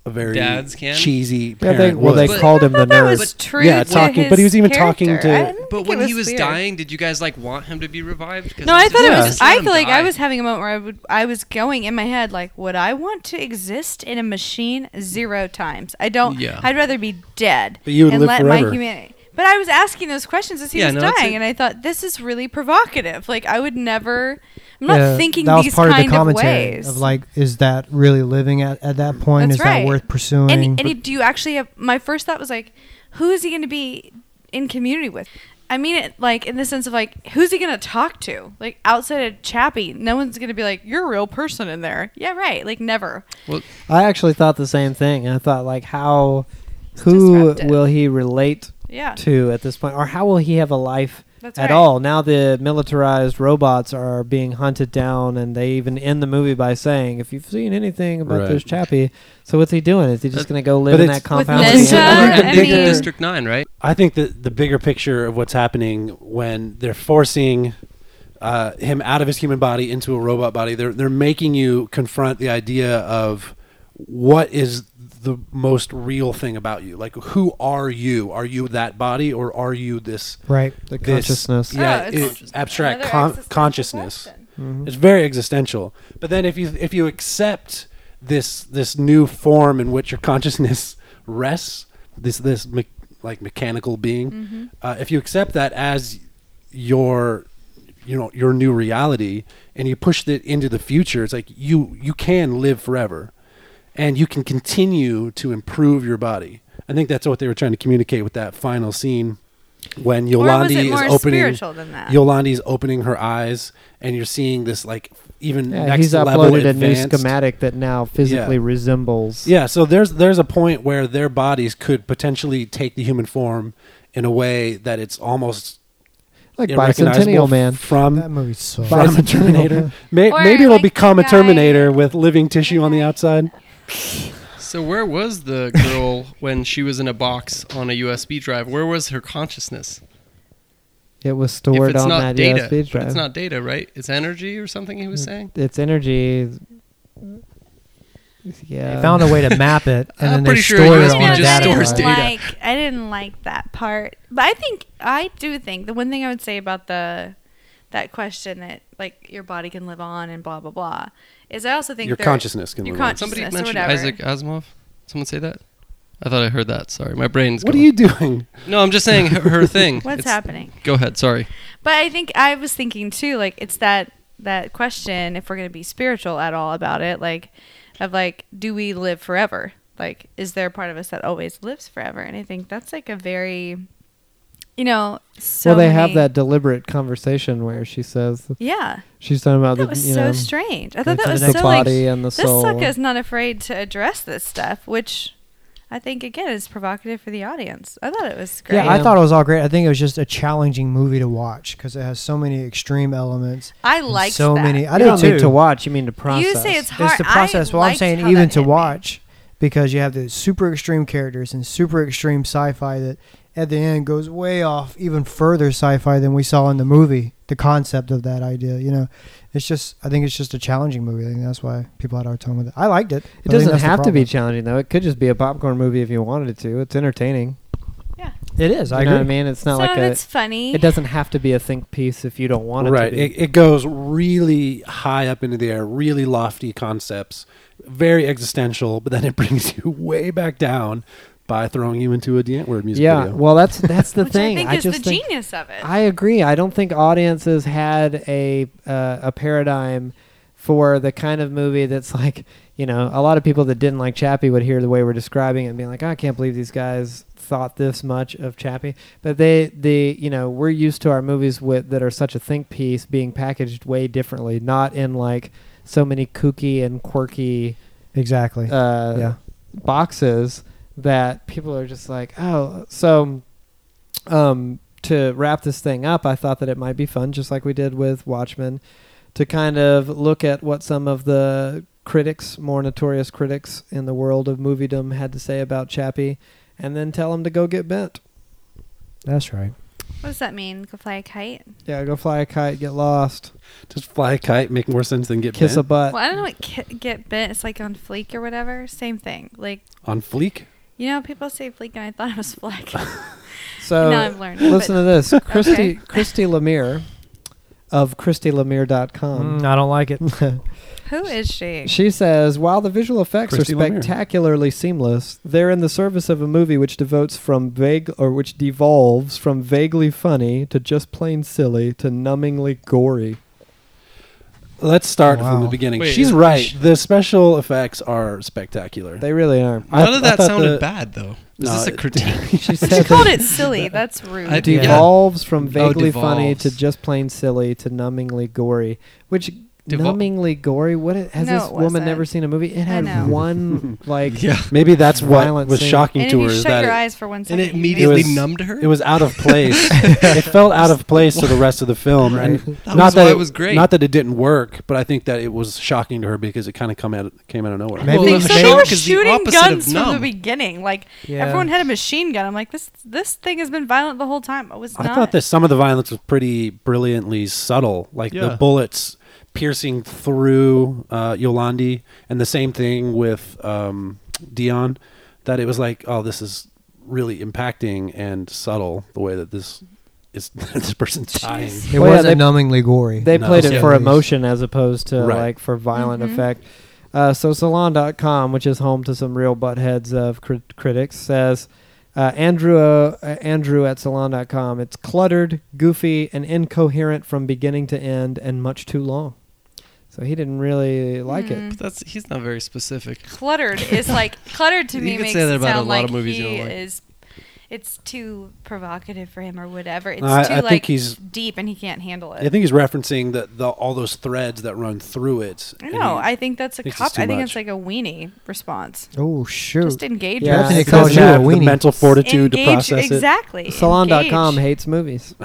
[SPEAKER 2] a very
[SPEAKER 4] Dads can?
[SPEAKER 2] cheesy
[SPEAKER 1] Yeah,
[SPEAKER 2] parent
[SPEAKER 1] they, well, they
[SPEAKER 2] would.
[SPEAKER 4] But-
[SPEAKER 1] called
[SPEAKER 3] I
[SPEAKER 1] him the
[SPEAKER 2] <laughs>
[SPEAKER 3] thought that
[SPEAKER 1] nerd.
[SPEAKER 3] was true.
[SPEAKER 2] Yeah,
[SPEAKER 3] to
[SPEAKER 2] talking-
[SPEAKER 3] his
[SPEAKER 2] but he was even talking
[SPEAKER 3] character.
[SPEAKER 2] to-
[SPEAKER 3] I didn't
[SPEAKER 4] But
[SPEAKER 3] think
[SPEAKER 4] when
[SPEAKER 3] it
[SPEAKER 4] he was
[SPEAKER 3] weird.
[SPEAKER 4] dying, did you guys like want him to be revived? 'Cause
[SPEAKER 3] No, I
[SPEAKER 4] it's
[SPEAKER 3] thought
[SPEAKER 4] just
[SPEAKER 3] it
[SPEAKER 4] like,
[SPEAKER 3] was.
[SPEAKER 4] just
[SPEAKER 3] I
[SPEAKER 4] let him
[SPEAKER 3] feel like I
[SPEAKER 4] die.
[SPEAKER 3] was having a moment where I would, I was going in my head like, would I want to exist in a machine zero times? I don't.
[SPEAKER 4] Yeah.
[SPEAKER 3] I'd rather be dead.
[SPEAKER 2] But you would
[SPEAKER 3] and
[SPEAKER 2] live
[SPEAKER 3] let my
[SPEAKER 2] forever.
[SPEAKER 3] humanity. But I was asking those questions as he
[SPEAKER 4] Yeah,
[SPEAKER 3] was
[SPEAKER 4] no, it's
[SPEAKER 3] dying,
[SPEAKER 4] a-
[SPEAKER 3] and I thought this is really provocative. Like I would never. I'm not
[SPEAKER 6] Yeah,
[SPEAKER 3] thinking
[SPEAKER 6] that was
[SPEAKER 3] these
[SPEAKER 6] part
[SPEAKER 3] kind
[SPEAKER 6] of the commentary
[SPEAKER 3] ways.
[SPEAKER 6] of like, is that really living at, at that point?
[SPEAKER 3] That's
[SPEAKER 6] is
[SPEAKER 3] right.
[SPEAKER 6] that worth pursuing?
[SPEAKER 3] and, and he- do you actually have? My first thought was like, who is he going to be in community with? I mean it like in the sense of like, who's he going to talk to? Like outside of Chappie, no one's going to be like, you're a real person in there. Yeah, right. Like never.
[SPEAKER 4] Well,
[SPEAKER 1] I actually thought the same thing. And I thought, like, how, who
[SPEAKER 3] disruptive.
[SPEAKER 1] will he relate
[SPEAKER 3] Yeah.
[SPEAKER 1] to at this point? Or how will he have a life
[SPEAKER 3] That's
[SPEAKER 1] at
[SPEAKER 3] right.
[SPEAKER 1] all? Now the militarized robots are being hunted down, and they even end the movie by saying, if you've seen anything about
[SPEAKER 2] Right.
[SPEAKER 1] this Chappie, so what's he doing? Is he just
[SPEAKER 4] But-
[SPEAKER 1] going to go
[SPEAKER 2] but
[SPEAKER 1] live in
[SPEAKER 2] it's-
[SPEAKER 1] that
[SPEAKER 3] With
[SPEAKER 1] compound?
[SPEAKER 3] Ninja,
[SPEAKER 4] I
[SPEAKER 3] I
[SPEAKER 4] think
[SPEAKER 3] mean-
[SPEAKER 4] District Nine, right?
[SPEAKER 2] I think that the bigger picture of what's happening when they're forcing uh, him out of his human body into a robot body, they're they're making you confront the idea of what is the most real thing about you. Like, who are you? Are you that body, or are you this?
[SPEAKER 6] Right.
[SPEAKER 1] The
[SPEAKER 2] this-
[SPEAKER 1] consciousness.
[SPEAKER 2] yeah,
[SPEAKER 3] Oh,
[SPEAKER 2] it-
[SPEAKER 3] it's
[SPEAKER 2] abstract
[SPEAKER 3] Another
[SPEAKER 2] con-
[SPEAKER 3] existential
[SPEAKER 2] consciousness.
[SPEAKER 3] question.
[SPEAKER 1] Mhm.
[SPEAKER 2] It's very existential. But then if you if you accept this this new form in which your consciousness <laughs> rests, this this me- like mechanical being,
[SPEAKER 3] Mm-hmm.
[SPEAKER 2] uh, if you accept that as your you know your new reality and you push it into the future, it's like you you can live forever, and you can continue to improve your body. I think that's what they were trying to communicate with that final scene when
[SPEAKER 3] Or was it
[SPEAKER 2] Yolandi
[SPEAKER 3] more
[SPEAKER 2] is opening
[SPEAKER 3] spiritual than that?
[SPEAKER 2] Yolandi's opening her eyes, and you're seeing this like even
[SPEAKER 1] Yeah,
[SPEAKER 2] next
[SPEAKER 1] he's
[SPEAKER 2] level
[SPEAKER 1] uploaded a new
[SPEAKER 2] advanced.
[SPEAKER 1] schematic that now physically resembles.
[SPEAKER 2] Yeah, so there's there's a point where their bodies could potentially take the human form in a way that it's almost
[SPEAKER 1] like
[SPEAKER 2] irrecognizable
[SPEAKER 1] Bicentennial Man.
[SPEAKER 6] That
[SPEAKER 2] from
[SPEAKER 6] movie sucks. <laughs>
[SPEAKER 1] Bi-
[SPEAKER 2] <laughs> from
[SPEAKER 1] <laughs>
[SPEAKER 2] a Terminator. May,
[SPEAKER 3] Or
[SPEAKER 2] maybe it'll
[SPEAKER 3] like
[SPEAKER 2] become a
[SPEAKER 3] the guy-
[SPEAKER 2] Terminator with living tissue on the outside.
[SPEAKER 4] So where was the girl when she was in a box on a USB drive? Where was her consciousness?
[SPEAKER 1] It was stored
[SPEAKER 4] if it's
[SPEAKER 1] on
[SPEAKER 4] not
[SPEAKER 1] that
[SPEAKER 4] data,
[SPEAKER 1] USB drive.
[SPEAKER 4] it's not data, right? It's energy or something. He was saying.
[SPEAKER 1] It's energy. Yeah.
[SPEAKER 6] They found a way to map it, and
[SPEAKER 4] I'm
[SPEAKER 6] then they
[SPEAKER 4] pretty sure
[SPEAKER 6] stored it
[SPEAKER 4] USB
[SPEAKER 6] on a
[SPEAKER 4] just
[SPEAKER 6] data
[SPEAKER 4] stores
[SPEAKER 6] drive.
[SPEAKER 4] data.
[SPEAKER 3] Like, I didn't like that part, but I think I do think the one thing I would say about the that question that like your body can live on and blah blah blah is I also think
[SPEAKER 2] Your
[SPEAKER 3] there-
[SPEAKER 2] consciousness can
[SPEAKER 3] your
[SPEAKER 2] live on.
[SPEAKER 4] Somebody
[SPEAKER 3] consciousness or
[SPEAKER 4] mentioned
[SPEAKER 3] whatever.
[SPEAKER 4] Isaac Asimov. Someone say that. I thought I heard that. Sorry, my brain's.
[SPEAKER 2] What are
[SPEAKER 4] going.
[SPEAKER 2] you doing?
[SPEAKER 4] No, I'm just saying
[SPEAKER 2] <laughs>
[SPEAKER 4] her, her thing.
[SPEAKER 3] What's
[SPEAKER 4] It's-
[SPEAKER 3] happening?
[SPEAKER 4] Go ahead. Sorry.
[SPEAKER 3] But I think I was thinking too, like it's that that question if we're gonna be spiritual at all about it, like of like, do we live forever? Like, is there a part of us that always lives forever? And I think that's like a very, you know, so
[SPEAKER 1] well, they have
[SPEAKER 3] many-
[SPEAKER 1] that deliberate conversation where she says
[SPEAKER 3] Yeah,
[SPEAKER 1] she's talking about
[SPEAKER 3] that
[SPEAKER 1] the
[SPEAKER 3] was
[SPEAKER 1] you
[SPEAKER 3] so
[SPEAKER 1] know
[SPEAKER 3] strange. I thought
[SPEAKER 1] the
[SPEAKER 3] that was so
[SPEAKER 1] next
[SPEAKER 3] like
[SPEAKER 1] body and the
[SPEAKER 3] this
[SPEAKER 1] soul.
[SPEAKER 3] sucker is not afraid to address this stuff, which I think again is provocative for the audience. I thought it was great.
[SPEAKER 6] Yeah, I
[SPEAKER 1] Yeah.
[SPEAKER 6] thought it was all great. I think it was just a challenging movie to watch because it has so many extreme elements.
[SPEAKER 3] I
[SPEAKER 6] and
[SPEAKER 3] liked
[SPEAKER 6] so
[SPEAKER 3] that.
[SPEAKER 6] many. I
[SPEAKER 1] you
[SPEAKER 6] did
[SPEAKER 1] don't
[SPEAKER 6] too.
[SPEAKER 1] mean to watch. You mean to process.
[SPEAKER 3] You say it's hard.
[SPEAKER 6] It's the process.
[SPEAKER 3] I
[SPEAKER 6] well, I'm
[SPEAKER 3] liked
[SPEAKER 6] saying
[SPEAKER 3] how
[SPEAKER 6] even
[SPEAKER 3] that
[SPEAKER 6] to
[SPEAKER 3] hit me.
[SPEAKER 6] watch because you have the super extreme characters and super extreme sci-fi that at the end goes way off even further sci-fi than we saw in the movie. The concept of that idea, you know, it's just I think it's just a challenging movie. I think that's why people had a hard time with it. I liked
[SPEAKER 1] It
[SPEAKER 6] it. but I think
[SPEAKER 1] doesn't
[SPEAKER 6] that's the
[SPEAKER 1] have to be
[SPEAKER 6] problem.
[SPEAKER 1] challenging though. It could just be a popcorn movie if you wanted it to. It's entertaining.
[SPEAKER 6] It is. I
[SPEAKER 1] you know
[SPEAKER 6] agree.
[SPEAKER 1] what I mean? It's not
[SPEAKER 3] Some
[SPEAKER 1] like
[SPEAKER 3] of
[SPEAKER 1] a.
[SPEAKER 3] it's funny.
[SPEAKER 1] It doesn't have to be a think piece if you don't want it
[SPEAKER 2] right.
[SPEAKER 1] to be.
[SPEAKER 2] It, it goes really high up into the air, really lofty concepts, very existential, but then it <laughs> brings you way back down by throwing you into a the N-word music
[SPEAKER 1] yeah.
[SPEAKER 2] video.
[SPEAKER 1] Well, that's that's the
[SPEAKER 3] which
[SPEAKER 1] thing.
[SPEAKER 3] I think is
[SPEAKER 1] just
[SPEAKER 3] the
[SPEAKER 1] think,
[SPEAKER 3] genius of it.
[SPEAKER 1] I agree. I don't think audiences had a uh, a paradigm for the kind of movie that's like you know a lot of people that didn't like Chappie would hear the way we're describing it and be like, "Oh, I can't believe these guys thought this much of Chappie. But they the you know we're used to our movies with that are such a think piece being packaged way differently, not in like so many kooky and quirky
[SPEAKER 6] Exactly.
[SPEAKER 1] uh,
[SPEAKER 6] Yeah.
[SPEAKER 1] boxes that people are just like, oh, so um, to wrap this thing up, I thought that it might be fun, just like we did with Watchmen, to kind of look at what some of the critics, more notorious critics in the world of moviedom, had to say about Chappie, and then tell them to go get bent.
[SPEAKER 6] That's right.
[SPEAKER 3] what does that mean? Go fly a kite?
[SPEAKER 1] Yeah, go fly a kite, get lost,
[SPEAKER 2] Just fly a kite, make more sense than get
[SPEAKER 1] kiss a
[SPEAKER 2] bent.
[SPEAKER 1] butt.
[SPEAKER 3] well, I don't know what ki- get bent. It's like on fleek or whatever. Same thing. Like
[SPEAKER 2] on fleek.
[SPEAKER 3] you know, people say fleek, and I thought it was <laughs> fleck.
[SPEAKER 1] So
[SPEAKER 3] now I've learned.
[SPEAKER 1] listen to this, Christy
[SPEAKER 3] <laughs> Okay.
[SPEAKER 1] Christy Lemire of ChristyLemire.com.
[SPEAKER 6] Mm, I don't like it.
[SPEAKER 3] But who is she?
[SPEAKER 1] She says, while the visual effects
[SPEAKER 2] Christy
[SPEAKER 1] are
[SPEAKER 2] Lemire.
[SPEAKER 1] spectacularly seamless, they're in the service of a movie which devotes from vague or which devolves from vaguely funny to just plain silly to numbingly gory.
[SPEAKER 2] Let's start from
[SPEAKER 6] Wow.
[SPEAKER 2] the beginning.
[SPEAKER 4] Wait,
[SPEAKER 2] She's
[SPEAKER 4] is-
[SPEAKER 2] right.
[SPEAKER 4] sh-
[SPEAKER 2] the special effects are spectacular. Uh,
[SPEAKER 1] They really are.
[SPEAKER 2] I-
[SPEAKER 4] None of
[SPEAKER 2] I
[SPEAKER 4] that
[SPEAKER 2] thought
[SPEAKER 4] sounded
[SPEAKER 2] the-
[SPEAKER 4] bad though. Is
[SPEAKER 2] No,
[SPEAKER 4] this a
[SPEAKER 2] it- <laughs>
[SPEAKER 4] critique?
[SPEAKER 1] She
[SPEAKER 3] She
[SPEAKER 1] said
[SPEAKER 3] called it silly. <laughs> That's rude.
[SPEAKER 4] I-
[SPEAKER 1] it
[SPEAKER 4] Yeah.
[SPEAKER 1] devolves
[SPEAKER 2] Oh,
[SPEAKER 1] from vaguely funny
[SPEAKER 4] devolves.
[SPEAKER 1] to just plain silly to numbingly gory, which
[SPEAKER 4] Devol-
[SPEAKER 1] numbingly gory. What it, has
[SPEAKER 3] No,
[SPEAKER 1] this
[SPEAKER 3] it
[SPEAKER 1] woman
[SPEAKER 3] wasn't.
[SPEAKER 1] never seen a movie? It had
[SPEAKER 3] know.
[SPEAKER 2] <laughs>
[SPEAKER 1] one like
[SPEAKER 4] yeah.
[SPEAKER 2] Maybe that's what
[SPEAKER 1] Violent
[SPEAKER 2] was
[SPEAKER 1] scene.
[SPEAKER 2] shocking
[SPEAKER 3] and if
[SPEAKER 2] to
[SPEAKER 3] you
[SPEAKER 2] her is
[SPEAKER 3] shut
[SPEAKER 2] that
[SPEAKER 3] your
[SPEAKER 2] it-
[SPEAKER 3] eyes for one
[SPEAKER 4] And
[SPEAKER 3] second,
[SPEAKER 4] it
[SPEAKER 3] you know.
[SPEAKER 4] immediately
[SPEAKER 2] was-
[SPEAKER 4] numbed her.
[SPEAKER 2] it, was out of
[SPEAKER 4] <laughs>
[SPEAKER 2] place. it felt out of place to the rest of the film, and
[SPEAKER 4] That
[SPEAKER 2] not
[SPEAKER 4] was
[SPEAKER 2] that
[SPEAKER 4] why
[SPEAKER 2] it
[SPEAKER 4] it was great.
[SPEAKER 2] Not that it didn't work, but I think that it was shocking to her because it kind of come out came out of nowhere.
[SPEAKER 6] Maybe-
[SPEAKER 4] Well,
[SPEAKER 3] Think
[SPEAKER 4] the
[SPEAKER 3] so they were
[SPEAKER 4] shock is the
[SPEAKER 3] shooting
[SPEAKER 4] opposite of
[SPEAKER 3] guns from the
[SPEAKER 4] numb.
[SPEAKER 3] beginning. Like
[SPEAKER 1] Yeah.
[SPEAKER 3] everyone had a machine gun. I'm like, this this thing has been violent the whole time. It was
[SPEAKER 2] I
[SPEAKER 3] not.
[SPEAKER 2] thought that some of the violence was pretty brilliantly subtle, like
[SPEAKER 4] Yeah.
[SPEAKER 2] the bullets piercing through uh, Yolandi, and the same thing with um, Dion that it was like, oh, this is really impacting and subtle the way that this is <laughs> this person's dying.
[SPEAKER 6] It
[SPEAKER 1] Well, yeah,
[SPEAKER 6] wasn't
[SPEAKER 1] they-
[SPEAKER 6] numbingly gory.
[SPEAKER 1] They
[SPEAKER 2] No,
[SPEAKER 1] played it
[SPEAKER 2] yeah.
[SPEAKER 1] for
[SPEAKER 6] Yeah.
[SPEAKER 1] emotion as opposed to
[SPEAKER 2] Right.
[SPEAKER 1] like for violent
[SPEAKER 3] Mhm.
[SPEAKER 1] effect. Uh, so Salon.com, which is home to some real buttheads of crit- critics, says uh, Andrew uh, Andrew at Salon.com. It's cluttered, goofy, and incoherent from beginning to end, and much too long. So he didn't really like it.
[SPEAKER 3] Mm.
[SPEAKER 4] That's he's not very specific.
[SPEAKER 3] Cluttered is
[SPEAKER 4] <laughs>
[SPEAKER 3] like cluttered to
[SPEAKER 4] You
[SPEAKER 3] me
[SPEAKER 4] could
[SPEAKER 3] makes
[SPEAKER 4] say that
[SPEAKER 3] it
[SPEAKER 4] about a
[SPEAKER 3] sound
[SPEAKER 4] lot
[SPEAKER 3] like
[SPEAKER 4] of movies you
[SPEAKER 3] he
[SPEAKER 4] don't like.
[SPEAKER 3] is. It's too provocative for him or whatever. It's
[SPEAKER 2] No, I-
[SPEAKER 3] too
[SPEAKER 2] I think
[SPEAKER 3] like
[SPEAKER 2] he's-
[SPEAKER 3] deep and he can't handle it.
[SPEAKER 2] I think he's referencing the, the all those threads that run through it.
[SPEAKER 3] I
[SPEAKER 2] and
[SPEAKER 3] know.
[SPEAKER 2] he-
[SPEAKER 3] I think that's a
[SPEAKER 2] thinks it's
[SPEAKER 3] cop.
[SPEAKER 2] too
[SPEAKER 3] I think
[SPEAKER 2] much.
[SPEAKER 3] it's like a weenie response.
[SPEAKER 6] oh shoot!
[SPEAKER 3] Just engage.
[SPEAKER 1] Yeah, I
[SPEAKER 3] with it.
[SPEAKER 1] think
[SPEAKER 2] he
[SPEAKER 1] calls
[SPEAKER 2] doesn't
[SPEAKER 1] you a
[SPEAKER 2] have the
[SPEAKER 6] weenie.
[SPEAKER 2] mental fortitude
[SPEAKER 3] Engage-
[SPEAKER 2] to process it.
[SPEAKER 3] exactly.
[SPEAKER 1] Salon.com
[SPEAKER 3] Engage.
[SPEAKER 1] hates movies.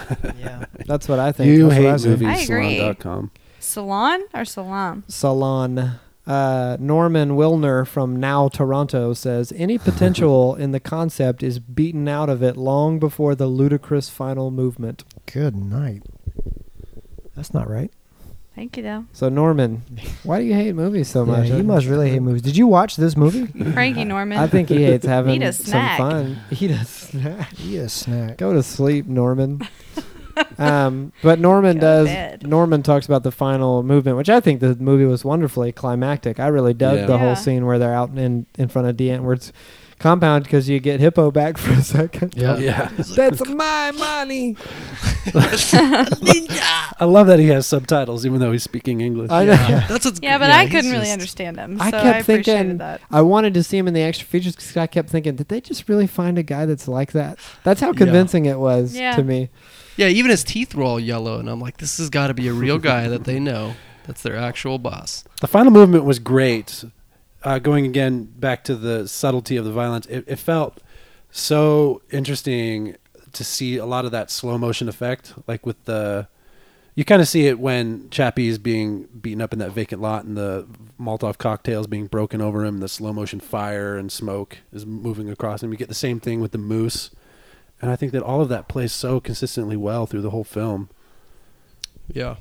[SPEAKER 6] yeah.
[SPEAKER 1] That's what I think.
[SPEAKER 2] You
[SPEAKER 1] That's what I
[SPEAKER 2] hate
[SPEAKER 1] think.
[SPEAKER 3] I
[SPEAKER 2] movies.
[SPEAKER 3] agree.
[SPEAKER 2] Salon.com.
[SPEAKER 3] Salon or salam?
[SPEAKER 1] Salon. Uh, Norman Wilner from Now Toronto says any
[SPEAKER 6] <laughs>
[SPEAKER 1] potential in the concept is beaten out of it long before the ludicrous final movement.
[SPEAKER 6] Good night. That's not right.
[SPEAKER 3] Thank you, though.
[SPEAKER 1] So Norman, why do you hate movies so
[SPEAKER 6] Yeah,
[SPEAKER 1] much?
[SPEAKER 6] you must really hate
[SPEAKER 3] <laughs>
[SPEAKER 6] movies. Did you watch this movie?
[SPEAKER 2] <laughs>
[SPEAKER 3] Frankie Norman.
[SPEAKER 1] I think he hates having
[SPEAKER 3] Eat a
[SPEAKER 1] some
[SPEAKER 3] snack.
[SPEAKER 1] fun. <laughs> Eat a snack.
[SPEAKER 6] yes, snack.
[SPEAKER 1] Go to sleep, Norman. um, but Norman
[SPEAKER 3] <laughs> Go to
[SPEAKER 1] does.
[SPEAKER 3] bed.
[SPEAKER 1] Norman talks about the final movement, which I think the movie was wonderfully climactic. I really dug
[SPEAKER 2] Yeah.
[SPEAKER 1] the
[SPEAKER 3] Yeah.
[SPEAKER 1] whole scene where they're out in in front of D. Antwoord's compound because you get Hippo back <laughs> for a second.
[SPEAKER 4] Uh,
[SPEAKER 2] Yeah. <laughs>
[SPEAKER 1] That's my money.
[SPEAKER 2] I love that he has subtitles even though he's speaking English.
[SPEAKER 1] I, know.
[SPEAKER 4] That's what's
[SPEAKER 3] yeah, but I
[SPEAKER 4] he's
[SPEAKER 3] couldn't really
[SPEAKER 4] just-
[SPEAKER 3] understand him. So
[SPEAKER 1] I
[SPEAKER 3] I,
[SPEAKER 1] kept
[SPEAKER 3] appreciated
[SPEAKER 1] thinking-
[SPEAKER 3] that.
[SPEAKER 1] <laughs> I wanted to see him in the extra features because I kept thinking, did they just really find a guy that's like that? That's how convincing it was
[SPEAKER 3] Yeah.
[SPEAKER 1] to me.
[SPEAKER 4] Yeah, even his teeth were all yellow, and I'm like, this has got to be a real guy that they know. That's their actual boss.
[SPEAKER 2] The final movement was great. Uh, going again back to the subtlety of the violence, it, it felt so interesting to see a lot of that slow motion effect, like with the. You kind of see it when Chappie is being beaten up in that vacant lot, and the Molotov cocktails being broken over him. The slow motion fire and smoke is moving across him. You get the same thing with the moose, and I think that all of that plays so consistently well through the whole film.
[SPEAKER 4] Yeah,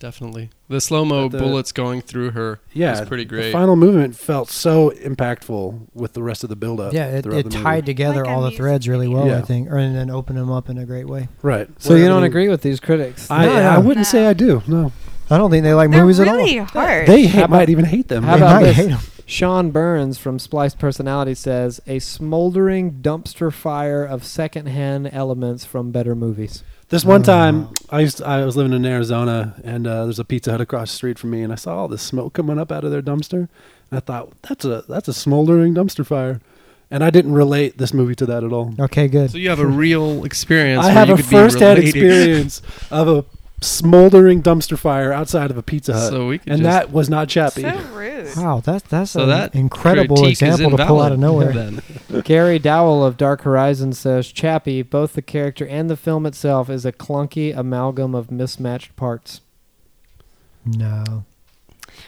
[SPEAKER 4] definitely. The slow mo
[SPEAKER 2] But the-
[SPEAKER 4] bullets going through her
[SPEAKER 2] Yeah,
[SPEAKER 4] is pretty
[SPEAKER 2] The
[SPEAKER 4] great.
[SPEAKER 2] final movement felt so impactful with the rest of the buildup.
[SPEAKER 6] Yeah, it,
[SPEAKER 2] throughout
[SPEAKER 6] it
[SPEAKER 2] the movie.
[SPEAKER 6] tied together
[SPEAKER 3] Like a
[SPEAKER 6] all the
[SPEAKER 3] music
[SPEAKER 6] threads really well, I
[SPEAKER 2] video.
[SPEAKER 6] think, or and then opened them up in a great way.
[SPEAKER 2] Right.
[SPEAKER 1] So you don't agree with these critics?
[SPEAKER 2] I,
[SPEAKER 6] No, no.
[SPEAKER 2] I wouldn't say
[SPEAKER 3] No.
[SPEAKER 2] I do. No.
[SPEAKER 6] I don't think they like
[SPEAKER 3] They're
[SPEAKER 6] movies
[SPEAKER 3] really
[SPEAKER 6] at all.
[SPEAKER 3] hard.
[SPEAKER 2] They hate,
[SPEAKER 1] How about-
[SPEAKER 2] might even hate them.
[SPEAKER 1] how
[SPEAKER 6] They
[SPEAKER 1] about
[SPEAKER 6] might
[SPEAKER 1] this?
[SPEAKER 6] hate 'em.
[SPEAKER 1] Sean Burns from Spliced Personality says a smoldering dumpster fire of secondhand elements from better movies.
[SPEAKER 2] this one
[SPEAKER 6] Mm.
[SPEAKER 2] time, I used I was living in Arizona, and uh, there's a Pizza Hut across the street from me, and I saw all this smoke coming up out of their dumpster, and I thought that's a that's a smoldering dumpster fire, and I didn't relate this movie to that at all.
[SPEAKER 6] Okay, good.
[SPEAKER 4] so you have a real experience.
[SPEAKER 2] I
[SPEAKER 4] where
[SPEAKER 2] have
[SPEAKER 4] you
[SPEAKER 2] a
[SPEAKER 4] could be
[SPEAKER 2] first-hand
[SPEAKER 4] relating.
[SPEAKER 2] experience of a smoldering dumpster fire outside of a Pizza Hut,
[SPEAKER 4] <laughs> So we could
[SPEAKER 2] and
[SPEAKER 4] just
[SPEAKER 2] that was not Chappie.
[SPEAKER 3] So rude.
[SPEAKER 6] Wow, that's that's
[SPEAKER 4] So
[SPEAKER 6] an
[SPEAKER 4] that
[SPEAKER 6] incredible
[SPEAKER 4] critique is
[SPEAKER 6] example to pull out of
[SPEAKER 4] invalid
[SPEAKER 6] nowhere.
[SPEAKER 4] <laughs> Then.
[SPEAKER 1] Gary Dowell of Dark Horizon says Chappie, both the character and the film itself, is a clunky amalgam of mismatched parts.
[SPEAKER 6] No,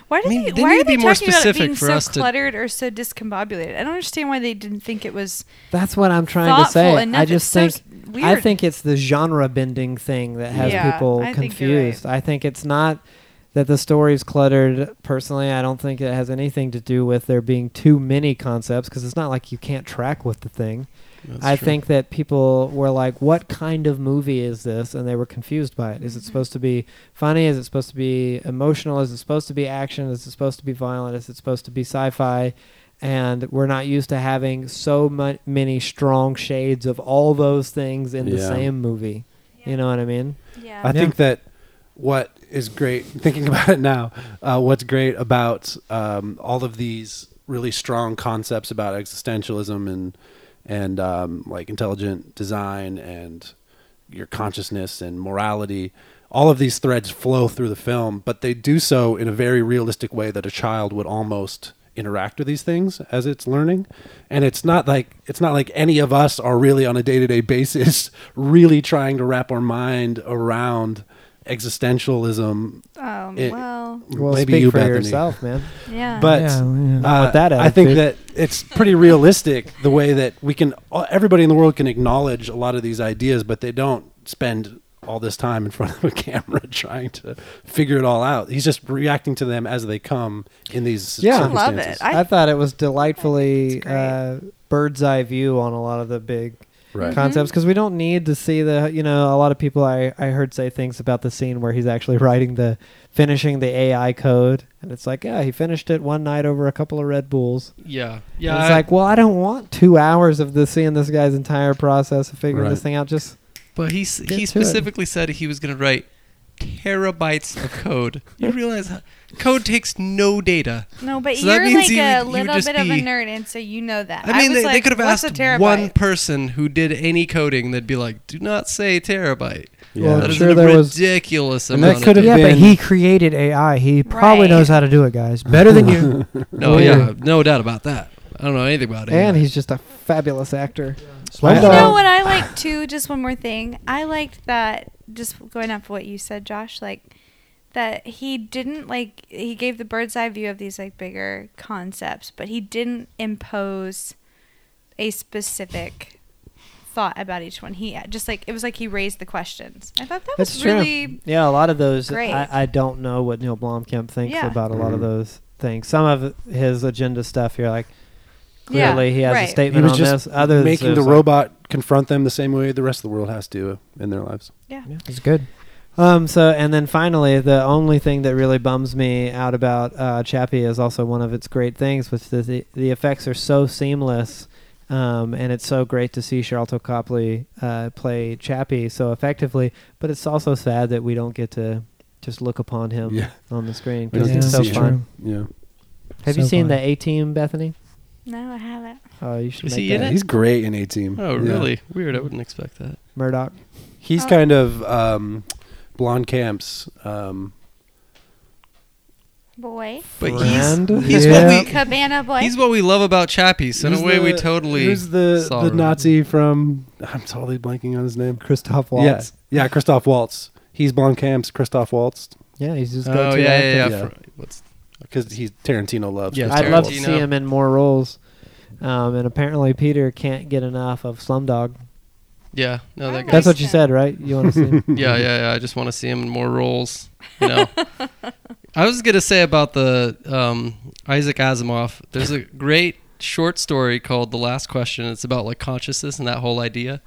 [SPEAKER 3] Why do
[SPEAKER 4] I mean,
[SPEAKER 3] they,
[SPEAKER 4] they
[SPEAKER 3] why
[SPEAKER 4] need
[SPEAKER 3] are
[SPEAKER 4] to
[SPEAKER 3] they
[SPEAKER 4] be more
[SPEAKER 3] talking about it
[SPEAKER 4] specific
[SPEAKER 3] being
[SPEAKER 4] for
[SPEAKER 3] so
[SPEAKER 4] us to-
[SPEAKER 3] cluttered or so discombobulated? I don't understand why they didn't think it was
[SPEAKER 1] That's what I'm trying to
[SPEAKER 3] thoughtful
[SPEAKER 1] say.
[SPEAKER 3] enough.
[SPEAKER 1] I just
[SPEAKER 3] it's
[SPEAKER 1] think
[SPEAKER 3] so s- weird.
[SPEAKER 1] I think it's the genre bending thing that has
[SPEAKER 3] Yeah,
[SPEAKER 1] people
[SPEAKER 3] I think you're right.
[SPEAKER 1] confused. I think it's not that the story's cluttered. Personally, I don't think it has anything to do with there being too many concepts because it's not like you can't track with the thing.
[SPEAKER 4] That's
[SPEAKER 1] I
[SPEAKER 4] true.
[SPEAKER 1] think that people were like, "What kind of movie is this?" and they were confused by it. Is it
[SPEAKER 2] Mm-hmm.
[SPEAKER 3] Mhm.
[SPEAKER 1] supposed to be funny? Is it supposed to be emotional? Is it supposed to be action? Is it supposed to be violent? Is it supposed to be sci-fi? And we're not used to having so mu- many strong shades of all those things in the
[SPEAKER 2] Yeah.
[SPEAKER 1] same movie. You know what I mean?
[SPEAKER 3] Yeah.
[SPEAKER 2] I think that what is great, <laughs> thinking about it now, uh, what's great about um, all of these really strong concepts about existentialism and and um, like intelligent design and your consciousness and morality, all of these threads flow through the film, but they do so in a very realistic way that a child would almost interact with these things as it's learning and it's not like it's not like any of us are really on a day-to-day <laughs> basis really trying to wrap our mind around existentialism
[SPEAKER 3] Um,
[SPEAKER 2] it-
[SPEAKER 3] well,
[SPEAKER 1] Well,
[SPEAKER 2] maybe
[SPEAKER 1] speak
[SPEAKER 2] you
[SPEAKER 1] for
[SPEAKER 2] Bethany
[SPEAKER 1] yourself, man.
[SPEAKER 3] yeah.
[SPEAKER 2] but uh,
[SPEAKER 6] Yeah, yeah.
[SPEAKER 1] Not with that
[SPEAKER 2] I think that
[SPEAKER 1] attitude.
[SPEAKER 2] it's pretty realistic the way that we can all- everybody in the world can acknowledge a lot of these ideas but they don't spend all this time in front of a <laughs> camera trying to figure it all out. He's just reacting to them as they come in these.
[SPEAKER 1] Yeah.
[SPEAKER 3] I love it.
[SPEAKER 2] circumstances.
[SPEAKER 1] I,
[SPEAKER 3] <laughs> I,
[SPEAKER 1] thought it was delightfully
[SPEAKER 3] It's great.
[SPEAKER 1] uh, bird's eye view on a lot of the big
[SPEAKER 2] Right.
[SPEAKER 1] concepts because we don't need to see the you know a lot of people I I heard say things about the scene where he's actually <laughs> writing the finishing the AI code and it's like yeah he finished it one night over a couple of Red Bulls
[SPEAKER 4] Yeah,
[SPEAKER 1] yeah
[SPEAKER 4] yeah.
[SPEAKER 1] and it's
[SPEAKER 4] I-
[SPEAKER 1] like well I don't want two hours of this seeing this guy's entire process of figuring
[SPEAKER 2] Right.
[SPEAKER 1] this thing out just
[SPEAKER 4] but he s-
[SPEAKER 1] Get to
[SPEAKER 4] he
[SPEAKER 1] it.
[SPEAKER 4] specifically said he was going to write terabytes of code. you realize how, code takes no data.
[SPEAKER 3] no, but
[SPEAKER 4] So that
[SPEAKER 3] you're
[SPEAKER 4] means
[SPEAKER 3] like
[SPEAKER 4] you-
[SPEAKER 3] a
[SPEAKER 4] you would
[SPEAKER 3] little
[SPEAKER 4] just
[SPEAKER 3] bit of a
[SPEAKER 4] be-
[SPEAKER 3] nerd, and so you know that.
[SPEAKER 4] I mean,
[SPEAKER 3] was
[SPEAKER 4] they,
[SPEAKER 3] like,
[SPEAKER 4] they could have
[SPEAKER 3] "What's a
[SPEAKER 4] asked
[SPEAKER 3] terabyte?"
[SPEAKER 4] one person who did any coding. They'd be like, "Do not say terabyte."
[SPEAKER 1] Well,
[SPEAKER 2] Yeah.
[SPEAKER 4] That is
[SPEAKER 1] sure
[SPEAKER 4] a
[SPEAKER 1] there was-
[SPEAKER 4] ridiculous
[SPEAKER 2] And that
[SPEAKER 4] amount.
[SPEAKER 2] could
[SPEAKER 4] of
[SPEAKER 2] have
[SPEAKER 4] data.
[SPEAKER 6] yeah, but
[SPEAKER 2] been-
[SPEAKER 6] he created AI. He probably
[SPEAKER 3] Right.
[SPEAKER 6] knows how to do it, guys. Better
[SPEAKER 4] <laughs>
[SPEAKER 6] than <laughs> you.
[SPEAKER 4] No, yeah, no doubt about that. I don't know anything about it.
[SPEAKER 1] and he's just a fabulous actor
[SPEAKER 2] Slumdog.
[SPEAKER 3] You know
[SPEAKER 1] Um,
[SPEAKER 3] what I liked too? Just one more thing. I liked that. Just going off what you said, Josh. Like that he didn't like. He gave the bird's eye view of these like bigger concepts, but he didn't impose a specific thought about each one. He just like it was like he raised the questions. I thought that
[SPEAKER 1] That's
[SPEAKER 3] was
[SPEAKER 1] true.
[SPEAKER 3] really
[SPEAKER 1] Yeah, a lot of those.
[SPEAKER 3] Great.
[SPEAKER 1] I, I don't know what Neil Blomkamp thinks
[SPEAKER 3] Yeah.
[SPEAKER 1] about a lot of
[SPEAKER 2] Mhm.
[SPEAKER 1] those things. Some of his agenda stuff, you're like,
[SPEAKER 3] Yeah,
[SPEAKER 1] clearly he has
[SPEAKER 3] right.
[SPEAKER 1] a
[SPEAKER 2] He
[SPEAKER 1] statement
[SPEAKER 2] was
[SPEAKER 1] on
[SPEAKER 2] just
[SPEAKER 1] this. Other
[SPEAKER 2] making the robot confront them the same way the rest of the world has to uh, in their lives.
[SPEAKER 6] It's good.
[SPEAKER 1] Um. So, and then finally, the only thing that really bums me out about uh, Chappie is also one of its great things, which is the the effects are so seamless. Um, and it's so great to see Charlton Copley uh, play Chappie so effectively, but it's also sad that we don't get to just look upon him
[SPEAKER 2] Yeah.
[SPEAKER 1] on the screen
[SPEAKER 2] We
[SPEAKER 1] because
[SPEAKER 2] don't get
[SPEAKER 1] he's
[SPEAKER 2] to
[SPEAKER 1] so
[SPEAKER 2] see him.
[SPEAKER 1] fun.
[SPEAKER 2] Yeah.
[SPEAKER 1] Have
[SPEAKER 6] So
[SPEAKER 1] you seen
[SPEAKER 6] fun.
[SPEAKER 1] the A Team, Bethany?
[SPEAKER 3] no. I haven't.
[SPEAKER 1] Oh, you should
[SPEAKER 4] Is
[SPEAKER 1] make
[SPEAKER 4] he in
[SPEAKER 1] that.
[SPEAKER 4] Yeah. it?
[SPEAKER 2] He's great in A Team.
[SPEAKER 4] oh, really weird. I wouldn't expect that.
[SPEAKER 1] Murdoch.
[SPEAKER 2] He's
[SPEAKER 3] Oh.
[SPEAKER 2] kind of um, Blonde Camp's. Um,
[SPEAKER 3] Boy.
[SPEAKER 4] But
[SPEAKER 1] Friend?
[SPEAKER 4] he's he's
[SPEAKER 1] Yeah.
[SPEAKER 4] what we
[SPEAKER 3] Cabana boy.
[SPEAKER 4] he's what we love about Chappie. So in a
[SPEAKER 2] who's
[SPEAKER 4] way, we
[SPEAKER 2] the-
[SPEAKER 4] totally
[SPEAKER 2] Who's the,
[SPEAKER 4] saw
[SPEAKER 2] the
[SPEAKER 4] him.
[SPEAKER 2] Nazi from? I'm totally blanking on his name.
[SPEAKER 1] Christoph
[SPEAKER 2] Yeah, yeah, Christoph Waltz. He's Blonde Camp's Christoph Waltz
[SPEAKER 1] Yeah, he's just
[SPEAKER 4] Oh
[SPEAKER 1] go-to
[SPEAKER 4] yeah,
[SPEAKER 1] actor.
[SPEAKER 4] yeah, yeah.
[SPEAKER 2] Yeah.
[SPEAKER 4] Fr- what's-
[SPEAKER 2] because he's Tarantino loves.
[SPEAKER 4] Yeah,
[SPEAKER 2] Christoph
[SPEAKER 1] I'd love to
[SPEAKER 4] Tarantino.
[SPEAKER 1] see him in more roles. Um, and apparently Peter can't get enough of Slumdog.
[SPEAKER 4] yeah, no, that
[SPEAKER 3] Alright.
[SPEAKER 4] guy.
[SPEAKER 1] That's what
[SPEAKER 3] Nice.
[SPEAKER 1] you said, right? You want to see
[SPEAKER 2] <laughs>
[SPEAKER 1] him?
[SPEAKER 4] yeah, yeah, yeah. I just want to see him in more roles. You know, I was gonna say about the um, Isaac Asimov. There's a great short story called "The Last Question." It's about like consciousness and that whole idea,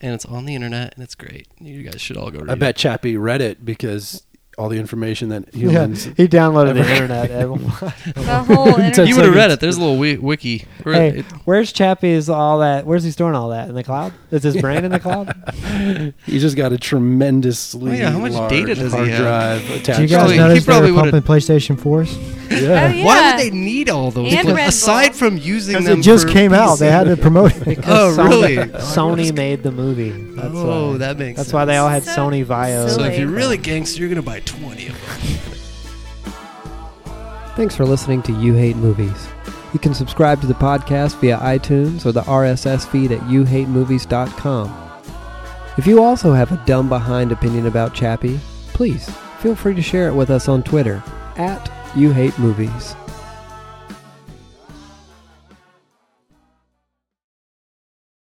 [SPEAKER 4] and it's on the internet and it's great. You guys should all go read
[SPEAKER 2] I
[SPEAKER 4] it.
[SPEAKER 2] bet Chappie read it because all the information that
[SPEAKER 1] Yeah,
[SPEAKER 2] humans.
[SPEAKER 1] he downloaded the internet.
[SPEAKER 4] <laughs>
[SPEAKER 1] Ev- <laughs>
[SPEAKER 3] the whole.
[SPEAKER 2] Ten
[SPEAKER 3] internet.
[SPEAKER 4] You would have read
[SPEAKER 2] seconds.
[SPEAKER 4] it. There's a little wi- wiki. Or
[SPEAKER 1] hey,
[SPEAKER 4] it-
[SPEAKER 1] where's Chappie's all that? Where's he storing all that in the cloud? Is his brain in the cloud?
[SPEAKER 2] He's just got a tremendously
[SPEAKER 4] Oh, yeah, how much
[SPEAKER 2] large
[SPEAKER 4] data does he
[SPEAKER 2] hard
[SPEAKER 4] have?
[SPEAKER 2] drive attached.
[SPEAKER 6] Do you
[SPEAKER 4] Actually,
[SPEAKER 6] guys
[SPEAKER 4] he
[SPEAKER 2] to it.
[SPEAKER 6] notice they
[SPEAKER 4] probably
[SPEAKER 6] were
[SPEAKER 4] would've-
[SPEAKER 6] pumping PlayStation 4s?
[SPEAKER 2] <laughs>
[SPEAKER 3] Oh,
[SPEAKER 2] Yeah.
[SPEAKER 3] yeah.
[SPEAKER 4] Why would they need all those?
[SPEAKER 3] And
[SPEAKER 4] things?
[SPEAKER 3] Red
[SPEAKER 4] aside
[SPEAKER 3] Bull.
[SPEAKER 4] from using
[SPEAKER 6] Because
[SPEAKER 4] them,
[SPEAKER 6] it just
[SPEAKER 4] for
[SPEAKER 6] came out. They had to promote <laughs> it.
[SPEAKER 4] Oh, really?
[SPEAKER 1] Sony made the movie. That's
[SPEAKER 4] oh,
[SPEAKER 1] why.
[SPEAKER 4] that makes.
[SPEAKER 1] That's why they all had
[SPEAKER 3] So
[SPEAKER 1] Sony Vio.
[SPEAKER 4] So
[SPEAKER 3] silly.
[SPEAKER 4] if you're really gangster, you're gonna buy 20 of them.
[SPEAKER 8] Thanks for listening to You Hate Movies. You can subscribe to the podcast via iTunes or the RSS feed at youhatemovies.com. If you also have a dumb behind opinion about Chappie, please feel free to share it with us on Twitter at You Hate Movies.